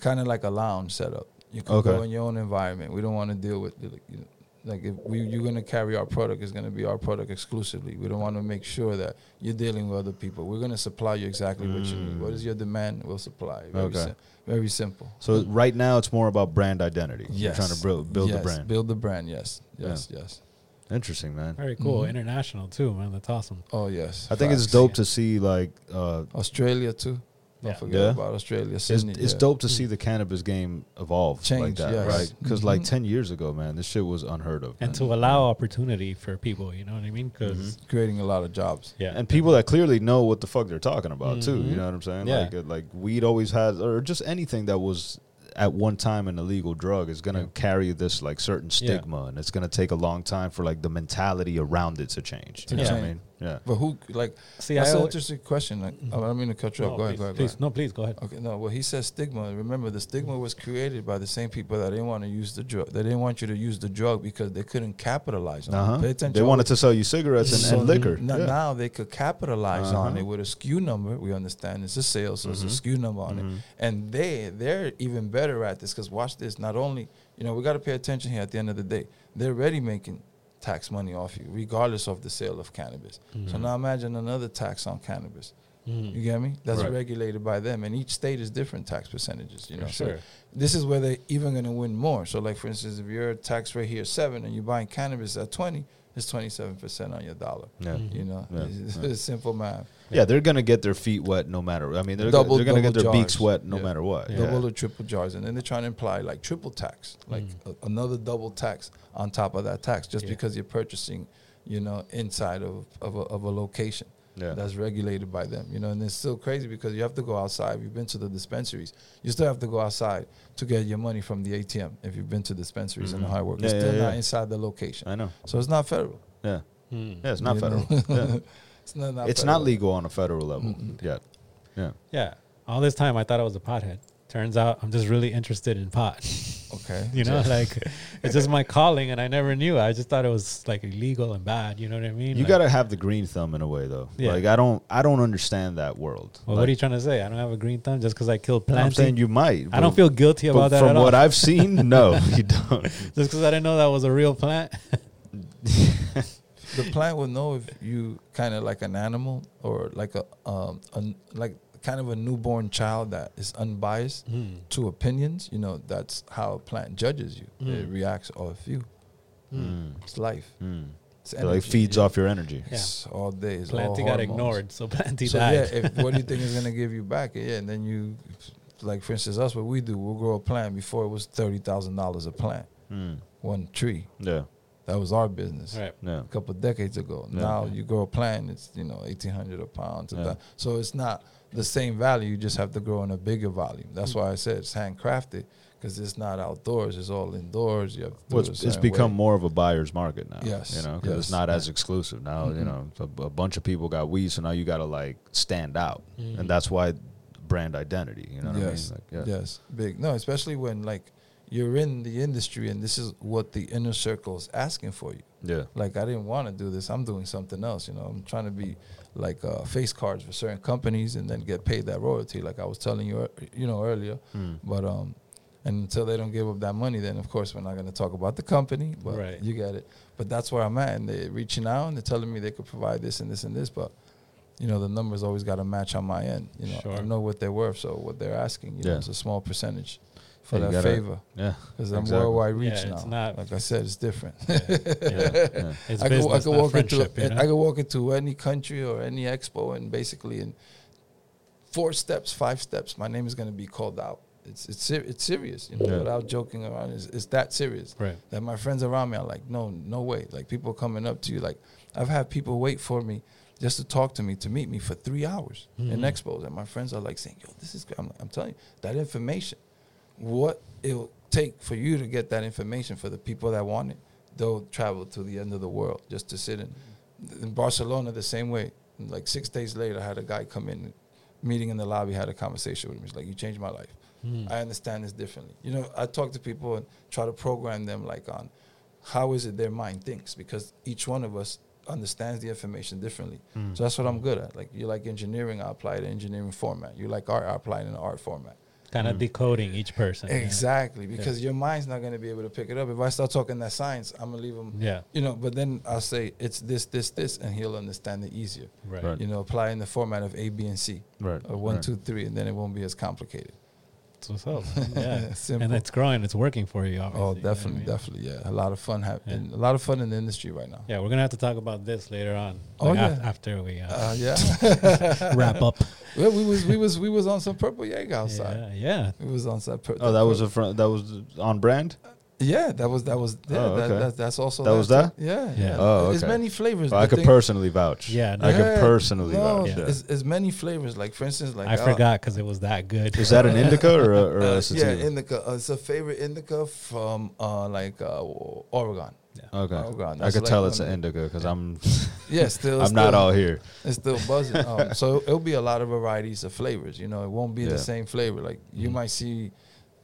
Speaker 3: kind of like a lounge setup. You can
Speaker 2: Okay.
Speaker 3: go in your own environment. We don't want to deal with the, like, you know, like if we, you're gonna carry our product, it's gonna be our product exclusively. We don't want to make sure that you're dealing with other people. We're gonna supply you exactly what you need. What is your demand? We'll supply. Very
Speaker 2: Okay.
Speaker 3: sim- very simple.
Speaker 2: So right now it's more about brand identity. You're
Speaker 3: Yes.
Speaker 2: trying to build build the
Speaker 3: Yes,
Speaker 2: brand.
Speaker 3: Build the brand. Yes. Yes. Yes.
Speaker 2: Interesting, man.
Speaker 1: Very cool.
Speaker 3: Mm-hmm.
Speaker 1: International too, man. That's awesome.
Speaker 3: Oh yes.
Speaker 2: I think it's
Speaker 3: Facts.
Speaker 2: dope to see like uh,
Speaker 3: Australia too. Don't
Speaker 1: Yeah.
Speaker 3: forget
Speaker 2: Yeah.
Speaker 3: about Australia.
Speaker 2: it's,
Speaker 3: Sydney.
Speaker 2: it's
Speaker 3: yeah.
Speaker 2: dope to see the cannabis game evolve like
Speaker 3: Change,
Speaker 2: that,
Speaker 3: yes. Mm-hmm.
Speaker 2: right? Because like ten years ago, man, this shit was unheard of.
Speaker 1: And
Speaker 2: man.
Speaker 1: to allow opportunity for people, you know what I mean? Because
Speaker 3: Creating a lot of jobs.
Speaker 1: yeah,
Speaker 2: and people that clearly know what the fuck they're talking about too.
Speaker 3: Mm-hmm.
Speaker 2: You know what I'm saying?
Speaker 1: Yeah.
Speaker 2: Like like weed always has, or just anything that was at one time an illegal drug is gonna carry this like certain stigma, and it's gonna take a long time for like the mentality around it to change. You know what I
Speaker 3: change.
Speaker 2: mean? Yeah.
Speaker 3: But who like?
Speaker 1: See,
Speaker 3: that's
Speaker 1: I
Speaker 3: an
Speaker 1: al-
Speaker 3: interesting question. Like, I don't mean to cut you
Speaker 1: no,
Speaker 3: off. Go
Speaker 1: Oh, please,
Speaker 3: ahead. Go ahead. Go
Speaker 1: please.
Speaker 3: ahead.
Speaker 1: no, please go ahead.
Speaker 3: Okay, no. Well, he says stigma. Remember, the stigma was created by the same people that didn't want to use the drug. They didn't want you to use the drug because they couldn't capitalize on.
Speaker 2: Uh
Speaker 3: it. Pay
Speaker 2: huh.
Speaker 3: attention.
Speaker 2: They wanted to sell you cigarettes and, and liquor.
Speaker 3: N-
Speaker 2: Yeah. Uh-huh.
Speaker 3: Now they could capitalize on it with a SKU number. We understand it's a sale, so
Speaker 2: Mm-hmm.
Speaker 3: it's a SKU number on it. And they they're even better at this because watch this. Not only you know we got to pay attention here. At the end of the day, they're already making tax money off you, regardless of the sale of cannabis. So
Speaker 2: Mm-hmm.
Speaker 3: now imagine another tax on cannabis. You get me? That's
Speaker 2: Mm. Right.
Speaker 3: regulated by them, and each state is different tax percentages. You know, So
Speaker 1: sure.
Speaker 3: this is where they're even going to win more. So, like for instance, if your tax rate here is seven and you're buying cannabis at twenty, it's twenty seven percent on your dollar.
Speaker 2: Yeah. Mhm.
Speaker 3: you know,
Speaker 2: Yeah,
Speaker 3: It's- it's simple math.
Speaker 2: Yeah, they're gonna get their feet wet no matter. I mean, they're,
Speaker 3: Double-
Speaker 2: they're gonna get
Speaker 3: double
Speaker 2: their beaks
Speaker 3: jars.
Speaker 2: wet no
Speaker 3: Yeah.
Speaker 2: matter what. Yeah. Mm.
Speaker 3: Double or triple jars, and then they're trying to imply like triple tax, like a, another double tax on top of that tax, just
Speaker 1: Yeah.
Speaker 3: because you're purchasing, you know, inside of of a, of a location.
Speaker 2: Yeah.
Speaker 3: That's regulated by them, you know, and it's still crazy because you have to go outside. If you've been to the dispensaries, you still have to go outside to get your money from the ATM. If you've been to dispensaries and hard work,
Speaker 2: Mm-hmm. Yeah,
Speaker 3: it's
Speaker 2: yeah,
Speaker 3: still
Speaker 2: yeah.
Speaker 3: not inside the location.
Speaker 2: I know.
Speaker 3: So it's not federal.
Speaker 1: Hmm.
Speaker 2: Yeah. Yeah, it's not
Speaker 3: You know?
Speaker 2: federal. Yeah.
Speaker 3: It's not, not
Speaker 2: it's
Speaker 3: federal.
Speaker 2: not legal on a federal level yet. Yeah.
Speaker 1: Yeah. All this time I thought I was a pothead. Turns out I'm just really interested in pot.
Speaker 3: Okay.
Speaker 1: You know, like it's just my calling and I never knew. I just thought it was like illegal and bad. You know what I mean?
Speaker 2: You
Speaker 1: Like,
Speaker 2: gotta have the green thumb in a way, though.
Speaker 1: Yeah.
Speaker 2: Like I don't, I don't understand that world.
Speaker 1: Well,
Speaker 2: Like,
Speaker 1: what are you trying to say? I don't have a green thumb just because I killed
Speaker 2: I'm
Speaker 1: plants.
Speaker 2: saying you might.
Speaker 1: I don't
Speaker 2: but-
Speaker 1: feel guilty
Speaker 2: but
Speaker 1: about that
Speaker 2: From
Speaker 1: at
Speaker 2: what
Speaker 1: all.
Speaker 2: I've seen, no, you don't.
Speaker 1: just because I didn't know that was a real plant.
Speaker 3: the plant will know if you kind of like an animal or like a um an like kind of a newborn child that is unbiased
Speaker 1: Hmm.
Speaker 3: to opinions. You know, that's how a plant judges you.
Speaker 1: Mm-hmm.
Speaker 3: It reacts off you. Hmm.
Speaker 1: Hmm.
Speaker 3: It's life. It's
Speaker 2: Hmm. It like
Speaker 3: energy.
Speaker 2: feeds off your energy.
Speaker 1: Yeah.
Speaker 3: It's all day. It's all
Speaker 1: Planty got
Speaker 3: hormones.
Speaker 1: ignored, so Planty
Speaker 3: So
Speaker 1: died.
Speaker 3: yeah, if, what do you think is gonna give you back? Yeah, and then you, like for instance, us what we do, we'll grow a plant. Before it was thirty thousand dollars a plant,
Speaker 2: Mm.
Speaker 3: one tree.
Speaker 2: Yeah.
Speaker 3: That was our business
Speaker 1: right.
Speaker 2: Yeah.
Speaker 3: a couple of decades ago.
Speaker 2: Yeah.
Speaker 3: Now you grow a plant, it's you know eighteen hundred a pound. to
Speaker 2: Yeah.
Speaker 3: that. So it's not the same value. You just have to grow in a bigger volume.
Speaker 2: Mm.
Speaker 3: That's why I said it's handcrafted because it's not outdoors. It's all indoors. You have to do
Speaker 2: Well,
Speaker 3: it a
Speaker 2: it's, it's
Speaker 3: certain way.
Speaker 2: become more of a buyer's market now.
Speaker 3: Yes,
Speaker 2: you know, because it's
Speaker 3: yes. Mm-hmm.
Speaker 2: not as exclusive now. You know, a, a bunch of people got weed, so now you got to like stand out, and that's why brand identity. You know what
Speaker 3: Mm-hmm. yes,
Speaker 2: I mean? Like,
Speaker 3: yes, big. No, especially when like you're in the industry and this is what the inner circle is asking for you.
Speaker 2: yeah,
Speaker 3: like I didn't want to do this. I'm doing something else. You know, I'm trying to be like uh, face cards for certain companies and then get paid that royalty, like I was telling you, ear- you know, earlier.
Speaker 2: Hmm.
Speaker 3: But um, and until they don't give up that money, then of course we're not going to talk about the company. But
Speaker 1: Right.
Speaker 3: you get it. But that's where I'm at, and they're reaching out and they're telling me they could provide this and this and this, but. You know the numbers always got to match on my end. You know I
Speaker 1: Sure.
Speaker 3: know what they're worth, so what they're asking, you
Speaker 2: Yeah.
Speaker 3: know, it's a small percentage for
Speaker 2: Yeah, you
Speaker 3: that
Speaker 2: gotta-
Speaker 3: favor
Speaker 2: yeah,
Speaker 3: because I'm
Speaker 2: exactly.
Speaker 3: worldwide reach
Speaker 1: Yeah,
Speaker 3: now.
Speaker 1: it's not-
Speaker 3: like I said, it's different.
Speaker 2: yeah, yeah.
Speaker 1: It's
Speaker 3: I could,
Speaker 1: business,
Speaker 3: I could
Speaker 1: not
Speaker 3: walk into
Speaker 1: friendship, you know?
Speaker 3: I could walk into any country or any expo and basically in four steps, five steps, my name is going to be called out. It's it's ser- it's serious, you know,
Speaker 2: Yeah.
Speaker 3: without joking around. It's, it's that serious.
Speaker 1: Right.
Speaker 3: That my friends around me are like, no, no way. Like people coming up to you, like I've had people wait for me just to talk to me to meet me for three hours in
Speaker 1: Mm-hmm.
Speaker 3: expos, and my friends are like saying, yo, this is. Great. I'm like, I'm telling you that information what it'll take for you to get that information for the people that want it. They'll travel to the end of the world just to sit in. In Barcelona, the same way. Like six days later, I had a guy come in, meeting in the lobby, had a conversation with me. He's like, "You changed my life. I understand this differently." You know, I talk to people and try to program them like on how is it their mind thinks because each one of us understands the information differently. So that's what I'm good at. Like you like engineering, I apply it in engineering format. You like art, I apply it in art format.
Speaker 1: kind
Speaker 3: Hmm.
Speaker 1: of decoding each person. yeah.
Speaker 3: Exactly, because your mind's not going to be able to pick it up. If I start talking that science, I'm gonna leave him.
Speaker 1: Yeah.
Speaker 3: You know, but then I'll say it's this, this, this, and he'll understand it easier.
Speaker 1: Right.
Speaker 2: Right.
Speaker 3: You know, apply in the format of A, B, and C.
Speaker 2: Right,
Speaker 3: Or one,
Speaker 2: right.
Speaker 3: two, three, and then it won't be as complicated.
Speaker 1: That's what's up. Yeah.
Speaker 3: Simple.
Speaker 1: and it's growing. It's working for you. Obviously, you
Speaker 3: Oh,
Speaker 1: know what I
Speaker 3: definitely,
Speaker 1: mean?
Speaker 3: definitely, yeah. A lot of fun happening. A lot of fun in the industry right now.
Speaker 1: Yeah, we're gonna have to talk about this later on.
Speaker 3: Oh,
Speaker 1: like, af-
Speaker 3: yeah.
Speaker 1: after we uh,
Speaker 3: Uh, yeah.
Speaker 1: wrap up.
Speaker 3: well, we was we was we was on some purple yeg outside.
Speaker 1: Yeah, yeah.
Speaker 3: We was on some. Pur-
Speaker 2: Oh, that was a front. That was on brand.
Speaker 3: Yeah, that was that was yeah,
Speaker 2: Oh,
Speaker 3: that,
Speaker 2: okay.
Speaker 3: that, that's also
Speaker 2: That was that?
Speaker 3: Yeah,
Speaker 1: Yeah.
Speaker 3: yeah.
Speaker 2: Oh,
Speaker 3: There's
Speaker 2: okay.
Speaker 3: many flavors.
Speaker 2: I
Speaker 3: but
Speaker 2: could
Speaker 3: think-
Speaker 2: personally vouch.
Speaker 1: Yeah,
Speaker 2: I could
Speaker 3: Yeah,
Speaker 2: personally
Speaker 3: no,
Speaker 2: vouch. Yeah.
Speaker 3: As, as many flavors, like for instance, like oh.
Speaker 1: I forgot because it was that good.
Speaker 2: Is that an indica or a, or
Speaker 3: Uh,
Speaker 2: a
Speaker 3: uh, yeah,
Speaker 2: sativa?
Speaker 3: indica. Uh, it's a favorite indica from uh, like uh, Oregon.
Speaker 2: okay,
Speaker 3: Oh, God,
Speaker 2: I
Speaker 3: that's
Speaker 2: could tell
Speaker 3: like
Speaker 2: it's an
Speaker 3: one-
Speaker 2: indica because I'm
Speaker 3: Yeah, still.
Speaker 2: I'm not
Speaker 3: still-
Speaker 2: all here.
Speaker 3: It's still buzzing. um, so it'll be a lot of varieties of flavors. You know, it won't be
Speaker 2: Yeah. Mm-hmm.
Speaker 3: the same flavor. Like you might see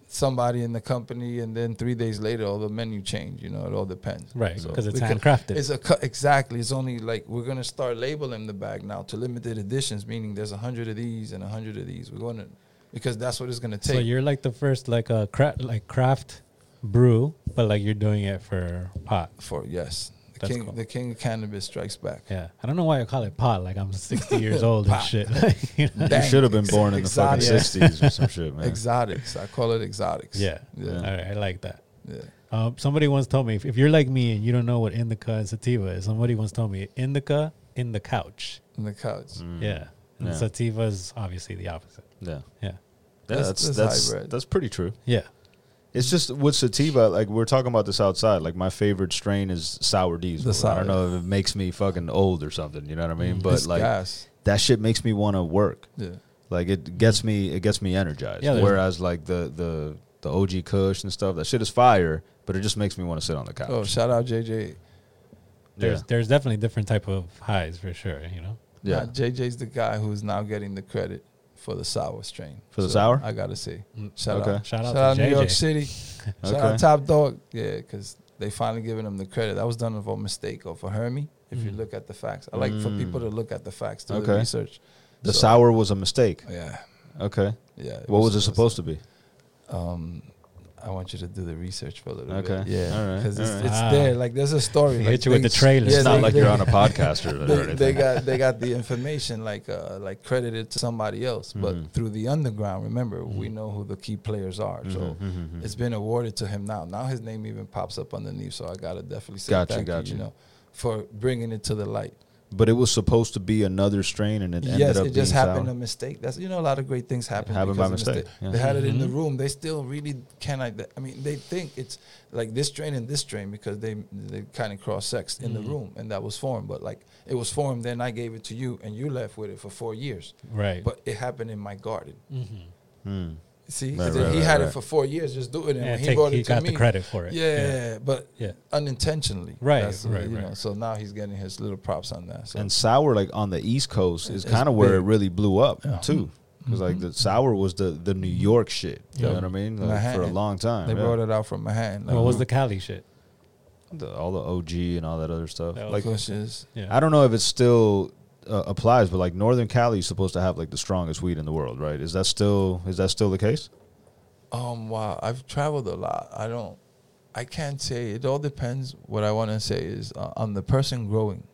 Speaker 3: somebody in the company, and then three days later, all the menu change. You know, it all depends.
Speaker 1: Right, 'cause it's
Speaker 3: we can-
Speaker 1: handcrafted.
Speaker 3: It's a cu- exactly. It's only like we're gonna start labeling the bag now to limited editions, meaning there's a hundred of these and a hundred of these. We're going to because that's what it's gonna take.
Speaker 1: so you're like the first like a cra- like craft brew, but like you're doing it for pot.
Speaker 3: for yes. The
Speaker 1: That's
Speaker 3: king,
Speaker 1: cool.
Speaker 3: the king of cannabis strikes back.
Speaker 1: Yeah, I don't know why I call it pot. Like I'm 60 years old and
Speaker 3: Pot.
Speaker 1: shit. Like, you know?
Speaker 2: You
Speaker 3: Dang,
Speaker 2: should have been
Speaker 3: ex-
Speaker 2: born in the fucking
Speaker 3: exotic.
Speaker 2: sixties or some shit, man.
Speaker 3: Exotics, I call it exotics.
Speaker 1: yeah.
Speaker 3: yeah,
Speaker 1: All right, I like that.
Speaker 3: yeah.
Speaker 1: Um, somebody once told me if, if you're like me and you don't know what indica and sativa is, somebody once told me indica in the couch.
Speaker 3: On the couch.
Speaker 1: Yeah, and
Speaker 2: Mm. Yeah.
Speaker 1: sativa is obviously the opposite.
Speaker 2: Yeah.
Speaker 1: Yeah,
Speaker 2: Yeah, that's
Speaker 3: That's- that's
Speaker 2: that's that's,
Speaker 3: hybrid.
Speaker 2: pretty true.
Speaker 1: yeah,
Speaker 2: It's just with sativa, like we we're talking about this outside. Like my favorite strain is sour diesel.
Speaker 3: The
Speaker 2: I don't
Speaker 3: sour. Mm,
Speaker 2: know if it makes me fucking old or something. You know what I mean? But
Speaker 3: It's
Speaker 2: like
Speaker 3: gas.
Speaker 2: that shit makes me want to work.
Speaker 3: Yeah.
Speaker 2: Like it gets me it gets me energized.
Speaker 1: Yeah, there's-
Speaker 2: Whereas like the the the OG Kush and stuff, that shit is fire, but it just makes me want to sit on the couch.
Speaker 3: Oh, shout out JJ.
Speaker 1: There's
Speaker 2: Yeah.
Speaker 1: there's definitely different type of highs for sure. You know.
Speaker 3: Yeah.
Speaker 2: Yeah.
Speaker 3: JJ's the guy who's now getting the credit for the sour strain.
Speaker 2: For the sour?
Speaker 3: I gotta say, shout
Speaker 2: okay.
Speaker 3: out,
Speaker 1: Mm, Shout out to
Speaker 3: New York
Speaker 1: JJ.
Speaker 3: City, shout
Speaker 2: Okay.
Speaker 3: out Top Dog, yeah, because they finally giving him the credit. That was done for mistake or for Hermie. If
Speaker 1: Mm.
Speaker 3: you look at the facts, I like for people to look at the facts, do the
Speaker 2: Mm. Okay.
Speaker 3: research.
Speaker 2: The
Speaker 3: So,
Speaker 2: sour was a mistake.
Speaker 3: yeah,
Speaker 2: Okay.
Speaker 3: yeah.
Speaker 2: What was it supposed to be?
Speaker 3: um, I want you to do the research for a little bit.
Speaker 2: Okay.
Speaker 3: Yeah.
Speaker 2: All right.
Speaker 3: Because it's,
Speaker 2: All
Speaker 1: right.
Speaker 3: it's
Speaker 1: Ah.
Speaker 3: there. Like there's a
Speaker 1: They
Speaker 3: story. like,
Speaker 1: hit you with the
Speaker 3: things-
Speaker 1: trailer. It's
Speaker 2: It's not
Speaker 3: they-
Speaker 2: like
Speaker 3: they-
Speaker 2: you're on a podcast or
Speaker 3: They,
Speaker 2: anything.
Speaker 3: they got they got the information like uh, like credited to somebody else, but
Speaker 2: Mm-hmm.
Speaker 3: through the underground. Remember, we know who the key players are, so
Speaker 2: Mm-hmm.
Speaker 3: it's been awarded to him now. Now his name even pops up underneath, so I gotta definitely say
Speaker 2: Gotcha,
Speaker 3: thank
Speaker 2: gotcha.
Speaker 3: you, you know, for bringing it to the light.
Speaker 2: but it was supposed to be another strain, and it ended
Speaker 3: yes,
Speaker 2: up
Speaker 3: it just
Speaker 2: being
Speaker 3: happened
Speaker 2: sour.
Speaker 3: a mistake. That's you know a lot of great things happen.
Speaker 2: It happened
Speaker 3: because
Speaker 2: by
Speaker 3: of
Speaker 2: mistake, yeah.
Speaker 3: They had it in the
Speaker 1: Mm-hmm.
Speaker 3: room. They still really can't. Like, I mean, they think it's like this strain and this strain because they they kind of cross sexed in
Speaker 1: Mm-hmm.
Speaker 3: the room, and that was formed. But like it was formed, then I gave it to you, and you left with it for four years.
Speaker 1: Right. Mm-hmm.
Speaker 3: But it happened in my garden. See, 'Cause
Speaker 2: Hmm. Right,
Speaker 3: then
Speaker 2: right,
Speaker 3: he
Speaker 2: right,
Speaker 3: had
Speaker 2: right.
Speaker 3: it for four years, just doing it. And
Speaker 1: Yeah,
Speaker 3: when he
Speaker 1: take-
Speaker 3: brought
Speaker 1: he
Speaker 3: it to
Speaker 1: got the
Speaker 3: me,
Speaker 1: credit for it.
Speaker 3: Yeah, but
Speaker 1: Yeah.
Speaker 3: unintentionally.
Speaker 1: Right,
Speaker 3: That's,
Speaker 1: right,
Speaker 3: you
Speaker 1: right.
Speaker 3: Know, so now he's getting his little props on that. So
Speaker 2: and sour like on the East Coast is
Speaker 3: It's
Speaker 2: kind of where it
Speaker 3: big. Mm-hmm.
Speaker 2: really blew up too, because like the sour was the the New York shit. You know what I mean? Like, for a
Speaker 3: Manhattan.
Speaker 2: long time,
Speaker 3: they
Speaker 2: yeah.
Speaker 3: brought it out from Manhattan.
Speaker 1: What was the Cali shit?
Speaker 2: The- all the OG and all that other stuff.
Speaker 1: That was
Speaker 2: like
Speaker 3: pushes?
Speaker 1: Yeah.
Speaker 2: I don't know if it still uh, applies, but like Northern Cali is supposed to have like the strongest weed in the world, right? Is that still is that still the case?
Speaker 3: Um, wow, I've traveled a lot. I don't, I can't say. It all depends. What I want to say is uh, on the person growing,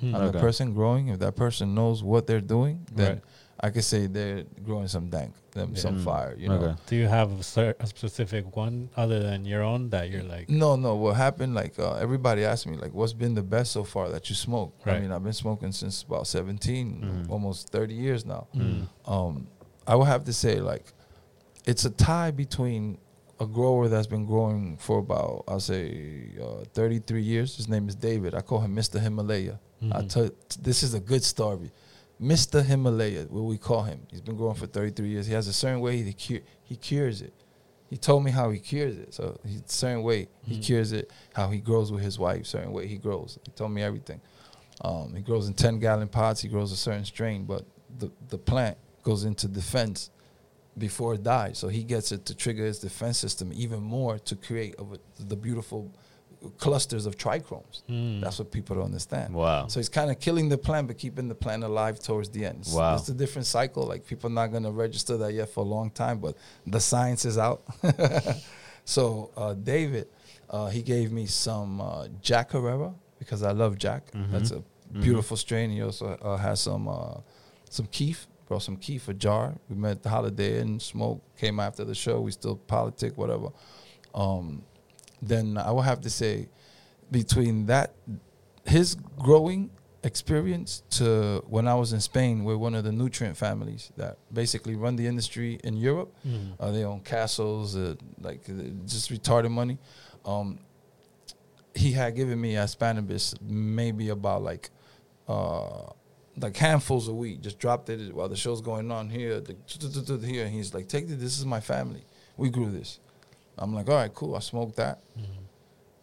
Speaker 1: Hmm.
Speaker 3: on
Speaker 2: Okay.
Speaker 3: the person growing. If that person knows what they're doing, then
Speaker 1: Right.
Speaker 3: I could say they're growing some dank, them some fire. You know.
Speaker 2: Hmm. Okay.
Speaker 1: Do you have a, cer- a specific one other than your own that you're like?
Speaker 3: No, no. What happened? Like uh, everybody asked me, like, what's been the best so far that you smoke? I
Speaker 1: Right.
Speaker 3: mean, I've been smoking since about 17,
Speaker 2: Mm-hmm.
Speaker 3: almost 30 years now.
Speaker 1: Hmm. mm.
Speaker 3: Um, I would have to say, like, it's a tie between a grower that's been growing for about, I'll say, uh, 33 years. His name is David. I call him Mr. Himalaya. I tell this is a good story. Mr. Himalaya, what we call him. He's been growing for 33 years. He has a certain way he cure, he cures it. He told me how he cures it. So he certain way he cures it, how he grows with his wife, certain way he grows. He told me everything. Um, he grows in 10 gallon pots. He grows a certain strain, but the, the plant goes into defense before it dies. So he gets it to trigger his defense system even more to create of it- the beautiful clusters of trichromes. That's what people don't understand.
Speaker 2: Wow.
Speaker 3: So he's kind of killing the plant, but keeping the plant alive towards the end. It's-
Speaker 2: Wow.
Speaker 3: It's a different cycle. Like people not going to register that yet for a long time, but the science is out. so uh, David, uh, he gave me some uh, Jack Herrera because I love Jack. That's a beautiful strain. He also uh, has some uh, some Keef. Brought some Keef, a jar. We met at the Holiday Inn, smoke, came after the show. We still politic, whatever. Um, then I will have to say between that his growing experience to when I was in Spain with one of the nutrient families that basically run the industry in Europe.
Speaker 2: Mm.
Speaker 3: Uh, they own castles, uh, like uh, just retarded money. Um, he had given me Aspanibus maybe about like uh like handfuls of weed. Just dropped it while the show's going on here, the here. And he's like, take this. This is my family. We grew this. I'm like, all right, cool. I smoked that.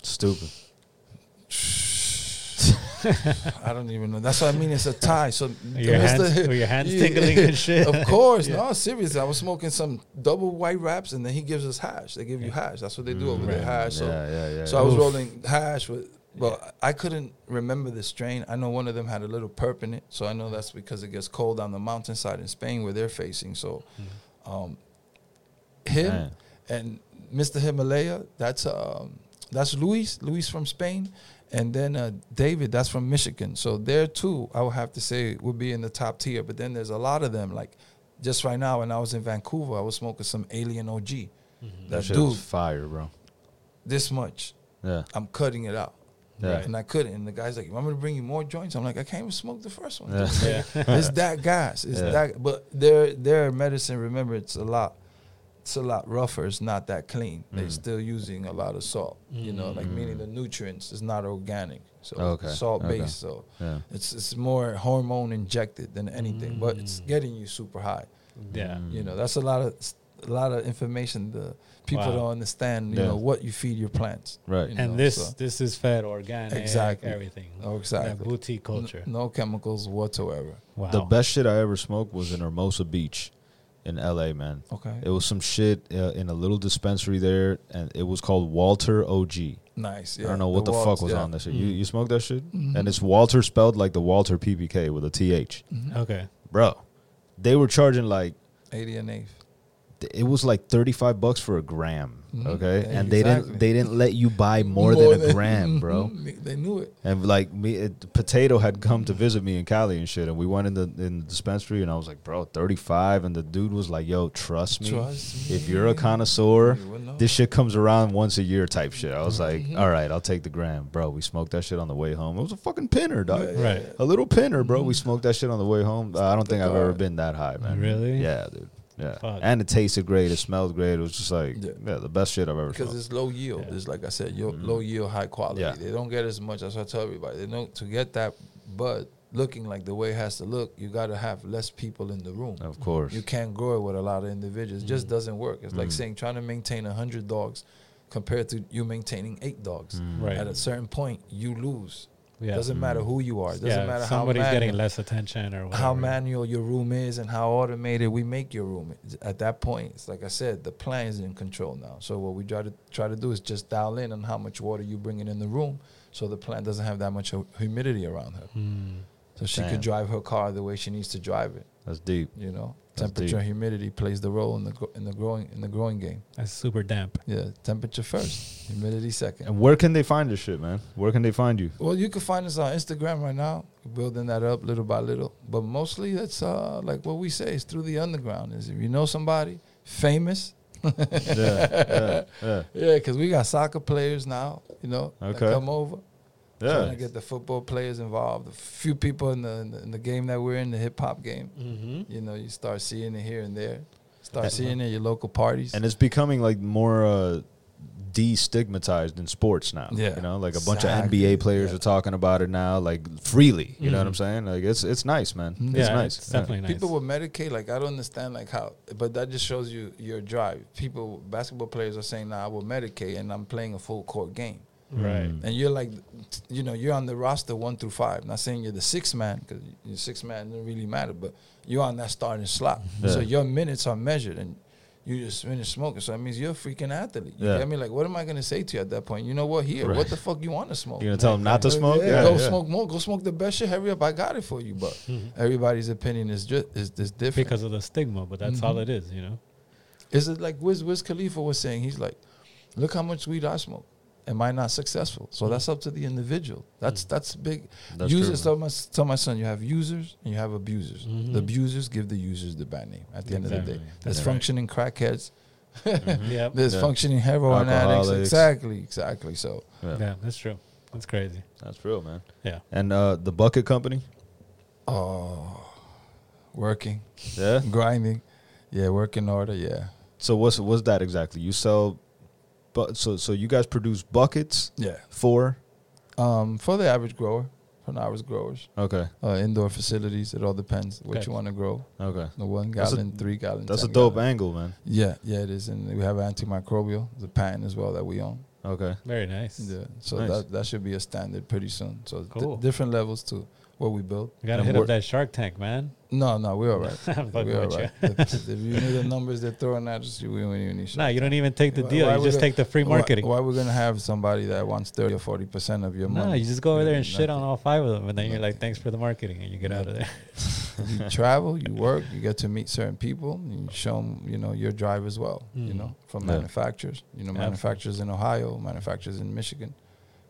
Speaker 2: Stupid.
Speaker 3: I don't even know. That's what I mean. It's a tie. So
Speaker 1: Your
Speaker 3: Mr.
Speaker 1: hands- oh, your hands tingling and shit.
Speaker 3: Of course. No, seriously. I was smoking some double white wraps, and then he gives us hash. They give you hash. That's what they do over
Speaker 1: Mm.
Speaker 3: there. Hash. So,
Speaker 2: Yeah, yeah, yeah.
Speaker 3: So I was
Speaker 1: Oof.
Speaker 3: rolling hash with. Well, I couldn't remember the strain. I know one of them had a little perp in it, so I know that's because it gets cold on the mountainside in Spain where they're facing. So,
Speaker 2: Mm-hmm.
Speaker 3: um, him
Speaker 2: Man.
Speaker 3: and Mr. Himalaya. That's um, that's Luis, Luis from Spain, and then uh, David. That's from Michigan. So there too, I would have to say would be in the top tier. But then there's a lot of them. Like just right now, when I was in Vancouver, I was smoking some Alien OG.
Speaker 2: Mm-hmm. That
Speaker 3: That
Speaker 2: shit
Speaker 3: dude,
Speaker 2: was fire, bro.
Speaker 3: this much.
Speaker 2: Yeah.
Speaker 3: I'm cutting it out.
Speaker 2: Yeah.
Speaker 3: And I couldn't. And the guy's like, I'm gonna bring you more joints. I'm like, I can't even smoke the first one.
Speaker 2: Yeah.
Speaker 3: it's that gas. It's
Speaker 2: Yeah.
Speaker 3: that but their their medicine, remember, it's a lot it's a lot rougher. It's not that clean.
Speaker 2: Mm.
Speaker 3: They're still using a lot of salt. You know, like meaning the nutrients is not organic. So
Speaker 2: Oh, Okay.
Speaker 3: salt
Speaker 2: Okay.
Speaker 3: based. So
Speaker 2: Yeah.
Speaker 3: it's it's more
Speaker 1: Mm.
Speaker 3: hormone injected than anything. But it's getting you super high.
Speaker 1: Yeah.
Speaker 3: Mm.
Speaker 2: Mm.
Speaker 3: You know, that's a lot of s- a lot of information. The people
Speaker 1: Wow.
Speaker 3: don't understand, you
Speaker 2: Yeah.
Speaker 3: know, what you feed your plants.
Speaker 2: Right.
Speaker 3: you
Speaker 1: and
Speaker 3: know,
Speaker 1: this
Speaker 3: so-
Speaker 1: this is fed organic,
Speaker 3: Exactly.
Speaker 1: everything.
Speaker 3: Oh, exactly.
Speaker 1: That boutique
Speaker 3: N-
Speaker 1: culture.
Speaker 3: no chemicals whatsoever.
Speaker 1: Wow.
Speaker 2: The best shit I ever smoked was in Hermosa Beach in LA, man.
Speaker 3: Okay.
Speaker 2: It was some shit uh, in a little dispensary there, and it was called Walter OG.
Speaker 3: Nice.
Speaker 2: I don't know what the,
Speaker 3: walls,
Speaker 2: fuck was
Speaker 3: yeah.
Speaker 2: on that shit. You, you smoked that shit? And it's Walter spelled like the Walter PPK with a TH.
Speaker 1: Okay.
Speaker 2: Bro, they were charging like,
Speaker 3: 80 and 8.
Speaker 2: th- it was like 35 bucks for a gram. Okay.
Speaker 3: Yeah,
Speaker 2: and they
Speaker 3: exactly.
Speaker 2: didn't they didn't let you buy more, than, a gram, bro.
Speaker 3: Mhm, They knew it.
Speaker 2: And like me, it, Potato had come to visit me in Cali and shit, and we went in the in the dispensary, and I was like, "Bro, 35," and the dude was like, "Yo, trust me.
Speaker 3: Trust
Speaker 2: If you're a connoisseur,
Speaker 3: You will know."
Speaker 2: this shit comes around once a year type shit." I was
Speaker 3: Mm-hmm.
Speaker 2: like, "All right, I'll take the gram, bro." We smoked that shit on the way home. It was a fucking pinner, dog.
Speaker 1: yeah, Right. yeah.
Speaker 2: A little pinner, bro.
Speaker 3: Mm-hmm.
Speaker 2: We smoked that shit on the way home. I don't think I've ever been that high, man.
Speaker 1: Really?
Speaker 2: Yeah, dude. Yeah.
Speaker 1: Fuck.
Speaker 2: And it tasted great. It smelled great. It was just like,
Speaker 3: Yeah.
Speaker 2: yeah, the best shit I've ever
Speaker 3: Because
Speaker 2: smoked.
Speaker 3: it's low yield. It's like I said, yo, low yield, high quality.
Speaker 2: Mm-hmm. Yeah.
Speaker 3: They don't get as much. That's what I tell everybody. They don't to get that bud looking like the way it has to look. You got to have less people in the room.
Speaker 2: Of course. Mm.
Speaker 3: You can't grow it with a lot of individuals. It
Speaker 1: Mm.
Speaker 3: just doesn't work. It's like saying trying to maintain hundred dogs compared to you maintaining eight dogs.
Speaker 2: Mm.
Speaker 1: Right.
Speaker 3: At a certain point, you lose.
Speaker 1: Yeah.
Speaker 3: Mm. Doesn't matter who you are. Doesn't
Speaker 1: yeah.
Speaker 3: matter how
Speaker 1: somebody's
Speaker 3: mad
Speaker 1: getting
Speaker 3: you-
Speaker 1: less attention or whatever.
Speaker 3: how manual your room is and how automated we make your room is. at that point it's like i said the plant is in control now so what we try to try to do is just dial in on how much water you bringing in the room so the plant doesn't have that much hu- humidity around her
Speaker 1: Hmm.
Speaker 3: so she
Speaker 2: Damn.
Speaker 3: could drive her car the way she needs to drive it
Speaker 2: That's deep.
Speaker 3: you know
Speaker 2: That's
Speaker 3: temperature
Speaker 2: deep.
Speaker 3: humidity plays the role in the gro- in the growing in the growing game
Speaker 1: That's super damp.
Speaker 3: yeah temperature first humidity second
Speaker 2: And where can they find this shit, man? Where can they find you?
Speaker 3: Well, you can find us on Instagram right now, building that up little by little. But mostly, that's uh, like what we say is through the underground. Is if you know somebody famous,
Speaker 2: yeah, yeah,
Speaker 3: yeah, because we got soccer players now, you know, that
Speaker 2: Okay.
Speaker 3: come over. Trying
Speaker 2: yeah.
Speaker 3: to get the football players involved. A few people in the in the, in the game that we're in, the hip hop game.
Speaker 1: Mm-hmm.
Speaker 3: You know, you start seeing it here and there. Start seeing it at your local parties.
Speaker 2: And it's becoming like more uh, destigmatized in sports now.
Speaker 3: Yeah.
Speaker 2: you know, like a bunch
Speaker 3: Exactly,
Speaker 2: of NBA players
Speaker 3: yeah. Mm-hmm.
Speaker 2: are talking about it now, like freely. You know what I'm saying? Like it's it's nice, man. It's
Speaker 1: yeah,
Speaker 2: nice.
Speaker 1: it's
Speaker 2: Yeah.
Speaker 1: definitely nice.
Speaker 3: People with Medicaid, like I don't understand, like how, but that just shows you your drive. People, basketball players are saying, "Nah, I will Medicaid, and I'm playing a full court game."
Speaker 1: right.
Speaker 3: And you're like, you know, you're on the roster one through five. Not saying you're the sixth man because your sixth man doesn't really matter, but you're on that starting slot, so your minutes are measured, and you just finished smoking. So that means you're a freaking athlete. You
Speaker 2: Yeah.
Speaker 3: get me? Like, what am I gonna say to you at that point? You know what? Here,
Speaker 2: Right.
Speaker 3: what the fuck you want to smoke?
Speaker 2: You're gonna tell them not to smoke?
Speaker 3: Yeah, go
Speaker 2: yeah.
Speaker 3: smoke more. Go smoke the best shit. Hurry up! I got it for you. But everybody's opinion is just is, is different.
Speaker 1: Because of the stigma, but that's all
Speaker 3: Mm-hmm.
Speaker 1: it is, you know?
Speaker 3: is it like Wiz Wiz Khalifa was saying? He's like, look how much weed I smoke. Am I not successful? So that's up to the individual. That's that's big.
Speaker 2: That's
Speaker 3: users.
Speaker 2: true,
Speaker 3: tell my tell my son, you have users and you have abusers. The abusers give the users the bad name. At the end of the day,
Speaker 1: Exactly.
Speaker 3: there's
Speaker 1: That's right.
Speaker 3: functioning crackheads.
Speaker 1: Yeah.
Speaker 3: There's
Speaker 2: Yeah.
Speaker 3: functioning heroin addicts.
Speaker 2: Alcoholics.
Speaker 3: Exactly. Exactly. So
Speaker 1: Yeah, that's true. That's crazy.
Speaker 2: That's real, man.
Speaker 1: Yeah.
Speaker 2: And uh, the bucket company.
Speaker 3: uh, working,
Speaker 2: Yeah.
Speaker 3: grinding, yeah, working order, yeah.
Speaker 2: So what's what's that exactly? You sell, but so so you guys produce buckets
Speaker 3: Yeah.
Speaker 2: for
Speaker 3: Um, for the average grower, for an average growers,
Speaker 2: okay
Speaker 3: uh, indoor facilities, it all depends what
Speaker 1: Okay.
Speaker 3: you want to grow.
Speaker 2: okay.
Speaker 3: The one
Speaker 2: That's a-
Speaker 3: gallon, three gallon.
Speaker 2: That's a
Speaker 3: 10
Speaker 2: dope
Speaker 3: gallon.
Speaker 2: angle, man.
Speaker 3: Yeah, yeah, it is. And we have antimicrobial, the patent as well that we own.
Speaker 2: Okay.
Speaker 1: Very nice.
Speaker 3: Yeah, so
Speaker 2: Nice.
Speaker 3: that that should be a standard pretty soon. So di-
Speaker 1: Cool.
Speaker 3: different levels to what we build.
Speaker 1: You gotta
Speaker 2: And
Speaker 1: hit up
Speaker 2: work-
Speaker 1: that Shark Tank, man.
Speaker 3: No, no, we're all right.
Speaker 1: I'm fucking
Speaker 3: we're all
Speaker 1: with you.
Speaker 3: right. if, if you knew the numbers they're throwing at us, you we don't even need shit.
Speaker 1: Nah, you don't even take the
Speaker 3: Why-
Speaker 1: deal.
Speaker 3: why
Speaker 1: you
Speaker 3: we
Speaker 1: just
Speaker 3: go-
Speaker 1: take the free
Speaker 3: Why-
Speaker 1: marketing.
Speaker 3: Why, we're gonna have somebody that wants thirty or forty percent of your
Speaker 1: no,
Speaker 3: money?
Speaker 1: you just go over there and shit on
Speaker 3: Nothing.
Speaker 1: all five of them, and then you're like, "Thanks for the marketing," and you get out of there.
Speaker 3: you travel, you work, you get to meet certain people, and you show them, you know, your drive as well, you know, from
Speaker 2: Yeah.
Speaker 3: manufacturers, you know, manufacturers in Ohio, manufacturers in Michigan.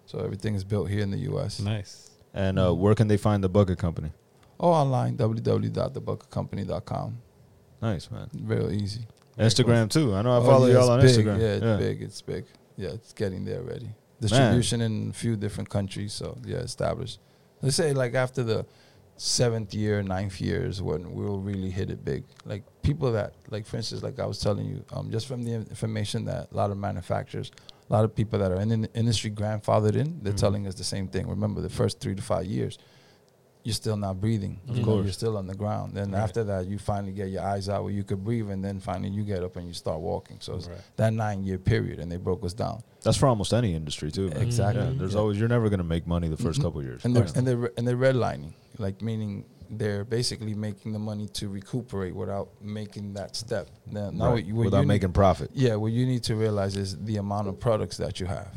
Speaker 3: So everything is built here in the U.S.
Speaker 1: nice.
Speaker 2: And uh, where can they find the bucket company?
Speaker 3: Or online, www.thebucketcompany.com.
Speaker 2: Nice, man.
Speaker 3: Real easy.
Speaker 2: Instagram too. I know I
Speaker 3: Oh,
Speaker 2: follow
Speaker 3: yeah,
Speaker 2: y'all on
Speaker 3: it's big.
Speaker 2: Instagram.
Speaker 3: Yeah, it's big. It's big. Yeah, it's getting there already. Distribution in a few different countries. So yeah, established. Let's say like after the seventh year, ninth years, when we'll really hit it big. Like people that, like for instance, like I was telling you, um, just from the information that a lot of manufacturers, a lot of people
Speaker 2: Mm-hmm.
Speaker 3: that are in the industry grandfathered in, they're telling us the same thing. Remember the first three to five years. you're still not breathing. Of course, you're still on the ground. Then after that, you finally get your eyes out where you could breathe, and then finally you get up and you start walking. So it's
Speaker 1: Right.
Speaker 3: that nine year period, and they broke us down.
Speaker 2: That's for almost any industry too. man.
Speaker 3: Exactly.
Speaker 2: Yeah, there's
Speaker 3: Yeah. Mm-hmm.
Speaker 2: always you're never gonna make money the 1st couple years.
Speaker 3: And they're,
Speaker 2: Right.
Speaker 3: and they're and they're redlining, like meaning they're basically making the money to recuperate without making that step. Now, now
Speaker 2: Right.
Speaker 3: what you- what
Speaker 2: without
Speaker 3: you need-
Speaker 2: making profit.
Speaker 3: Yeah, what you need to realize is the amount of products that you have,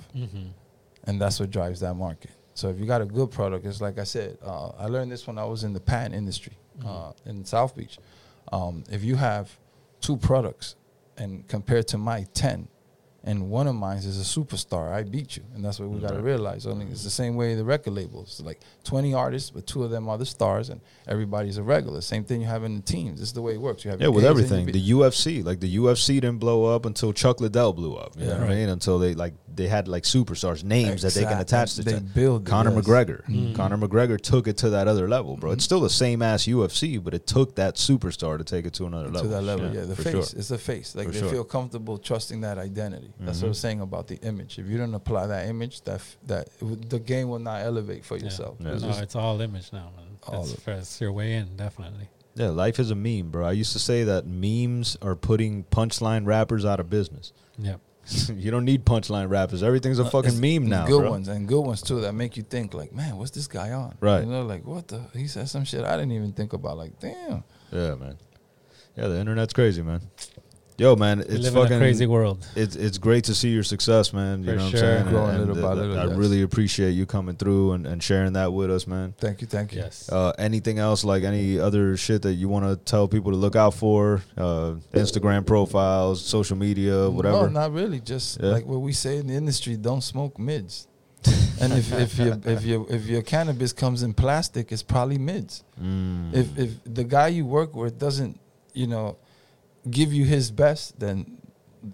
Speaker 3: and that's what drives that market. So if you got a good product, it's like I said, uh, I learned this when I was in the patent industry
Speaker 2: Mm-hmm.
Speaker 3: uh, in South Beach. Um, if you have two products, and compared to my ten, and one of mine is a superstar, I beat you, and that's what we got to realize. I mean, it's the same way the record labels, like twenty artists, but two of them are the stars, and everybody's a regular. Same thing you have in the teams. This is the way it works. You have
Speaker 2: Yeah,
Speaker 3: your
Speaker 2: with
Speaker 3: A's and your
Speaker 2: everything.
Speaker 3: B's.
Speaker 2: The UFC, like the UFC didn't blow up until Chuck Liddell blew up. You know
Speaker 3: Yeah.
Speaker 2: what I mean? Until they like they had like superstars names that they can
Speaker 3: Exactly.
Speaker 2: attach to.
Speaker 3: They
Speaker 2: Chuck.
Speaker 3: build it,
Speaker 2: Conor
Speaker 3: yes. Mm-hmm.
Speaker 2: McGregor. Conor McGregor took it to that other level, bro. It's still the same ass UFC, but it took that superstar to take it to another level.
Speaker 3: to that level. Yeah, the
Speaker 2: for
Speaker 3: face.
Speaker 2: sure.
Speaker 3: It's the face. Like
Speaker 2: For
Speaker 3: they
Speaker 2: sure. Mm-hmm.
Speaker 3: feel comfortable trusting that identity. That's what I'm saying about the image. If you don't apply that image, that f- that it would- the game will not elevate for yourself.
Speaker 2: Yeah.
Speaker 3: It's
Speaker 1: No,
Speaker 3: just-
Speaker 1: it's all image now, man.
Speaker 3: All
Speaker 1: That's,
Speaker 3: of-
Speaker 1: that's your way in, definitely.
Speaker 2: Yeah, life is a meme, bro. I used to say that memes are putting punchline rappers out of business.
Speaker 1: Yeah.
Speaker 2: you don't need punchline rappers. Everything's
Speaker 1: Uh,
Speaker 2: a
Speaker 3: it's
Speaker 2: fucking meme now,
Speaker 3: Good
Speaker 2: bro.
Speaker 3: ones and good ones too that make you think like, man, what's this guy on?
Speaker 2: Right.
Speaker 3: You know, like what the he said some shit I didn't even think about. Like, damn.
Speaker 2: Yeah, man. Yeah, the internet's crazy, man. Yo, man,
Speaker 1: We
Speaker 2: it's
Speaker 1: live
Speaker 2: fucking
Speaker 1: in a crazy world.
Speaker 2: It's it's great to see your success, man. You
Speaker 1: For
Speaker 2: know what
Speaker 1: sure.
Speaker 2: I'm saying?
Speaker 3: Growing
Speaker 2: And- and
Speaker 3: little by little,
Speaker 2: I
Speaker 3: yes.
Speaker 2: really appreciate you coming through and, and sharing that with us, man.
Speaker 3: Thank you, thank you.
Speaker 1: Yes.
Speaker 2: Uh, anything else, like any other shit that you want to tell people to look out for? Uh, Instagram profiles, social media, Uh, whatever.
Speaker 3: No, not really. Just
Speaker 2: Yeah.
Speaker 3: like what we say in the industry, don't smoke mids. and if if your if your if your cannabis comes in plastic, it's probably mids.
Speaker 2: Mm.
Speaker 3: If if the guy you work with doesn't, you know, give you his best, then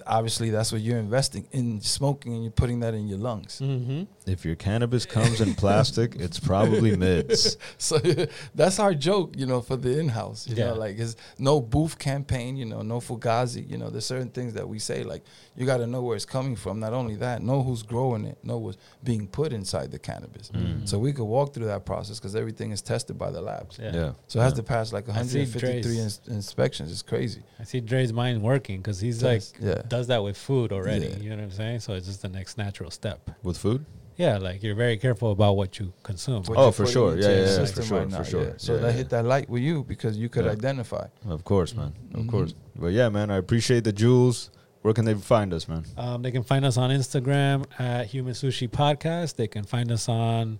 Speaker 3: obviously that's what you're investing in smoking and you're putting that in your lungs.
Speaker 1: Mm-hmm.
Speaker 2: If your cannabis comes in plastic, it's probably mids.
Speaker 3: So that's our joke, you know, for the in-house. You
Speaker 1: Yeah.
Speaker 3: know, like it's no booth campaign, you know, no fugazi. You know, there's certain things that we say, like you got to know where it's coming from. Not only that, know who's growing it, know what's being put inside the cannabis.
Speaker 1: Mm.
Speaker 3: So we could walk through that process because everything is tested by the labs.
Speaker 1: Yeah.
Speaker 2: Yeah.
Speaker 3: So it has to pass like
Speaker 1: see
Speaker 3: 153
Speaker 1: Dre's-
Speaker 3: ins- inspections. It's crazy.
Speaker 1: I see Dre's mind working because he's like
Speaker 3: Does- yeah.
Speaker 1: does that with food already.
Speaker 3: Yeah.
Speaker 1: You know what I'm saying? So it's just the next natural step.
Speaker 2: With food?
Speaker 1: Yeah, like you're very careful about what you consume.
Speaker 3: What
Speaker 2: Oh,
Speaker 3: you're
Speaker 2: for
Speaker 3: putting
Speaker 2: sure.
Speaker 3: into
Speaker 2: Yeah,
Speaker 3: your
Speaker 2: yeah, yeah, for
Speaker 3: system
Speaker 2: sure, for sure.
Speaker 3: So
Speaker 2: Yeah,
Speaker 3: that
Speaker 2: yeah.
Speaker 3: hit that light with you because you could
Speaker 2: Yeah.
Speaker 3: identify.
Speaker 2: Of course, man. Of course. But yeah, man, I appreciate the jewels. Where can they find us, man?
Speaker 1: Um, they can find us on Instagram at Human Sushi Podcast. They can find us on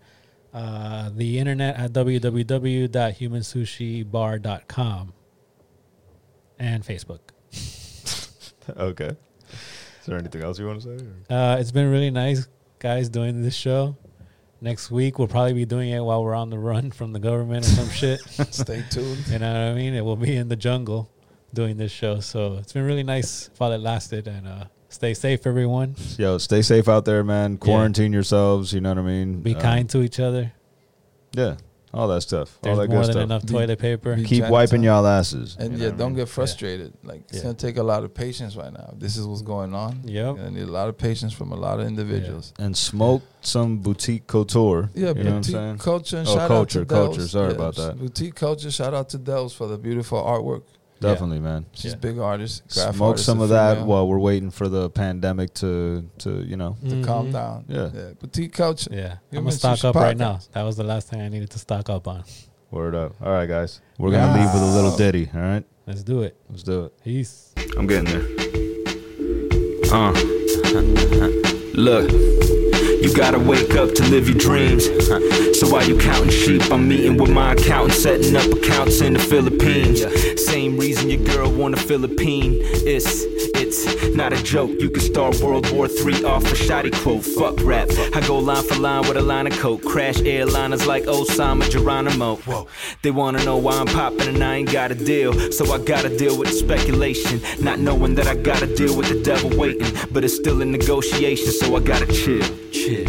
Speaker 1: uh, the internet at www.humansushibar.com and Facebook.
Speaker 2: okay. Is there anything else you want to say? or-
Speaker 1: Uh, it's been really nice, guys, doing this show. Next week, we'll probably be doing it while we're on the run from the government or some shit.
Speaker 3: Stay tuned.
Speaker 1: You know what I mean? It will be in the jungle doing this show. So it's been really nice while it lasted. And uh, stay safe, everyone.
Speaker 2: Yo, stay safe out there, man. Quarantine yourselves. You know what I mean?
Speaker 1: Be
Speaker 2: Uh,
Speaker 1: kind to each other.
Speaker 2: Yeah. All that stuff.
Speaker 1: There's
Speaker 2: all that
Speaker 1: more
Speaker 2: good
Speaker 1: than
Speaker 2: stuff.
Speaker 1: enough
Speaker 3: Be-
Speaker 1: toilet paper.
Speaker 3: be-
Speaker 2: Keep
Speaker 3: China
Speaker 2: wiping
Speaker 3: time.
Speaker 2: y'all asses. you know
Speaker 3: And yeah,
Speaker 2: what I
Speaker 3: don't
Speaker 2: mean?
Speaker 3: get frustrated. Like it's
Speaker 1: Yeah.
Speaker 3: gonna take a lot of patience right now. If This is what's going on.
Speaker 1: Yep.
Speaker 3: I need a lot of patience from a lot of individuals.
Speaker 2: And smoke some boutique couture.
Speaker 3: Yeah,
Speaker 2: you know what I'm
Speaker 3: boutique
Speaker 2: saying?
Speaker 3: culture and
Speaker 2: Oh,
Speaker 3: shout
Speaker 2: culture,
Speaker 3: out to Dels.
Speaker 2: culture. Sorry
Speaker 3: Yeah,
Speaker 2: about that.
Speaker 3: Boutique culture. Shout out to Dels for the beautiful artwork.
Speaker 2: Definitely, man.
Speaker 3: She's
Speaker 1: Yeah.
Speaker 3: big artist. graphic
Speaker 2: Smoke
Speaker 3: artist,
Speaker 2: some
Speaker 3: a
Speaker 2: of that
Speaker 3: female,
Speaker 2: while we're waiting for the pandemic to to you know.
Speaker 3: to
Speaker 1: Mm-hmm.
Speaker 3: calm down.
Speaker 2: Yeah.
Speaker 3: boutique culture.
Speaker 1: Yeah.
Speaker 3: You
Speaker 1: I'm going to
Speaker 3: must
Speaker 1: stock
Speaker 3: use
Speaker 1: up right now.
Speaker 3: podcast.
Speaker 1: That was the last thing I needed to stock up on.
Speaker 2: Word up. All right, guys. We're gonna leave with a little ditty. All right,
Speaker 1: Let's do it.
Speaker 2: let's do it.
Speaker 1: Peace.
Speaker 7: I'm getting there. Uh. Look, you gotta wake up to live your dreams. So while you counting sheep, I'm meeting with my accountant, setting up accounts in the Philippines. Same reason your girl want a Philippine. It's it's not a joke. You can start World War III off a shoddy quote. Fuck rap. I go line for line with a line of coke. Crash airliners like Osama Geronimo. Whoa. They wanna know why I'm popping and I ain't got a deal. So I gotta deal with the speculation. Not knowing that I gotta deal with the devil waiting. But it's still a negotiation, so I gotta chill. Chill.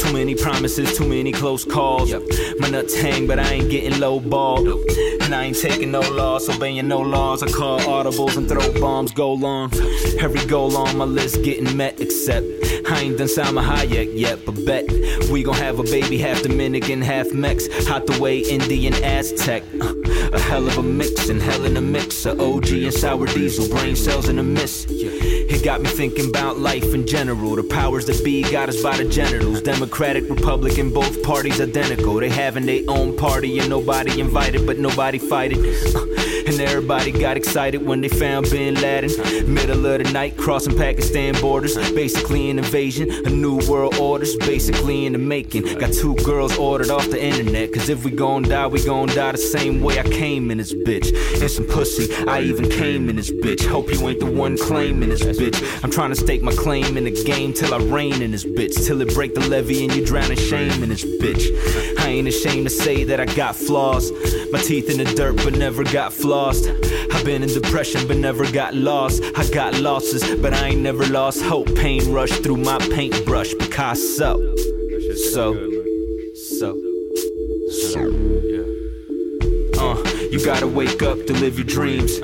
Speaker 7: 20 Too many promises, too many close calls. My nuts hang, but I ain't getting low ball. And I ain't taking no loss, obeying no laws. I call audibles and throw bombs, go long. Every goal on my list getting met, except I ain't done Salma Hayek yet, but bet we gon' have a baby half Dominican, half Mex. Hot the way Indian Aztec. Uh, a hell of a mix and hell in a mixer. OG and sour diesel, brain cells in a mist. It got me thinking about life in general. The powers that be got us by the genitals. Democratic, Republican, both parties identical. They having their own party and nobody invited, but nobody fight it. Uh, and everybody got excited when they found Bin Laden. Middle of the night, crossing Pakistan borders. Basically an invasion, a new world order's basically in the making. Got two girls ordered off the internet. Cause if we gon' die, we gon' die the same way I came in this bitch. And some pussy, I even came in this bitch. Hope you ain't the one claiming this bitch. I'm trying to stake my claim in the game till I reign in this bitch. Till it break the levee and you drown in shame in this bitch. I ain't ashamed to say that I got flaws. My teeth in the dirt, but never got flossed. I've been in depression, but never got lost. I got losses, but I ain't never lost hope. Pain rushed through my paintbrush, Picasso. So, so, so. Uh, you gotta wake up to live your dreams.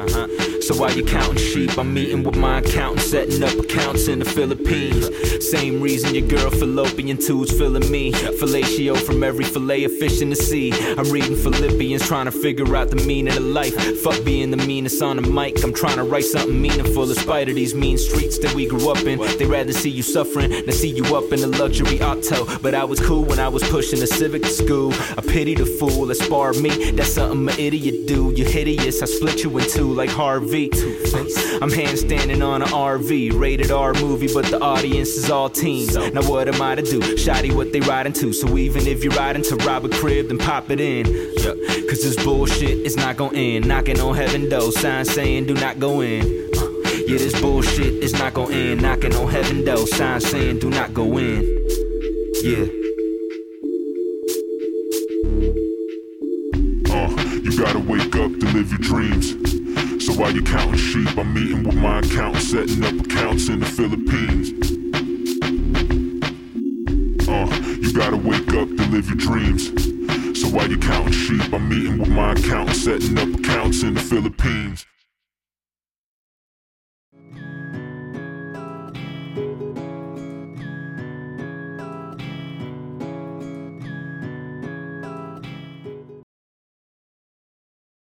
Speaker 7: So while you counting sheep, I'm meeting with my accountant, setting up accounts in the Philippines. Same reason your girl fallopian tubes filling me. Fellatio from every fillet of fish in the sea. I'm reading Philippians, trying to figure out the meaning of life. Fuck being the meanest on the mic. I'm trying to write something meaningful in spite of these mean streets that we grew up in. They rather see you suffering than see you up in a luxury auto. But I was cool when I was pushing the civic to school. I pity the fool that sparred me. That's something an idiot do. You're hideous. I split you in two like Harvey. I'm handstanding on an RV, rated R movie, but the audience is all teens. Now what am I to do? Shotty what they riding to. So even if you're riding to rob a crib, then pop it in. Cause this bullshit is not gonna end. Knocking on heaven door, sign saying do not go in. Uh, Yeah, this bullshit is not gonna end. Knocking on heaven door, sign saying do not go in. Yeah.
Speaker 8: Uh, you gotta wake up to live your dreams. So while you're counting sheep, I'm meeting with my accountant, setting up accounts in the Philippines. Uh, you gotta wake up to live your dreams. So while you're counting sheep, I'm meeting with my accountant, setting up accounts in the Philippines.